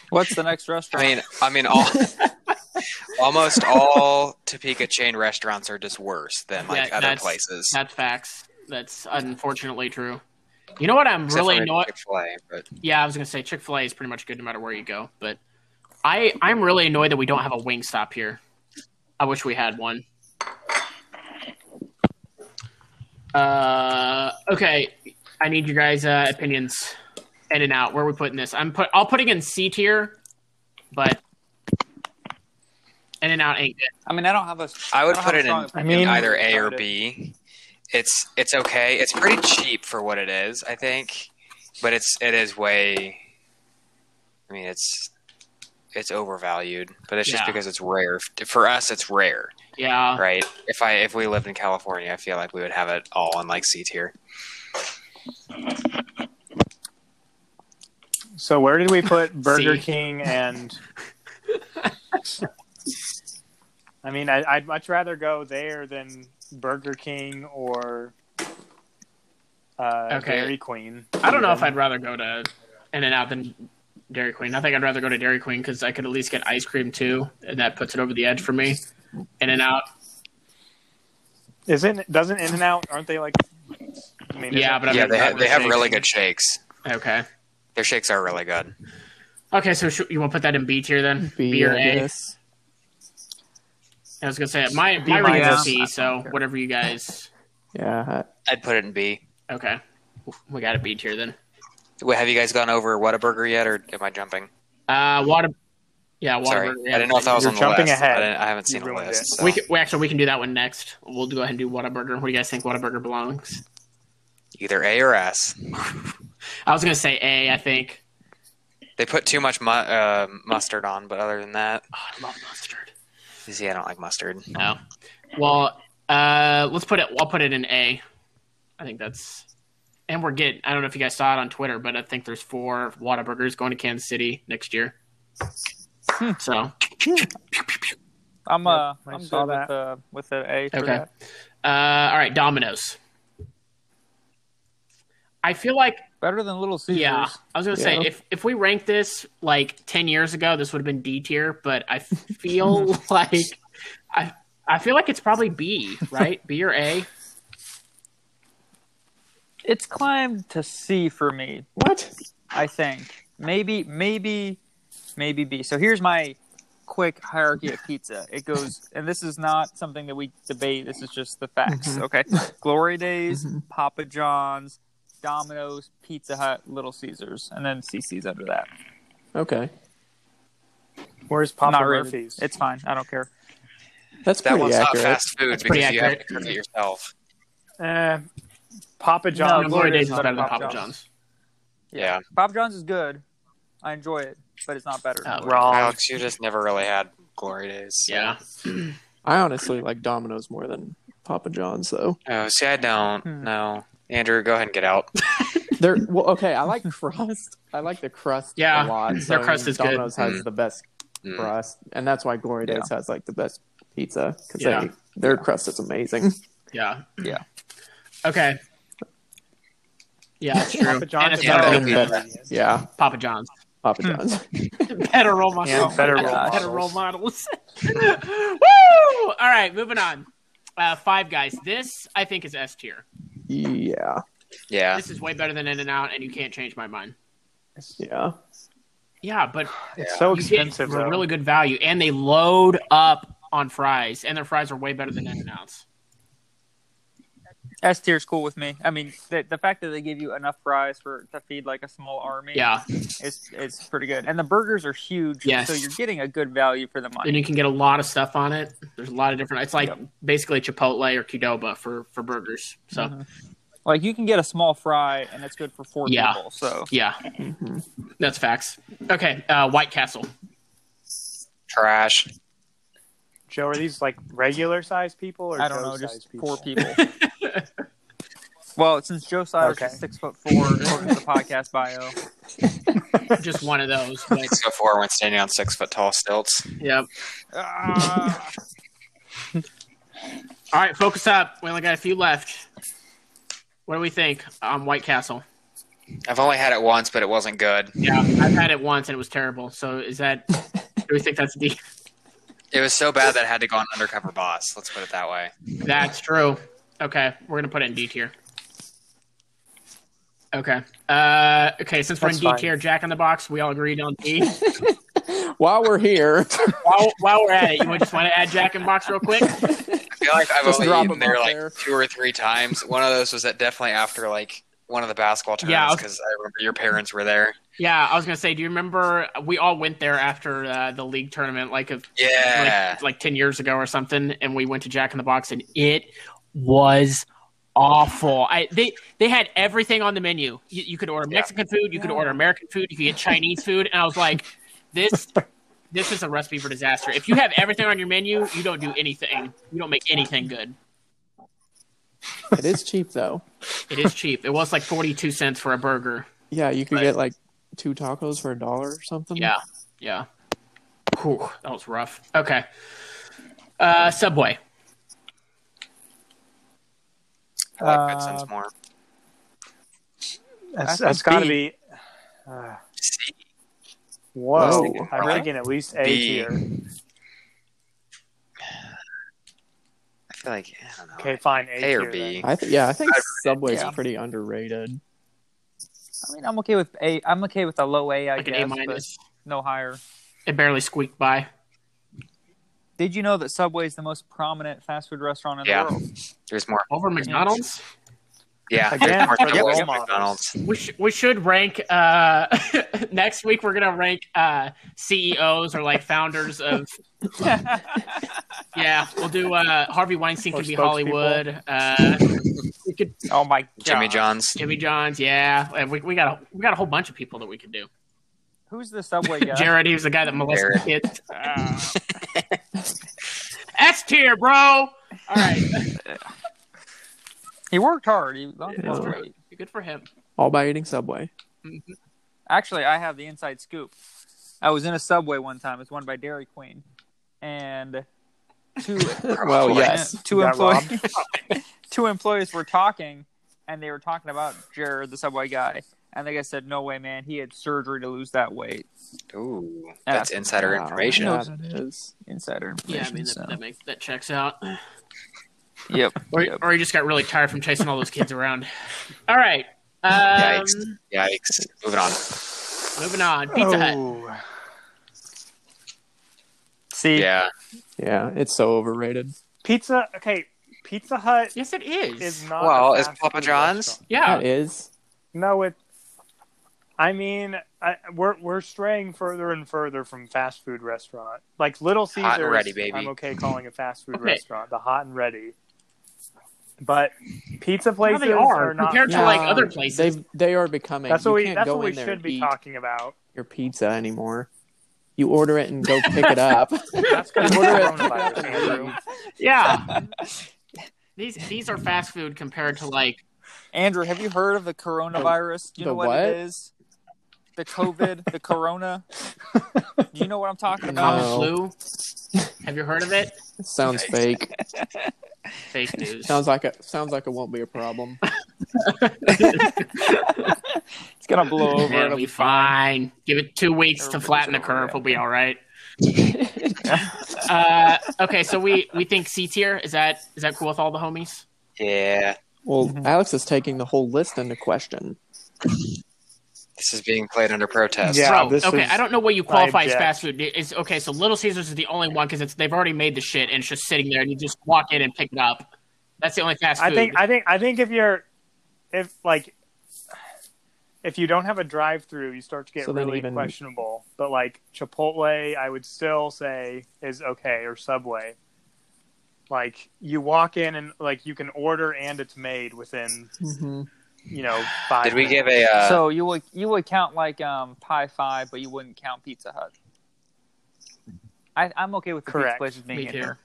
Speaker 3: what's the next restaurant?
Speaker 6: I mean, I mean, all
Speaker 2: *laughs*
Speaker 6: almost all Topeka chain restaurants are just worse than like
Speaker 2: Yeah,
Speaker 6: other
Speaker 2: that's-
Speaker 6: places.
Speaker 2: That's facts. That's unfortunately true. You know what I'm
Speaker 6: except
Speaker 2: really
Speaker 6: for
Speaker 2: annoyed?
Speaker 6: Chick-fil-A, but
Speaker 2: Yeah, I was gonna say Chick Fil A is pretty much good no matter where you go, but I I'm really annoyed that we don't have a wing stop here. I wish we had one. Uh, okay, I need you guys' uh, opinions. In and out. Where are we putting this? I'm put. I'll put it in C tier, but In and out ain't good.
Speaker 3: I mean, I don't have a.
Speaker 6: I would
Speaker 3: don't have
Speaker 6: put
Speaker 3: a
Speaker 6: it in,
Speaker 3: strong
Speaker 6: in
Speaker 3: opinion
Speaker 6: either A or
Speaker 3: about it.
Speaker 6: B. It's it's okay. It's pretty cheap for what it is, I think. But it's it is way. I mean, it's it's overvalued, but it's just
Speaker 2: Yeah. Uh.
Speaker 6: because it's rare. For us, it's rare,
Speaker 2: Yeah.
Speaker 6: right? If I if we lived in California, I feel like we would have it all on like C tier.
Speaker 1: so where did we
Speaker 2: *laughs*
Speaker 1: put Burger
Speaker 2: See.
Speaker 1: King
Speaker 2: *laughs*
Speaker 1: and? I mean, I, I'd much rather go there than Burger King or uh,
Speaker 2: Okay.
Speaker 1: Dairy Queen.
Speaker 2: I don't know if
Speaker 1: even.
Speaker 2: I'd rather go to In and Out than Dairy Queen. I think I'd rather go to Dairy Queen because I could at least get ice cream too, and that puts it over the edge for me. In and Out.
Speaker 1: Isn't doesn't In and Out? Aren't they like? I mean,
Speaker 2: Yeah,
Speaker 1: isn't-
Speaker 2: but I
Speaker 6: yeah,
Speaker 2: mean,
Speaker 6: they
Speaker 2: that
Speaker 6: have, they have
Speaker 2: shakes.
Speaker 6: really good shakes.
Speaker 2: Okay.
Speaker 6: Their shakes are really good.
Speaker 2: Okay, so sh- you want to put that in B tier
Speaker 4: *laughs*
Speaker 2: then? B, or
Speaker 4: I
Speaker 2: A?
Speaker 4: guess.
Speaker 2: I was gonna say my
Speaker 4: B
Speaker 2: my rating is
Speaker 4: minus.
Speaker 2: C, so whatever you guys.
Speaker 4: Yeah.
Speaker 6: I'd put it in B.
Speaker 2: Okay, we got a B tier then.
Speaker 6: Wait, have you guys gone over Whataburger yet, or am I jumping?
Speaker 2: Uh, water. Uh, Yeah, water.
Speaker 6: Sorry, I didn't know if that was
Speaker 1: You're
Speaker 6: on the
Speaker 1: jumping
Speaker 6: list.
Speaker 1: ahead.
Speaker 6: I, didn't, I haven't
Speaker 1: You
Speaker 6: seen a
Speaker 1: ruined
Speaker 6: list.
Speaker 1: it.
Speaker 6: so-
Speaker 2: We, can, we actually we can do that one next. We'll go ahead and do Whataburger. What do you guys think Whataburger belongs?
Speaker 6: Either A or S.
Speaker 2: I was gonna say A. I think.
Speaker 6: They put too much mu- uh, mustard on, but other than that,
Speaker 2: Oh, I love mustard.
Speaker 6: you see, I don't like mustard.
Speaker 2: No. Well, uh, let's put it. I'll put it in A. I think that's. And we're getting. I don't know if you guys saw it on Twitter, but I think there's four Whataburgers going to Kansas City next year. So
Speaker 3: I'm uh,
Speaker 1: I
Speaker 3: I'm
Speaker 1: saw
Speaker 3: good with uh, with an A for
Speaker 2: Okay.
Speaker 3: that.
Speaker 2: Uh, all right, Domino's. I feel like
Speaker 3: Better than Little Caesars.
Speaker 2: yeah. I was gonna say
Speaker 4: Yeah.
Speaker 2: if if we ranked this like ten years ago, this would have been D tier. But I feel *laughs* like I I feel like it's probably B, right? B or A.
Speaker 3: It's climbed to C for me.
Speaker 4: What?
Speaker 3: I think maybe maybe maybe B. So here's my quick hierarchy of pizza. It goes, and this is not something that we debate. This is just the facts.
Speaker 1: Mm-hmm.
Speaker 3: Okay, Glory Days, Papa John's, Domino's, Pizza Hut, Little Caesars, and then CC's under that.
Speaker 4: Okay.
Speaker 1: Where's Papa
Speaker 3: not rated.
Speaker 1: Murphy's?
Speaker 3: It's fine. I don't care.
Speaker 4: That's
Speaker 6: That
Speaker 4: pretty
Speaker 6: one's
Speaker 4: accurate.
Speaker 6: not fast food
Speaker 2: That's pretty
Speaker 6: because you have to
Speaker 2: accurate.
Speaker 6: cook it yourself.
Speaker 1: Eh, Papa
Speaker 2: No,
Speaker 1: John's.
Speaker 2: Oh, Glory Days is
Speaker 3: better
Speaker 2: better than
Speaker 3: than
Speaker 2: Papa
Speaker 3: Papa
Speaker 2: John's.
Speaker 6: Yeah.
Speaker 3: Papa John's is good. I enjoy it, but it's not better.
Speaker 2: Oh,
Speaker 1: Wrong.
Speaker 6: Alex, you just never really had glory days.
Speaker 2: Yeah.
Speaker 4: I honestly like Domino's more than Papa John's though.
Speaker 6: Oh, see, I don't.
Speaker 3: Hmm.
Speaker 6: No. Andrew, go ahead and get out.
Speaker 4: They're well, okay. I like crust. I like the crust
Speaker 2: Yeah,
Speaker 4: a lot. So
Speaker 2: their crust is good.
Speaker 4: Domino's has
Speaker 6: Mm.
Speaker 4: the best
Speaker 6: Mm.
Speaker 4: crust, and that's why Glory Days has like the best pizza because
Speaker 2: Yeah.
Speaker 4: they their crust is amazing.
Speaker 2: Yeah.
Speaker 3: Yeah.
Speaker 2: Okay. Yeah, that's true.
Speaker 1: Papa John's
Speaker 2: and it's
Speaker 1: is
Speaker 6: Yeah,
Speaker 2: better
Speaker 6: better
Speaker 2: than
Speaker 6: than
Speaker 4: better. Yeah,
Speaker 2: Papa John's. Hmm.
Speaker 4: Papa John's. *laughs*
Speaker 2: better role models.
Speaker 1: Yeah, better role models.
Speaker 2: Better role models. *laughs* Woo! All right, moving on. Uh, five guys. This I think is S tier.
Speaker 4: yeah,
Speaker 6: Yeah.
Speaker 2: This is way better than In and Out, and you can't change my mind.
Speaker 4: yeah.
Speaker 2: Yeah, but
Speaker 1: It's so
Speaker 2: you get
Speaker 1: expensive
Speaker 2: for
Speaker 1: though.
Speaker 2: really good value, and they load up on fries, and their fries are way better than In and Out's.
Speaker 3: S tier's cool with me. I mean, the, the fact that they give you enough fries for to feed like a small army,
Speaker 2: Yeah,
Speaker 3: is is pretty good. And the burgers are huge,
Speaker 2: Yes.
Speaker 3: so you're getting a good value for the
Speaker 2: and
Speaker 3: money.
Speaker 2: you can get a lot of stuff on it. There's a lot of different. It's like basically Chipotle or Qdoba for for burgers. So
Speaker 3: Mhm. Like you can get a small fry, and it's good for four
Speaker 2: Yeah.
Speaker 3: people. So
Speaker 2: yeah, that's facts. Okay, uh, White Castle.
Speaker 6: Trash.
Speaker 1: Joe, are these like regular sized people or
Speaker 3: I don't
Speaker 1: Joe
Speaker 3: know, just
Speaker 1: sized people?
Speaker 3: four people. *laughs* well, since Joe Cyrus
Speaker 1: Okay.
Speaker 3: is six foot four, according to the podcast bio,
Speaker 2: Just one of those. But
Speaker 6: Six foot four when standing on six foot tall stilts.
Speaker 2: Yep.
Speaker 3: Ah,
Speaker 2: All right, focus up. We only got a few left. What do we think on White Castle?
Speaker 6: I've only had it once, but it wasn't good.
Speaker 2: Yeah, I've had it once and it was terrible. So is that? do we think that's deep?
Speaker 6: It was so bad that I had to go on undercover boss. Let's put it that way.
Speaker 2: That's true. Okay, we're gonna put it in D tier. Okay. Uh, okay. Since we're
Speaker 1: That's
Speaker 2: in D
Speaker 1: fine.
Speaker 2: tier, Jack in the Box, we all agreed on D.
Speaker 4: While we're here,
Speaker 2: while, while we're at it, you just want to add Jack in the Box real quick?
Speaker 6: I feel like I've
Speaker 4: Just
Speaker 6: only
Speaker 4: drop
Speaker 6: eaten
Speaker 4: 'em
Speaker 6: there
Speaker 4: out
Speaker 6: like
Speaker 4: there.
Speaker 6: two or three times. One of those was that definitely after like one of the basketball
Speaker 2: Yeah, I
Speaker 6: tournaments
Speaker 2: was-
Speaker 6: because I remember your parents were there.
Speaker 2: Yeah, I was gonna say. Do you remember we all went there after uh, the league tournament, like a
Speaker 6: Yeah.
Speaker 2: like, like 10 years ago or something and we went to jack in the box and it was awful i they they had everything on the menu you, you could order
Speaker 6: Yeah.
Speaker 2: mexican food you could order american food you could get chinese food and i was like this this is a recipe for disaster if you have everything on your menu you don't do anything you don't make anything good
Speaker 4: it is cheap though.
Speaker 2: it is cheap it was like 42 cents for a burger
Speaker 4: Yeah, you could
Speaker 6: Right.
Speaker 4: get like two tacos for a dollar or something.
Speaker 2: yeah yeah Whew, that was rough okay uh subway
Speaker 6: I like good
Speaker 3: Uh,
Speaker 6: sense more.
Speaker 1: That's,
Speaker 3: I think
Speaker 1: that's got to
Speaker 3: B.
Speaker 1: be. Uh,
Speaker 6: C.
Speaker 1: whoa!
Speaker 4: Whoa.
Speaker 1: I'm thinking at least A
Speaker 6: B.
Speaker 1: tier.
Speaker 6: I
Speaker 8: feel like I don't know.
Speaker 1: Okay, fine. A,
Speaker 8: A or
Speaker 1: tier
Speaker 8: B.
Speaker 1: then.
Speaker 4: I th- yeah, I think
Speaker 8: I-
Speaker 4: Subway's
Speaker 3: yeah.
Speaker 4: pretty underrated.
Speaker 3: I mean, I'm okay with a. I'm okay with a low A, I
Speaker 2: like
Speaker 3: guess,
Speaker 2: an A
Speaker 3: but
Speaker 2: minus.
Speaker 3: no higher.
Speaker 2: It barely squeaked by.
Speaker 3: Did you know that Subway is the most prominent fast food restaurant in
Speaker 8: Yeah.
Speaker 3: the world?
Speaker 8: There's more.
Speaker 2: Over McDonald's,
Speaker 8: Yeah,
Speaker 1: Again,
Speaker 8: there's more
Speaker 1: for the
Speaker 8: Subway
Speaker 1: role
Speaker 8: than
Speaker 1: models.
Speaker 8: McDonald's.
Speaker 2: we, sh- we should rank. Uh, *laughs* next week, we're gonna rank uh, CEOs or like founders of. yeah, we'll do. Uh, Harvey Weinstein
Speaker 1: Or
Speaker 2: could be
Speaker 1: spokespeople.
Speaker 2: Hollywood. Uh, we could
Speaker 3: *laughs* oh my god,
Speaker 8: Jimmy John's.
Speaker 2: Jimmy John's. Yeah, And we, we got a, we got a whole bunch of people that we could do.
Speaker 3: Who's the Subway guy?
Speaker 2: *laughs* Jared, he was the guy that molested
Speaker 8: Jared.
Speaker 2: kids. S tier, bro. All right,
Speaker 3: He worked hard. He that
Speaker 4: Yeah.
Speaker 3: was great.
Speaker 2: good for him.
Speaker 4: All by eating Subway.
Speaker 3: Actually, I have the inside scoop. I was in a Subway one time. It's one by Dairy Queen, and two
Speaker 4: well,
Speaker 8: Probably.
Speaker 4: yes.
Speaker 3: two
Speaker 1: Got
Speaker 3: employees *laughs* two employees were talking, and they were talking about Jared, the Subway guy. And the guy said, "No way, man. He had surgery to lose that weight."
Speaker 8: Ooh,
Speaker 3: Yeah.
Speaker 8: that's insider
Speaker 4: Wow,
Speaker 8: information.
Speaker 4: yeah, that is.
Speaker 3: Insider
Speaker 2: Yeah,
Speaker 3: information.
Speaker 2: I mean
Speaker 3: so.
Speaker 2: that, that makes that checks out.
Speaker 3: Yep.
Speaker 2: *sighs* Or,
Speaker 3: yep.
Speaker 2: or he just got really tired from chasing all those kids around. All right. Um,
Speaker 8: Yikes. Yikes. Moving on.
Speaker 2: moving on. Pizza Hut.
Speaker 1: Oh.
Speaker 3: See,
Speaker 8: Yeah.
Speaker 4: Yeah, it's so overrated.
Speaker 1: Pizza. Okay, Pizza Hut
Speaker 2: Yes, it is.
Speaker 1: is not.
Speaker 8: Well,
Speaker 1: a
Speaker 8: is
Speaker 1: fast
Speaker 8: Papa
Speaker 1: food
Speaker 8: John's?
Speaker 1: restaurant.
Speaker 2: yeah.
Speaker 4: That is.
Speaker 1: No, it. I mean, I, we're we're straying further and further from fast food restaurant. Like Little Caesars,
Speaker 8: Hot and ready, baby.
Speaker 1: I'm okay calling a fast
Speaker 8: *laughs*
Speaker 1: food
Speaker 2: Okay.
Speaker 1: restaurant the hot and ready. But pizza
Speaker 2: Well,
Speaker 1: places
Speaker 2: they are,
Speaker 1: not.
Speaker 2: compared to
Speaker 4: Yeah,
Speaker 2: like other places.
Speaker 4: They they are becoming.
Speaker 1: that's what
Speaker 4: you
Speaker 1: we.
Speaker 4: can't
Speaker 1: That's
Speaker 4: go
Speaker 1: what we
Speaker 4: in there
Speaker 1: should
Speaker 4: and
Speaker 1: be
Speaker 4: eat
Speaker 1: talking
Speaker 4: *laughs*
Speaker 1: about.
Speaker 4: your pizza anymore. You order it and go pick
Speaker 1: *laughs*
Speaker 4: it up.
Speaker 1: That's because
Speaker 4: Order it.
Speaker 1: coronavirus, Andrew.
Speaker 3: *laughs*
Speaker 2: yeah. these these are fast food compared to like
Speaker 3: Andrew, have you heard of the coronavirus? Do you
Speaker 4: The
Speaker 3: know what,
Speaker 4: what?
Speaker 3: it is? The COVID, the corona. Do you know what I'm talking about?
Speaker 2: common
Speaker 4: No.
Speaker 2: flu. Have you heard of it?
Speaker 4: sounds fake.
Speaker 2: Fake news.
Speaker 4: Sounds like a sounds like it won't be
Speaker 8: *laughs*
Speaker 4: a problem.
Speaker 3: It's gonna blow over.
Speaker 2: It'll be fine. Give it two weeks to
Speaker 3: Everybody's
Speaker 2: flatten the
Speaker 3: over
Speaker 2: curve.
Speaker 3: it.
Speaker 2: We'll be all right. uh, okay, so we we think C tier is that is that cool with all the homies?
Speaker 8: Yeah.
Speaker 4: Well,
Speaker 1: Mm-hmm.
Speaker 4: Alex is taking the whole list into question.
Speaker 8: This is being played under protest.
Speaker 1: Yeah,
Speaker 2: Bro,
Speaker 1: this
Speaker 2: okay,
Speaker 1: is-
Speaker 2: I don't know what you qualify as
Speaker 1: object.
Speaker 2: fast food. It's okay, so Little Caesars is the only one because it's they've already made the shit and it's just sitting there, and you just walk in and pick it up. That's the only fast food.
Speaker 1: I think I think I think if you're if like if you don't have a drive through you start to get
Speaker 4: So then
Speaker 1: really
Speaker 4: even-
Speaker 1: questionable. But like Chipotle I would still say is okay or Subway. Like you walk in and like you can order and it's made within, Mm-hmm. you know, five
Speaker 8: Did we
Speaker 1: minutes.
Speaker 8: give a? Uh,
Speaker 3: so you would you would count like um Pi Five, but you wouldn't count Pizza Hut. I, I'm okay with the
Speaker 1: Correct.
Speaker 3: pizza places being
Speaker 2: Me
Speaker 3: in
Speaker 2: too.
Speaker 3: here.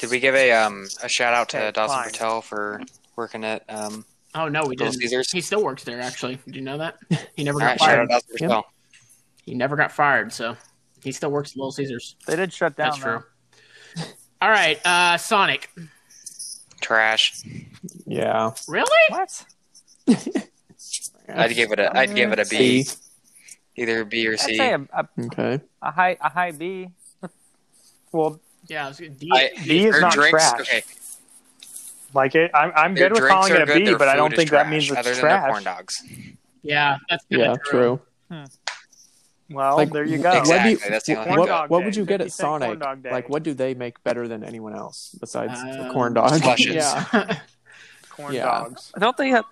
Speaker 8: did we give a um a shout out to
Speaker 1: Okay,
Speaker 8: Dawson
Speaker 1: fine.
Speaker 8: Patel for working at um
Speaker 2: Oh no, we
Speaker 8: Little
Speaker 2: didn't.
Speaker 8: Caesars?
Speaker 2: He still works there. Actually, did you know that? He never
Speaker 8: All
Speaker 2: got
Speaker 8: right, shout out
Speaker 2: fired.
Speaker 8: to Dawson
Speaker 4: Yep.
Speaker 8: Patel.
Speaker 2: He never got fired, so he still works at Little Caesars.
Speaker 3: They did shut down.
Speaker 2: That's
Speaker 3: though.
Speaker 2: true. All right, uh, Sonic.
Speaker 8: Trash.
Speaker 4: Yeah.
Speaker 2: Really?
Speaker 3: What?
Speaker 8: I'd give it a. I'd give it a B.
Speaker 4: C.
Speaker 8: Either B or
Speaker 3: I'd
Speaker 8: C.
Speaker 3: say a, a,
Speaker 4: Okay.
Speaker 3: a high a high B.
Speaker 1: Well
Speaker 2: Yeah. I was gonna- D-
Speaker 8: I-
Speaker 1: B is
Speaker 8: Their
Speaker 1: not
Speaker 8: drinks.
Speaker 1: trash.
Speaker 8: Okay.
Speaker 1: Like it I'm I'm
Speaker 8: Their
Speaker 1: good with
Speaker 8: drinks
Speaker 1: calling
Speaker 8: are
Speaker 1: it a
Speaker 8: good,
Speaker 1: B,
Speaker 8: their
Speaker 1: but I
Speaker 8: food
Speaker 1: don't
Speaker 8: is
Speaker 1: think
Speaker 8: trash,
Speaker 1: that means
Speaker 8: other
Speaker 1: it's
Speaker 8: than their
Speaker 1: trash.
Speaker 8: corn dogs.
Speaker 2: yeah, that's kinda
Speaker 4: Yeah.
Speaker 2: *laughs*
Speaker 4: True.
Speaker 1: Well,
Speaker 4: Like,
Speaker 1: Oh, there you go.
Speaker 4: What do
Speaker 8: Exactly.
Speaker 4: you-
Speaker 8: That's the only
Speaker 1: Corn
Speaker 8: thing.
Speaker 4: What,
Speaker 1: dog
Speaker 4: what
Speaker 1: day,
Speaker 4: would you get
Speaker 1: 50
Speaker 4: at
Speaker 1: cent corn
Speaker 4: Sonic?
Speaker 1: dog day.
Speaker 4: Like, what do they make better than anyone else besides the
Speaker 2: Um,
Speaker 4: corn dog?
Speaker 8: slushes.
Speaker 4: *laughs* Yeah.
Speaker 1: Corn
Speaker 4: yeah.
Speaker 1: dogs.
Speaker 3: Don't they have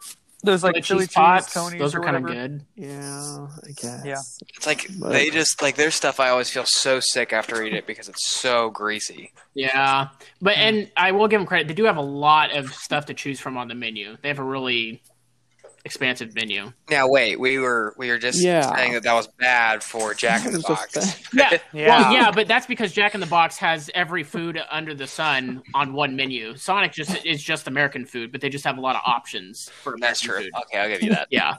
Speaker 3: those like
Speaker 2: Like
Speaker 3: chili
Speaker 2: cheese
Speaker 3: cheese
Speaker 2: tots.
Speaker 3: Tony's
Speaker 2: Those
Speaker 3: or
Speaker 2: are kind of
Speaker 3: whatever?
Speaker 2: good.
Speaker 4: Yeah. I guess.
Speaker 3: Yeah.
Speaker 8: It's like
Speaker 4: But-
Speaker 8: they just like their stuff. I always feel so sick after I eat it because it's so greasy.
Speaker 2: Yeah, but
Speaker 1: Hmm.
Speaker 2: and I will give them credit. They do have a lot of stuff to choose from on the menu. They have a really expansive menu.
Speaker 8: Now wait, we were we were just
Speaker 4: Yeah.
Speaker 8: saying that that was bad *laughs* for Jack in the
Speaker 4: It was
Speaker 8: Box.
Speaker 4: just bad.
Speaker 2: Yeah.
Speaker 1: Yeah.
Speaker 2: Well, yeah, but that's because Jack in the Box has every food under the sun on one menu. Sonic just is just American food, but they just have a lot of options for American
Speaker 8: That's *laughs* true.
Speaker 2: food.
Speaker 8: Okay, I'll give you that.
Speaker 2: Yeah,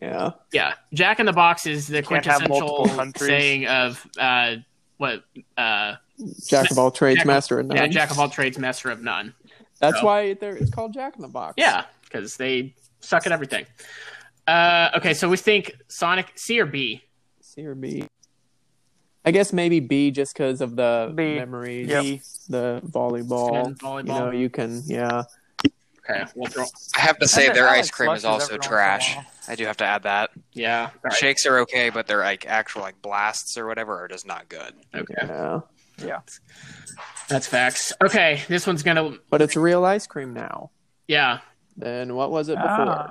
Speaker 4: Yeah.
Speaker 2: yeah. Jack in the Box is the
Speaker 1: can't have multiple
Speaker 2: quintessential
Speaker 1: countries.
Speaker 2: saying of uh, what uh,
Speaker 4: Jack of all trades,
Speaker 2: Jack of-
Speaker 4: master of none.
Speaker 2: yeah, Jack of all trades, master of none.
Speaker 4: That's
Speaker 2: so.
Speaker 4: why they're, it's called Jack in the Box.
Speaker 2: Yeah, because they suck at everything. Uh, okay, so we think Sonic C or B.
Speaker 4: C or B. I guess maybe B just because of the
Speaker 6: B.
Speaker 4: memories,
Speaker 6: Yep.
Speaker 4: the volleyball.
Speaker 2: And volleyball.
Speaker 4: You know, you can, yeah.
Speaker 8: Okay. I have to say
Speaker 3: I
Speaker 8: their
Speaker 3: like
Speaker 8: ice cream is
Speaker 3: slushies every
Speaker 8: also
Speaker 3: once in a
Speaker 8: trash.
Speaker 3: while.
Speaker 8: I do have to add that.
Speaker 2: Yeah.
Speaker 8: Shakes are okay, but their like actual like blasts or whatever are just not good.
Speaker 2: Okay.
Speaker 4: yeah.
Speaker 2: That's facts. Okay. This one's gonna.
Speaker 4: But it's real ice cream now.
Speaker 2: Yeah.
Speaker 4: Then what was it
Speaker 1: Ah.
Speaker 4: before?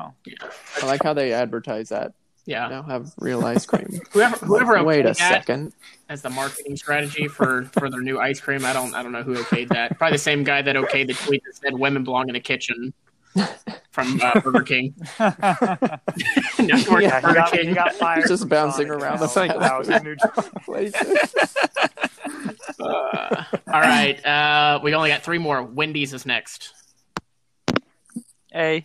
Speaker 3: Oh.
Speaker 4: I like how they advertise that.
Speaker 2: Yeah.
Speaker 4: Now have real
Speaker 8: *laughs*
Speaker 4: ice cream.
Speaker 2: Whoever. Whoever. okayed
Speaker 4: Wait a
Speaker 2: that
Speaker 4: second.
Speaker 2: As the marketing strategy for for their new ice cream, I don't. I don't know who okayed that. Probably the same guy that okayed the tweet that said "Women belong in the kitchen." From uh,
Speaker 1: *laughs*
Speaker 2: Burger King. *laughs* No, we're
Speaker 4: Yeah,
Speaker 1: Yeah, he
Speaker 2: Burger
Speaker 1: got,
Speaker 2: *laughs* King.
Speaker 1: he got fired.
Speaker 4: Just
Speaker 1: from
Speaker 4: bouncing
Speaker 1: Sonic
Speaker 4: around
Speaker 1: now.
Speaker 4: the fact
Speaker 1: That was his new job.
Speaker 4: Places.
Speaker 8: *laughs*
Speaker 2: Uh, all right. Uh, we only got three more. Wendy's is next.
Speaker 3: A.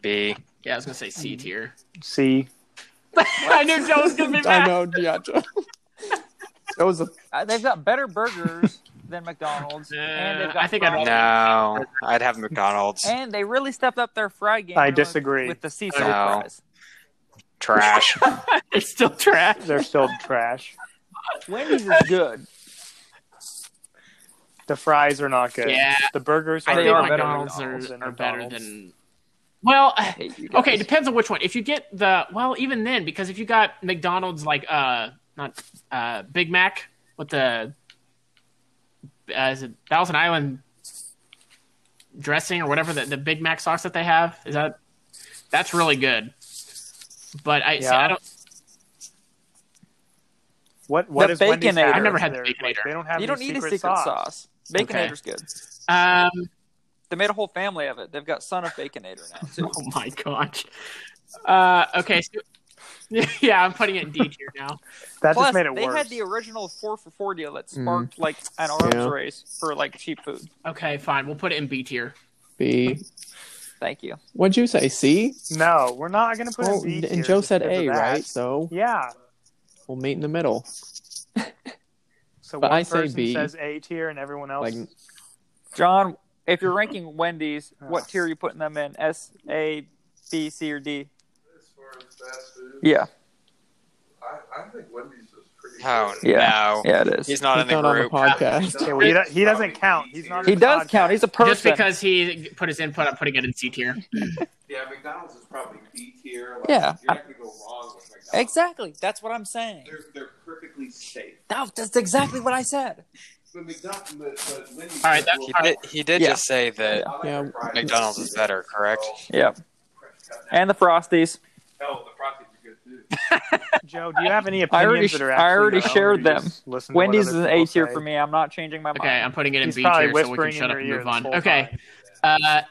Speaker 8: B.
Speaker 2: Yeah, I was gonna say
Speaker 1: Mm.
Speaker 2: C tier.
Speaker 1: See,
Speaker 2: *laughs* I knew Joe was gonna be
Speaker 4: *laughs* I
Speaker 2: back.
Speaker 4: know, yeah. Joe. That was a
Speaker 3: Uh, they've got better burgers *laughs* than McDonald's, and they've
Speaker 2: Uh,
Speaker 3: got
Speaker 2: I think I'd
Speaker 3: fries.
Speaker 2: rather-
Speaker 8: No, I'd have McDonald's.
Speaker 3: And they really stepped up their fry game.
Speaker 1: I
Speaker 3: with-
Speaker 1: disagree.
Speaker 3: with the seafood
Speaker 8: No.
Speaker 3: fries.
Speaker 8: Trash. Oh,
Speaker 2: It's still trash.
Speaker 1: they're still trash.
Speaker 3: Wendy's is good.
Speaker 1: The fries are not good.
Speaker 2: Yeah.
Speaker 1: The burgers
Speaker 2: I
Speaker 1: are,
Speaker 2: think
Speaker 1: are better than
Speaker 2: McDonald's are,
Speaker 1: than
Speaker 2: are better
Speaker 1: McDonald's.
Speaker 2: than. Well, *sighs*
Speaker 3: Hate you guys.
Speaker 2: okay, depends on which one. If you get the well, even then, because if you got McDonald's like uh not uh Big Mac with the uh, is it Thousand Island dressing or whatever the the Big Mac sauce that they have is that that's really good. But I, see, I
Speaker 1: Yeah.
Speaker 2: don't.
Speaker 1: What what
Speaker 3: The
Speaker 1: is Wendy's
Speaker 3: Baconator.
Speaker 1: hater?
Speaker 2: I've never had
Speaker 1: They're-
Speaker 2: the Baconator.
Speaker 1: Like, they don't have any
Speaker 3: you don't need
Speaker 1: secret
Speaker 3: a secret sauce. Baconator's good.
Speaker 2: Um,
Speaker 3: They made a whole family of it. They've got Son of Baconator now too.
Speaker 2: *laughs* Oh my gosh. Uh, okay, so *laughs* yeah, I'm putting it in D tier now.
Speaker 1: That
Speaker 3: Plus,
Speaker 1: just made it
Speaker 3: they
Speaker 1: worse. Mm-hmm.
Speaker 3: had the original four for four deal that
Speaker 4: Mhm.
Speaker 3: sparked like an arms
Speaker 4: Yeah.
Speaker 3: race for like cheap food.
Speaker 2: Okay, fine. We'll put it in B tier.
Speaker 4: B.
Speaker 3: Thank you.
Speaker 4: What'd you say? C?
Speaker 1: no, we're not going to put
Speaker 4: Well,
Speaker 1: it in B tier
Speaker 4: and Joe
Speaker 1: just
Speaker 4: said
Speaker 1: because of
Speaker 4: A,
Speaker 1: that.
Speaker 4: right? So
Speaker 1: Yeah.
Speaker 4: we'll meet in the middle.
Speaker 1: So
Speaker 4: But
Speaker 1: one
Speaker 4: I say
Speaker 1: person
Speaker 4: B.
Speaker 1: says A tier and everyone else.
Speaker 4: Like-
Speaker 3: John, if you're ranking Wendy's,
Speaker 2: *sighs*
Speaker 3: what tier are you putting them in? S, A, B, C, or D?
Speaker 9: As far as fast food,
Speaker 3: Yeah.
Speaker 9: I, I think Wendy's is pretty.
Speaker 8: Oh
Speaker 9: good.
Speaker 3: Yeah.
Speaker 8: no.
Speaker 3: Yeah, it is.
Speaker 8: He's not
Speaker 4: He's
Speaker 8: in the
Speaker 4: not on the
Speaker 8: group.
Speaker 4: podcast. *laughs*
Speaker 1: Yeah, well, he, do- he doesn't count. He's not.
Speaker 3: He
Speaker 1: in the
Speaker 3: does
Speaker 1: podcast.
Speaker 3: count. He's a person.
Speaker 2: Just because he put his input, I'm putting it in C tier.
Speaker 9: Yeah, McDonald's is probably B tier. Like,
Speaker 3: Yeah.
Speaker 9: You're not going to go wrong with McDonald's.
Speaker 3: Exactly. That's what I'm saying.
Speaker 9: They're, they're perfectly safe.
Speaker 3: That, that's exactly what I said.
Speaker 9: The McDonald's, the, the Wendy's.
Speaker 2: All right, that's-
Speaker 8: He did, he did
Speaker 3: Yeah.
Speaker 8: just say that
Speaker 9: I like
Speaker 4: Yeah.
Speaker 9: the fries.
Speaker 8: McDonald's is better, correct?
Speaker 3: Yeah. And the Frosties.
Speaker 9: No, the Frosties are good too.
Speaker 1: Joe, do you have any
Speaker 3: I
Speaker 1: opinions
Speaker 3: already-
Speaker 1: that are
Speaker 3: I
Speaker 1: actually
Speaker 3: already
Speaker 1: your own, or
Speaker 3: shared
Speaker 1: you
Speaker 3: them.
Speaker 1: just listen to what
Speaker 3: Wendy's is
Speaker 1: other
Speaker 3: an
Speaker 1: people
Speaker 3: A tier
Speaker 1: say?
Speaker 3: for me. I'm not changing my
Speaker 2: Okay,
Speaker 3: mind.
Speaker 2: I'm putting it in
Speaker 1: He's
Speaker 2: B
Speaker 1: probably
Speaker 2: tier so we
Speaker 1: whispering
Speaker 2: can shut
Speaker 1: in your
Speaker 2: up and
Speaker 1: ear
Speaker 2: move
Speaker 1: this
Speaker 2: on.
Speaker 1: whole
Speaker 2: Okay,
Speaker 1: time.
Speaker 8: *laughs*
Speaker 2: uh,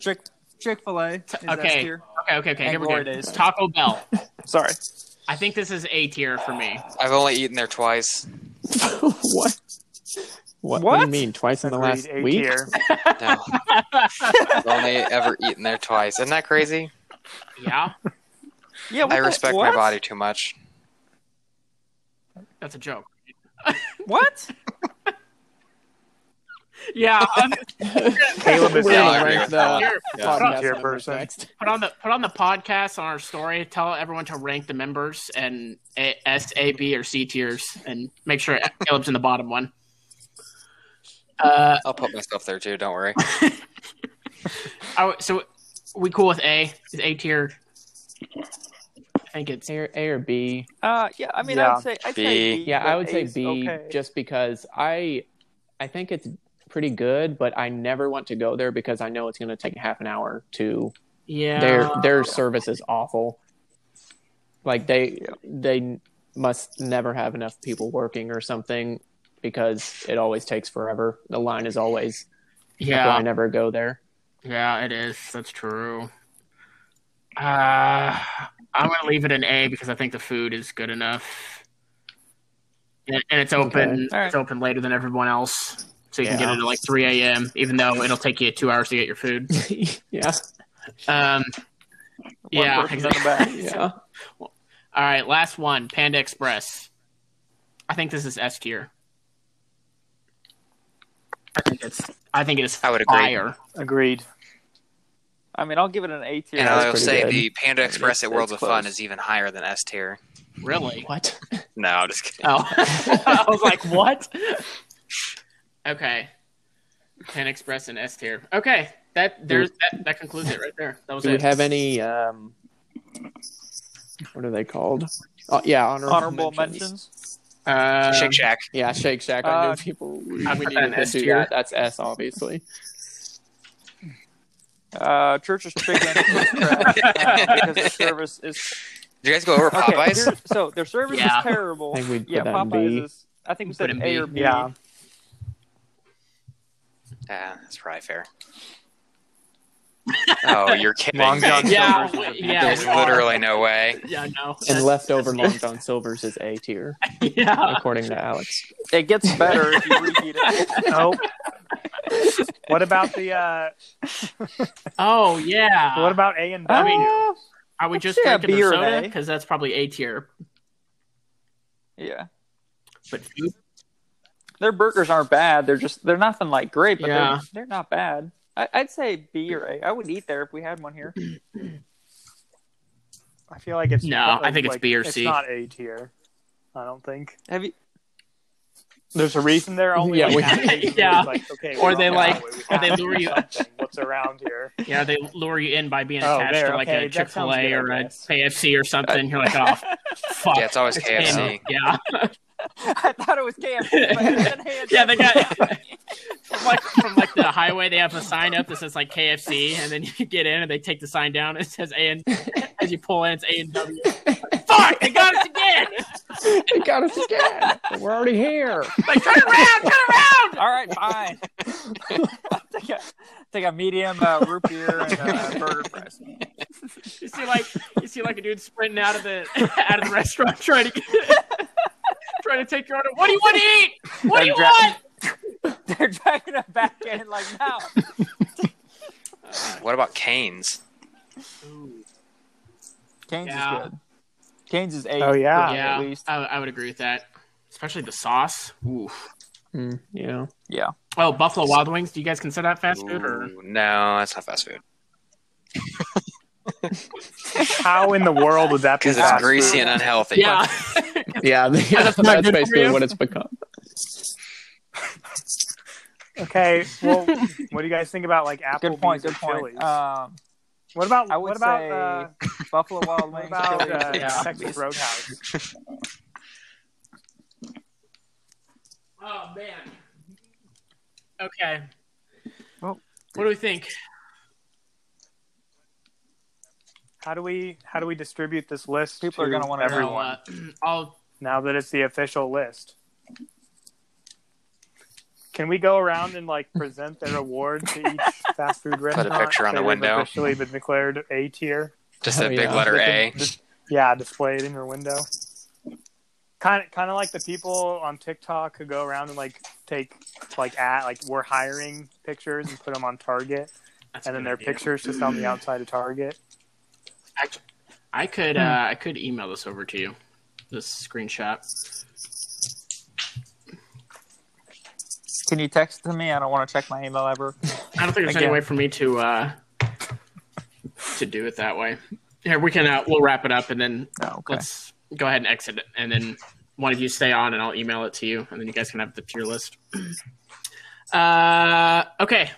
Speaker 3: Chick Chick Fil A.
Speaker 2: okay. okay, okay, okay. Here we
Speaker 3: Glory
Speaker 2: go.
Speaker 3: days.
Speaker 2: Taco Bell.
Speaker 3: Sorry.
Speaker 2: I think this is A tier for me.
Speaker 8: I've only eaten there twice.
Speaker 4: what? What? What do you
Speaker 3: What?
Speaker 4: mean? Twice in the
Speaker 1: Agreed,
Speaker 4: last
Speaker 1: A
Speaker 4: week?
Speaker 1: tier.
Speaker 8: No. I've only ever eaten there twice. Isn't that crazy?
Speaker 2: Yeah,
Speaker 3: Yeah. what
Speaker 8: I
Speaker 3: the-
Speaker 8: respect
Speaker 3: what?
Speaker 8: my body too much.
Speaker 2: that's
Speaker 1: *laughs*
Speaker 2: a joke.
Speaker 3: What?
Speaker 2: Yeah, I'm-
Speaker 1: Caleb is
Speaker 4: *laughs* *laughs* We're
Speaker 8: Yeah,
Speaker 4: gonna
Speaker 8: I
Speaker 1: down.
Speaker 8: agree
Speaker 4: rank
Speaker 8: with that one.
Speaker 2: here,
Speaker 8: Yeah.
Speaker 4: podcast
Speaker 1: Tier
Speaker 4: members
Speaker 1: person.
Speaker 4: *laughs* next.
Speaker 2: put on the put on the podcast on our story. Tell everyone to rank the members and A- S, A, B, or C tiers, and make sure Caleb's in the bottom one. Uh,
Speaker 8: I'll put myself there too. Don't worry.
Speaker 2: I, so we cool with A? Is A tier? I think it's
Speaker 4: A or, A or B?
Speaker 3: Uh, yeah. I mean,
Speaker 1: Yeah.
Speaker 3: I'd say I'd
Speaker 8: B.
Speaker 3: say B,
Speaker 4: Yeah,
Speaker 3: but
Speaker 4: I would say
Speaker 3: A's
Speaker 4: B
Speaker 3: okay.
Speaker 4: just because I I think it's pretty good, but I never want to go there because I know it's going to take half an hour to
Speaker 2: yeah.
Speaker 4: their their service is awful. Like they they must never have enough people working or something because it always takes forever. The line is always yeah. I
Speaker 2: yeah,
Speaker 4: never go there.
Speaker 2: yeah, it is. That's true. Uh, I'm gonna leave it an A because I think the food is good enough, and, and it's open.
Speaker 4: Okay.
Speaker 3: All right.
Speaker 2: It's open later than everyone else, so you can get
Speaker 4: Yeah.
Speaker 2: it at like 3 a.m. Even though it'll take you two hours to get your food.
Speaker 4: yeah.
Speaker 2: Um,
Speaker 3: One
Speaker 2: yeah,
Speaker 3: person's in
Speaker 2: exactly.
Speaker 3: the back.
Speaker 4: Yeah.
Speaker 2: All right, last one, Panda Express. I think this is S tier. I think it's. I think it is
Speaker 8: I would agree.
Speaker 2: fire.
Speaker 1: Agreed.
Speaker 3: I mean, I'll give it an A tier.
Speaker 8: And
Speaker 4: that's
Speaker 8: I'll
Speaker 4: pretty
Speaker 8: say
Speaker 4: good.
Speaker 8: the Panda Express at
Speaker 4: it's
Speaker 8: Worlds of Fun
Speaker 4: close. *laughs*
Speaker 8: is even higher than S tier.
Speaker 2: Really?
Speaker 4: What?
Speaker 8: No, I'm just kidding.
Speaker 2: Oh, *laughs* I was like, what? Okay, Pan Express and S tier. Okay, that there's that, that concludes it right there. That was
Speaker 4: Do we
Speaker 2: it.
Speaker 4: have any? Um, what are they called? Oh, yeah, honorable,
Speaker 3: Honorable
Speaker 4: mentions.
Speaker 3: mentions.
Speaker 2: Um,
Speaker 8: Shake Shack. *laughs*
Speaker 4: Yeah, Shake Shack. I
Speaker 3: Uh,
Speaker 4: knew people.
Speaker 2: I
Speaker 4: We
Speaker 2: put
Speaker 4: needed
Speaker 2: that in
Speaker 4: to
Speaker 2: S
Speaker 4: do
Speaker 2: tier.
Speaker 4: that. That's S, obviously.
Speaker 3: Uh, Church's Chicken is trash
Speaker 6: *laughs*
Speaker 3: uh, because their service is
Speaker 8: Did you guys go over
Speaker 3: okay.
Speaker 8: Popeyes?
Speaker 3: here's- So their service
Speaker 2: Yeah.
Speaker 3: is terrible.
Speaker 4: I think we'd put
Speaker 3: yeah,
Speaker 4: that in
Speaker 3: Popeyes
Speaker 4: B.
Speaker 3: is. I think we
Speaker 2: Put
Speaker 3: said
Speaker 2: in B.
Speaker 3: A or B.
Speaker 1: Yeah.
Speaker 8: Yeah, Eh, that's probably *laughs* fair. oh, you're kidding
Speaker 1: Long
Speaker 8: me. *laughs*
Speaker 1: John
Speaker 2: yeah,
Speaker 1: Silver's
Speaker 2: wait, yeah,
Speaker 8: There's
Speaker 2: we are.
Speaker 8: literally no way.
Speaker 2: Yeah, no. *laughs*
Speaker 4: And leftover long john silver's is A tier,
Speaker 2: yeah.
Speaker 4: according to Alex.
Speaker 2: *laughs*
Speaker 3: It gets better if you repeat it.
Speaker 1: Nope. *laughs* what about the uh
Speaker 2: Oh yeah.
Speaker 1: what about A and
Speaker 2: *laughs* I
Speaker 1: W?
Speaker 2: mean, are we just
Speaker 3: say a
Speaker 2: drinking the
Speaker 3: B or an
Speaker 2: soda?
Speaker 3: A.
Speaker 2: Because that's probably A tier.
Speaker 3: *laughs* Yeah,
Speaker 2: But food,
Speaker 3: their burgers aren't bad. They're just they're nothing like great, but
Speaker 2: Yeah.
Speaker 3: they're, they're not bad. I, I'd say B or A. I would eat there if we had one here.
Speaker 1: I feel like it's
Speaker 2: No, I think it's
Speaker 1: like,
Speaker 2: B or C.
Speaker 1: It's not A tier. I don't think
Speaker 3: Have you?
Speaker 1: there's a reason they're only
Speaker 4: Yeah,
Speaker 1: like,
Speaker 4: we-
Speaker 1: half A tier.
Speaker 2: *laughs* yeah.
Speaker 1: Like, okay,
Speaker 2: Or
Speaker 1: we're
Speaker 2: they
Speaker 1: on
Speaker 2: like-
Speaker 1: that way. We
Speaker 2: or
Speaker 1: have
Speaker 2: they
Speaker 1: to
Speaker 2: lure
Speaker 1: do
Speaker 2: you-
Speaker 1: something. What's around here?
Speaker 2: yeah, they lure you in by being
Speaker 1: Oh,
Speaker 2: attached
Speaker 1: there,
Speaker 2: to like
Speaker 1: okay,
Speaker 2: a
Speaker 1: that
Speaker 2: Chick Fil
Speaker 1: sounds
Speaker 2: A
Speaker 1: good, I
Speaker 2: or a
Speaker 1: guess.
Speaker 2: KFC or something. You're
Speaker 1: *laughs*
Speaker 2: like, oh, fuck.
Speaker 8: Yeah, it's always KFC.
Speaker 2: And, yeah,
Speaker 3: I thought it was KFC. but it's been
Speaker 2: *laughs*
Speaker 3: hands
Speaker 2: yeah. They
Speaker 3: up.
Speaker 2: got from like from like the highway. They have a sign up that says like KFC, and then you get in and they take the sign down. And it says A and as you pull in, it's A and W. fuck! They got us again.
Speaker 4: They got us again. We're already here.
Speaker 2: Like turn around, turn around.
Speaker 3: All right, fine. *laughs* take, a, take a medium uh, root beer and
Speaker 2: *laughs*
Speaker 3: uh, burger fries.
Speaker 2: You see like you see like a dude sprinting out of the out of the restaurant trying to get *laughs* trying to take your order. What do you want to eat? What do you
Speaker 3: Dra-
Speaker 2: want?
Speaker 3: They're dragging it back in like now.
Speaker 8: What about Canes?
Speaker 3: Canes
Speaker 2: Yeah.
Speaker 3: is good. Canes is eight.
Speaker 1: Oh, yeah.
Speaker 3: for me
Speaker 2: yeah,
Speaker 3: at least.
Speaker 2: I, I would agree with that. Especially the sauce. Oof.
Speaker 4: Mm, yeah.
Speaker 3: Yeah.
Speaker 2: Oh, Buffalo Wild Wings. Do you guys consider that fast food? Or
Speaker 8: Ooh, no, that's not fast food.
Speaker 1: How in the world would that be?
Speaker 8: Because it's
Speaker 1: fast
Speaker 8: greasy
Speaker 1: food?
Speaker 8: and unhealthy.
Speaker 2: yeah,
Speaker 4: Yeah, *laughs* that's,
Speaker 2: not good for
Speaker 4: basically
Speaker 2: you.
Speaker 4: what it's become.
Speaker 1: Okay, well, what do you guys think about like Applebee's
Speaker 3: Good point.
Speaker 1: or
Speaker 3: Good point.
Speaker 1: Chili's?
Speaker 3: Um,
Speaker 1: what about
Speaker 3: I would
Speaker 1: what about
Speaker 3: say
Speaker 1: uh,
Speaker 3: Buffalo
Speaker 1: what
Speaker 3: Wild Wings.
Speaker 1: about
Speaker 3: Chili's,
Speaker 1: uh,
Speaker 3: *laughs*
Speaker 2: Yeah.
Speaker 1: Texas Roadhouse?
Speaker 2: *laughs* Oh man. Okay.
Speaker 3: Well-
Speaker 2: what do we think?
Speaker 1: How do we how do we distribute this list?
Speaker 3: People are
Speaker 1: to
Speaker 3: gonna wanna know.
Speaker 1: everyone
Speaker 2: I'll, uh, *clears throat* I'll
Speaker 1: now that it's the official list. Can we go around and like present their award to
Speaker 3: *laughs*
Speaker 1: each fast food restaurant?
Speaker 8: picture on the
Speaker 1: that we've
Speaker 8: window.
Speaker 1: Officially been declared A tier.
Speaker 8: Just
Speaker 4: Oh,
Speaker 8: a big
Speaker 4: yeah.
Speaker 8: *laughs* letter
Speaker 1: They
Speaker 8: A.
Speaker 1: can just- yeah, display it in your window. Kind of, kind of like the people on TikTok who go around and like take like at like we're hiring pictures and put them on Target,
Speaker 2: that's a
Speaker 1: and then
Speaker 2: good
Speaker 1: their
Speaker 2: idea.
Speaker 1: pictures just on the outside of Target.
Speaker 2: I could uh, I could email this over to you. This screenshot.
Speaker 3: Can you text to me? I don't want to check my email ever.
Speaker 2: I don't think there's
Speaker 3: Again.
Speaker 2: any way for me to uh, to do it that way. Here we can uh, we'll wrap it up and then
Speaker 3: No,
Speaker 2: let's go ahead and exit it, and then one of you stay on and I'll email it to you and then you guys can have the tier list. *clears throat* Uh, okay.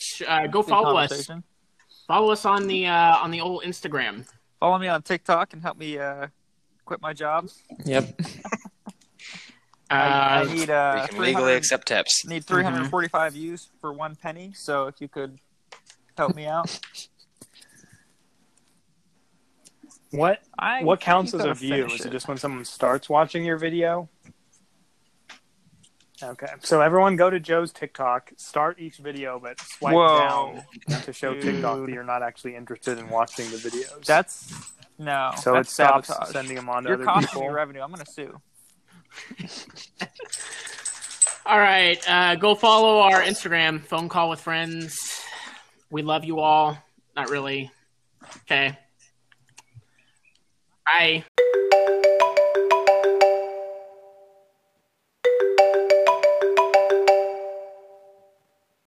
Speaker 2: Sh- Uh, go follow us.
Speaker 3: Conversation.
Speaker 2: Follow us on the uh, on the old Instagram.
Speaker 3: Follow me on TikTok and help me uh, quit my job.
Speaker 4: Yep.
Speaker 2: Uh,
Speaker 3: I, I need uh,
Speaker 8: we can legally
Speaker 3: 300
Speaker 8: accept tips.
Speaker 3: need 345 views for one penny. So if you could help me out,
Speaker 1: What
Speaker 3: *laughs* I
Speaker 1: what counts
Speaker 3: you
Speaker 1: as a
Speaker 3: gotta
Speaker 1: view?
Speaker 3: finish
Speaker 1: Is
Speaker 3: it.
Speaker 1: it just when someone starts watching your video? Okay, so everyone go to Joe's TikTok. Start each video, but swipe
Speaker 3: Whoa.
Speaker 1: down to show
Speaker 3: Dude.
Speaker 1: TikTok that you're not actually interested in watching the videos.
Speaker 3: That's no.
Speaker 1: so
Speaker 3: that's
Speaker 1: it stops
Speaker 3: sabotage.
Speaker 1: sending them on to
Speaker 3: You're
Speaker 1: other
Speaker 3: costing me
Speaker 1: people.
Speaker 3: revenue. I'm gonna sue.
Speaker 2: All right. Uh, go follow our Instagram, Phone Call with Friends. We love you all. Not really. Okay. Bye.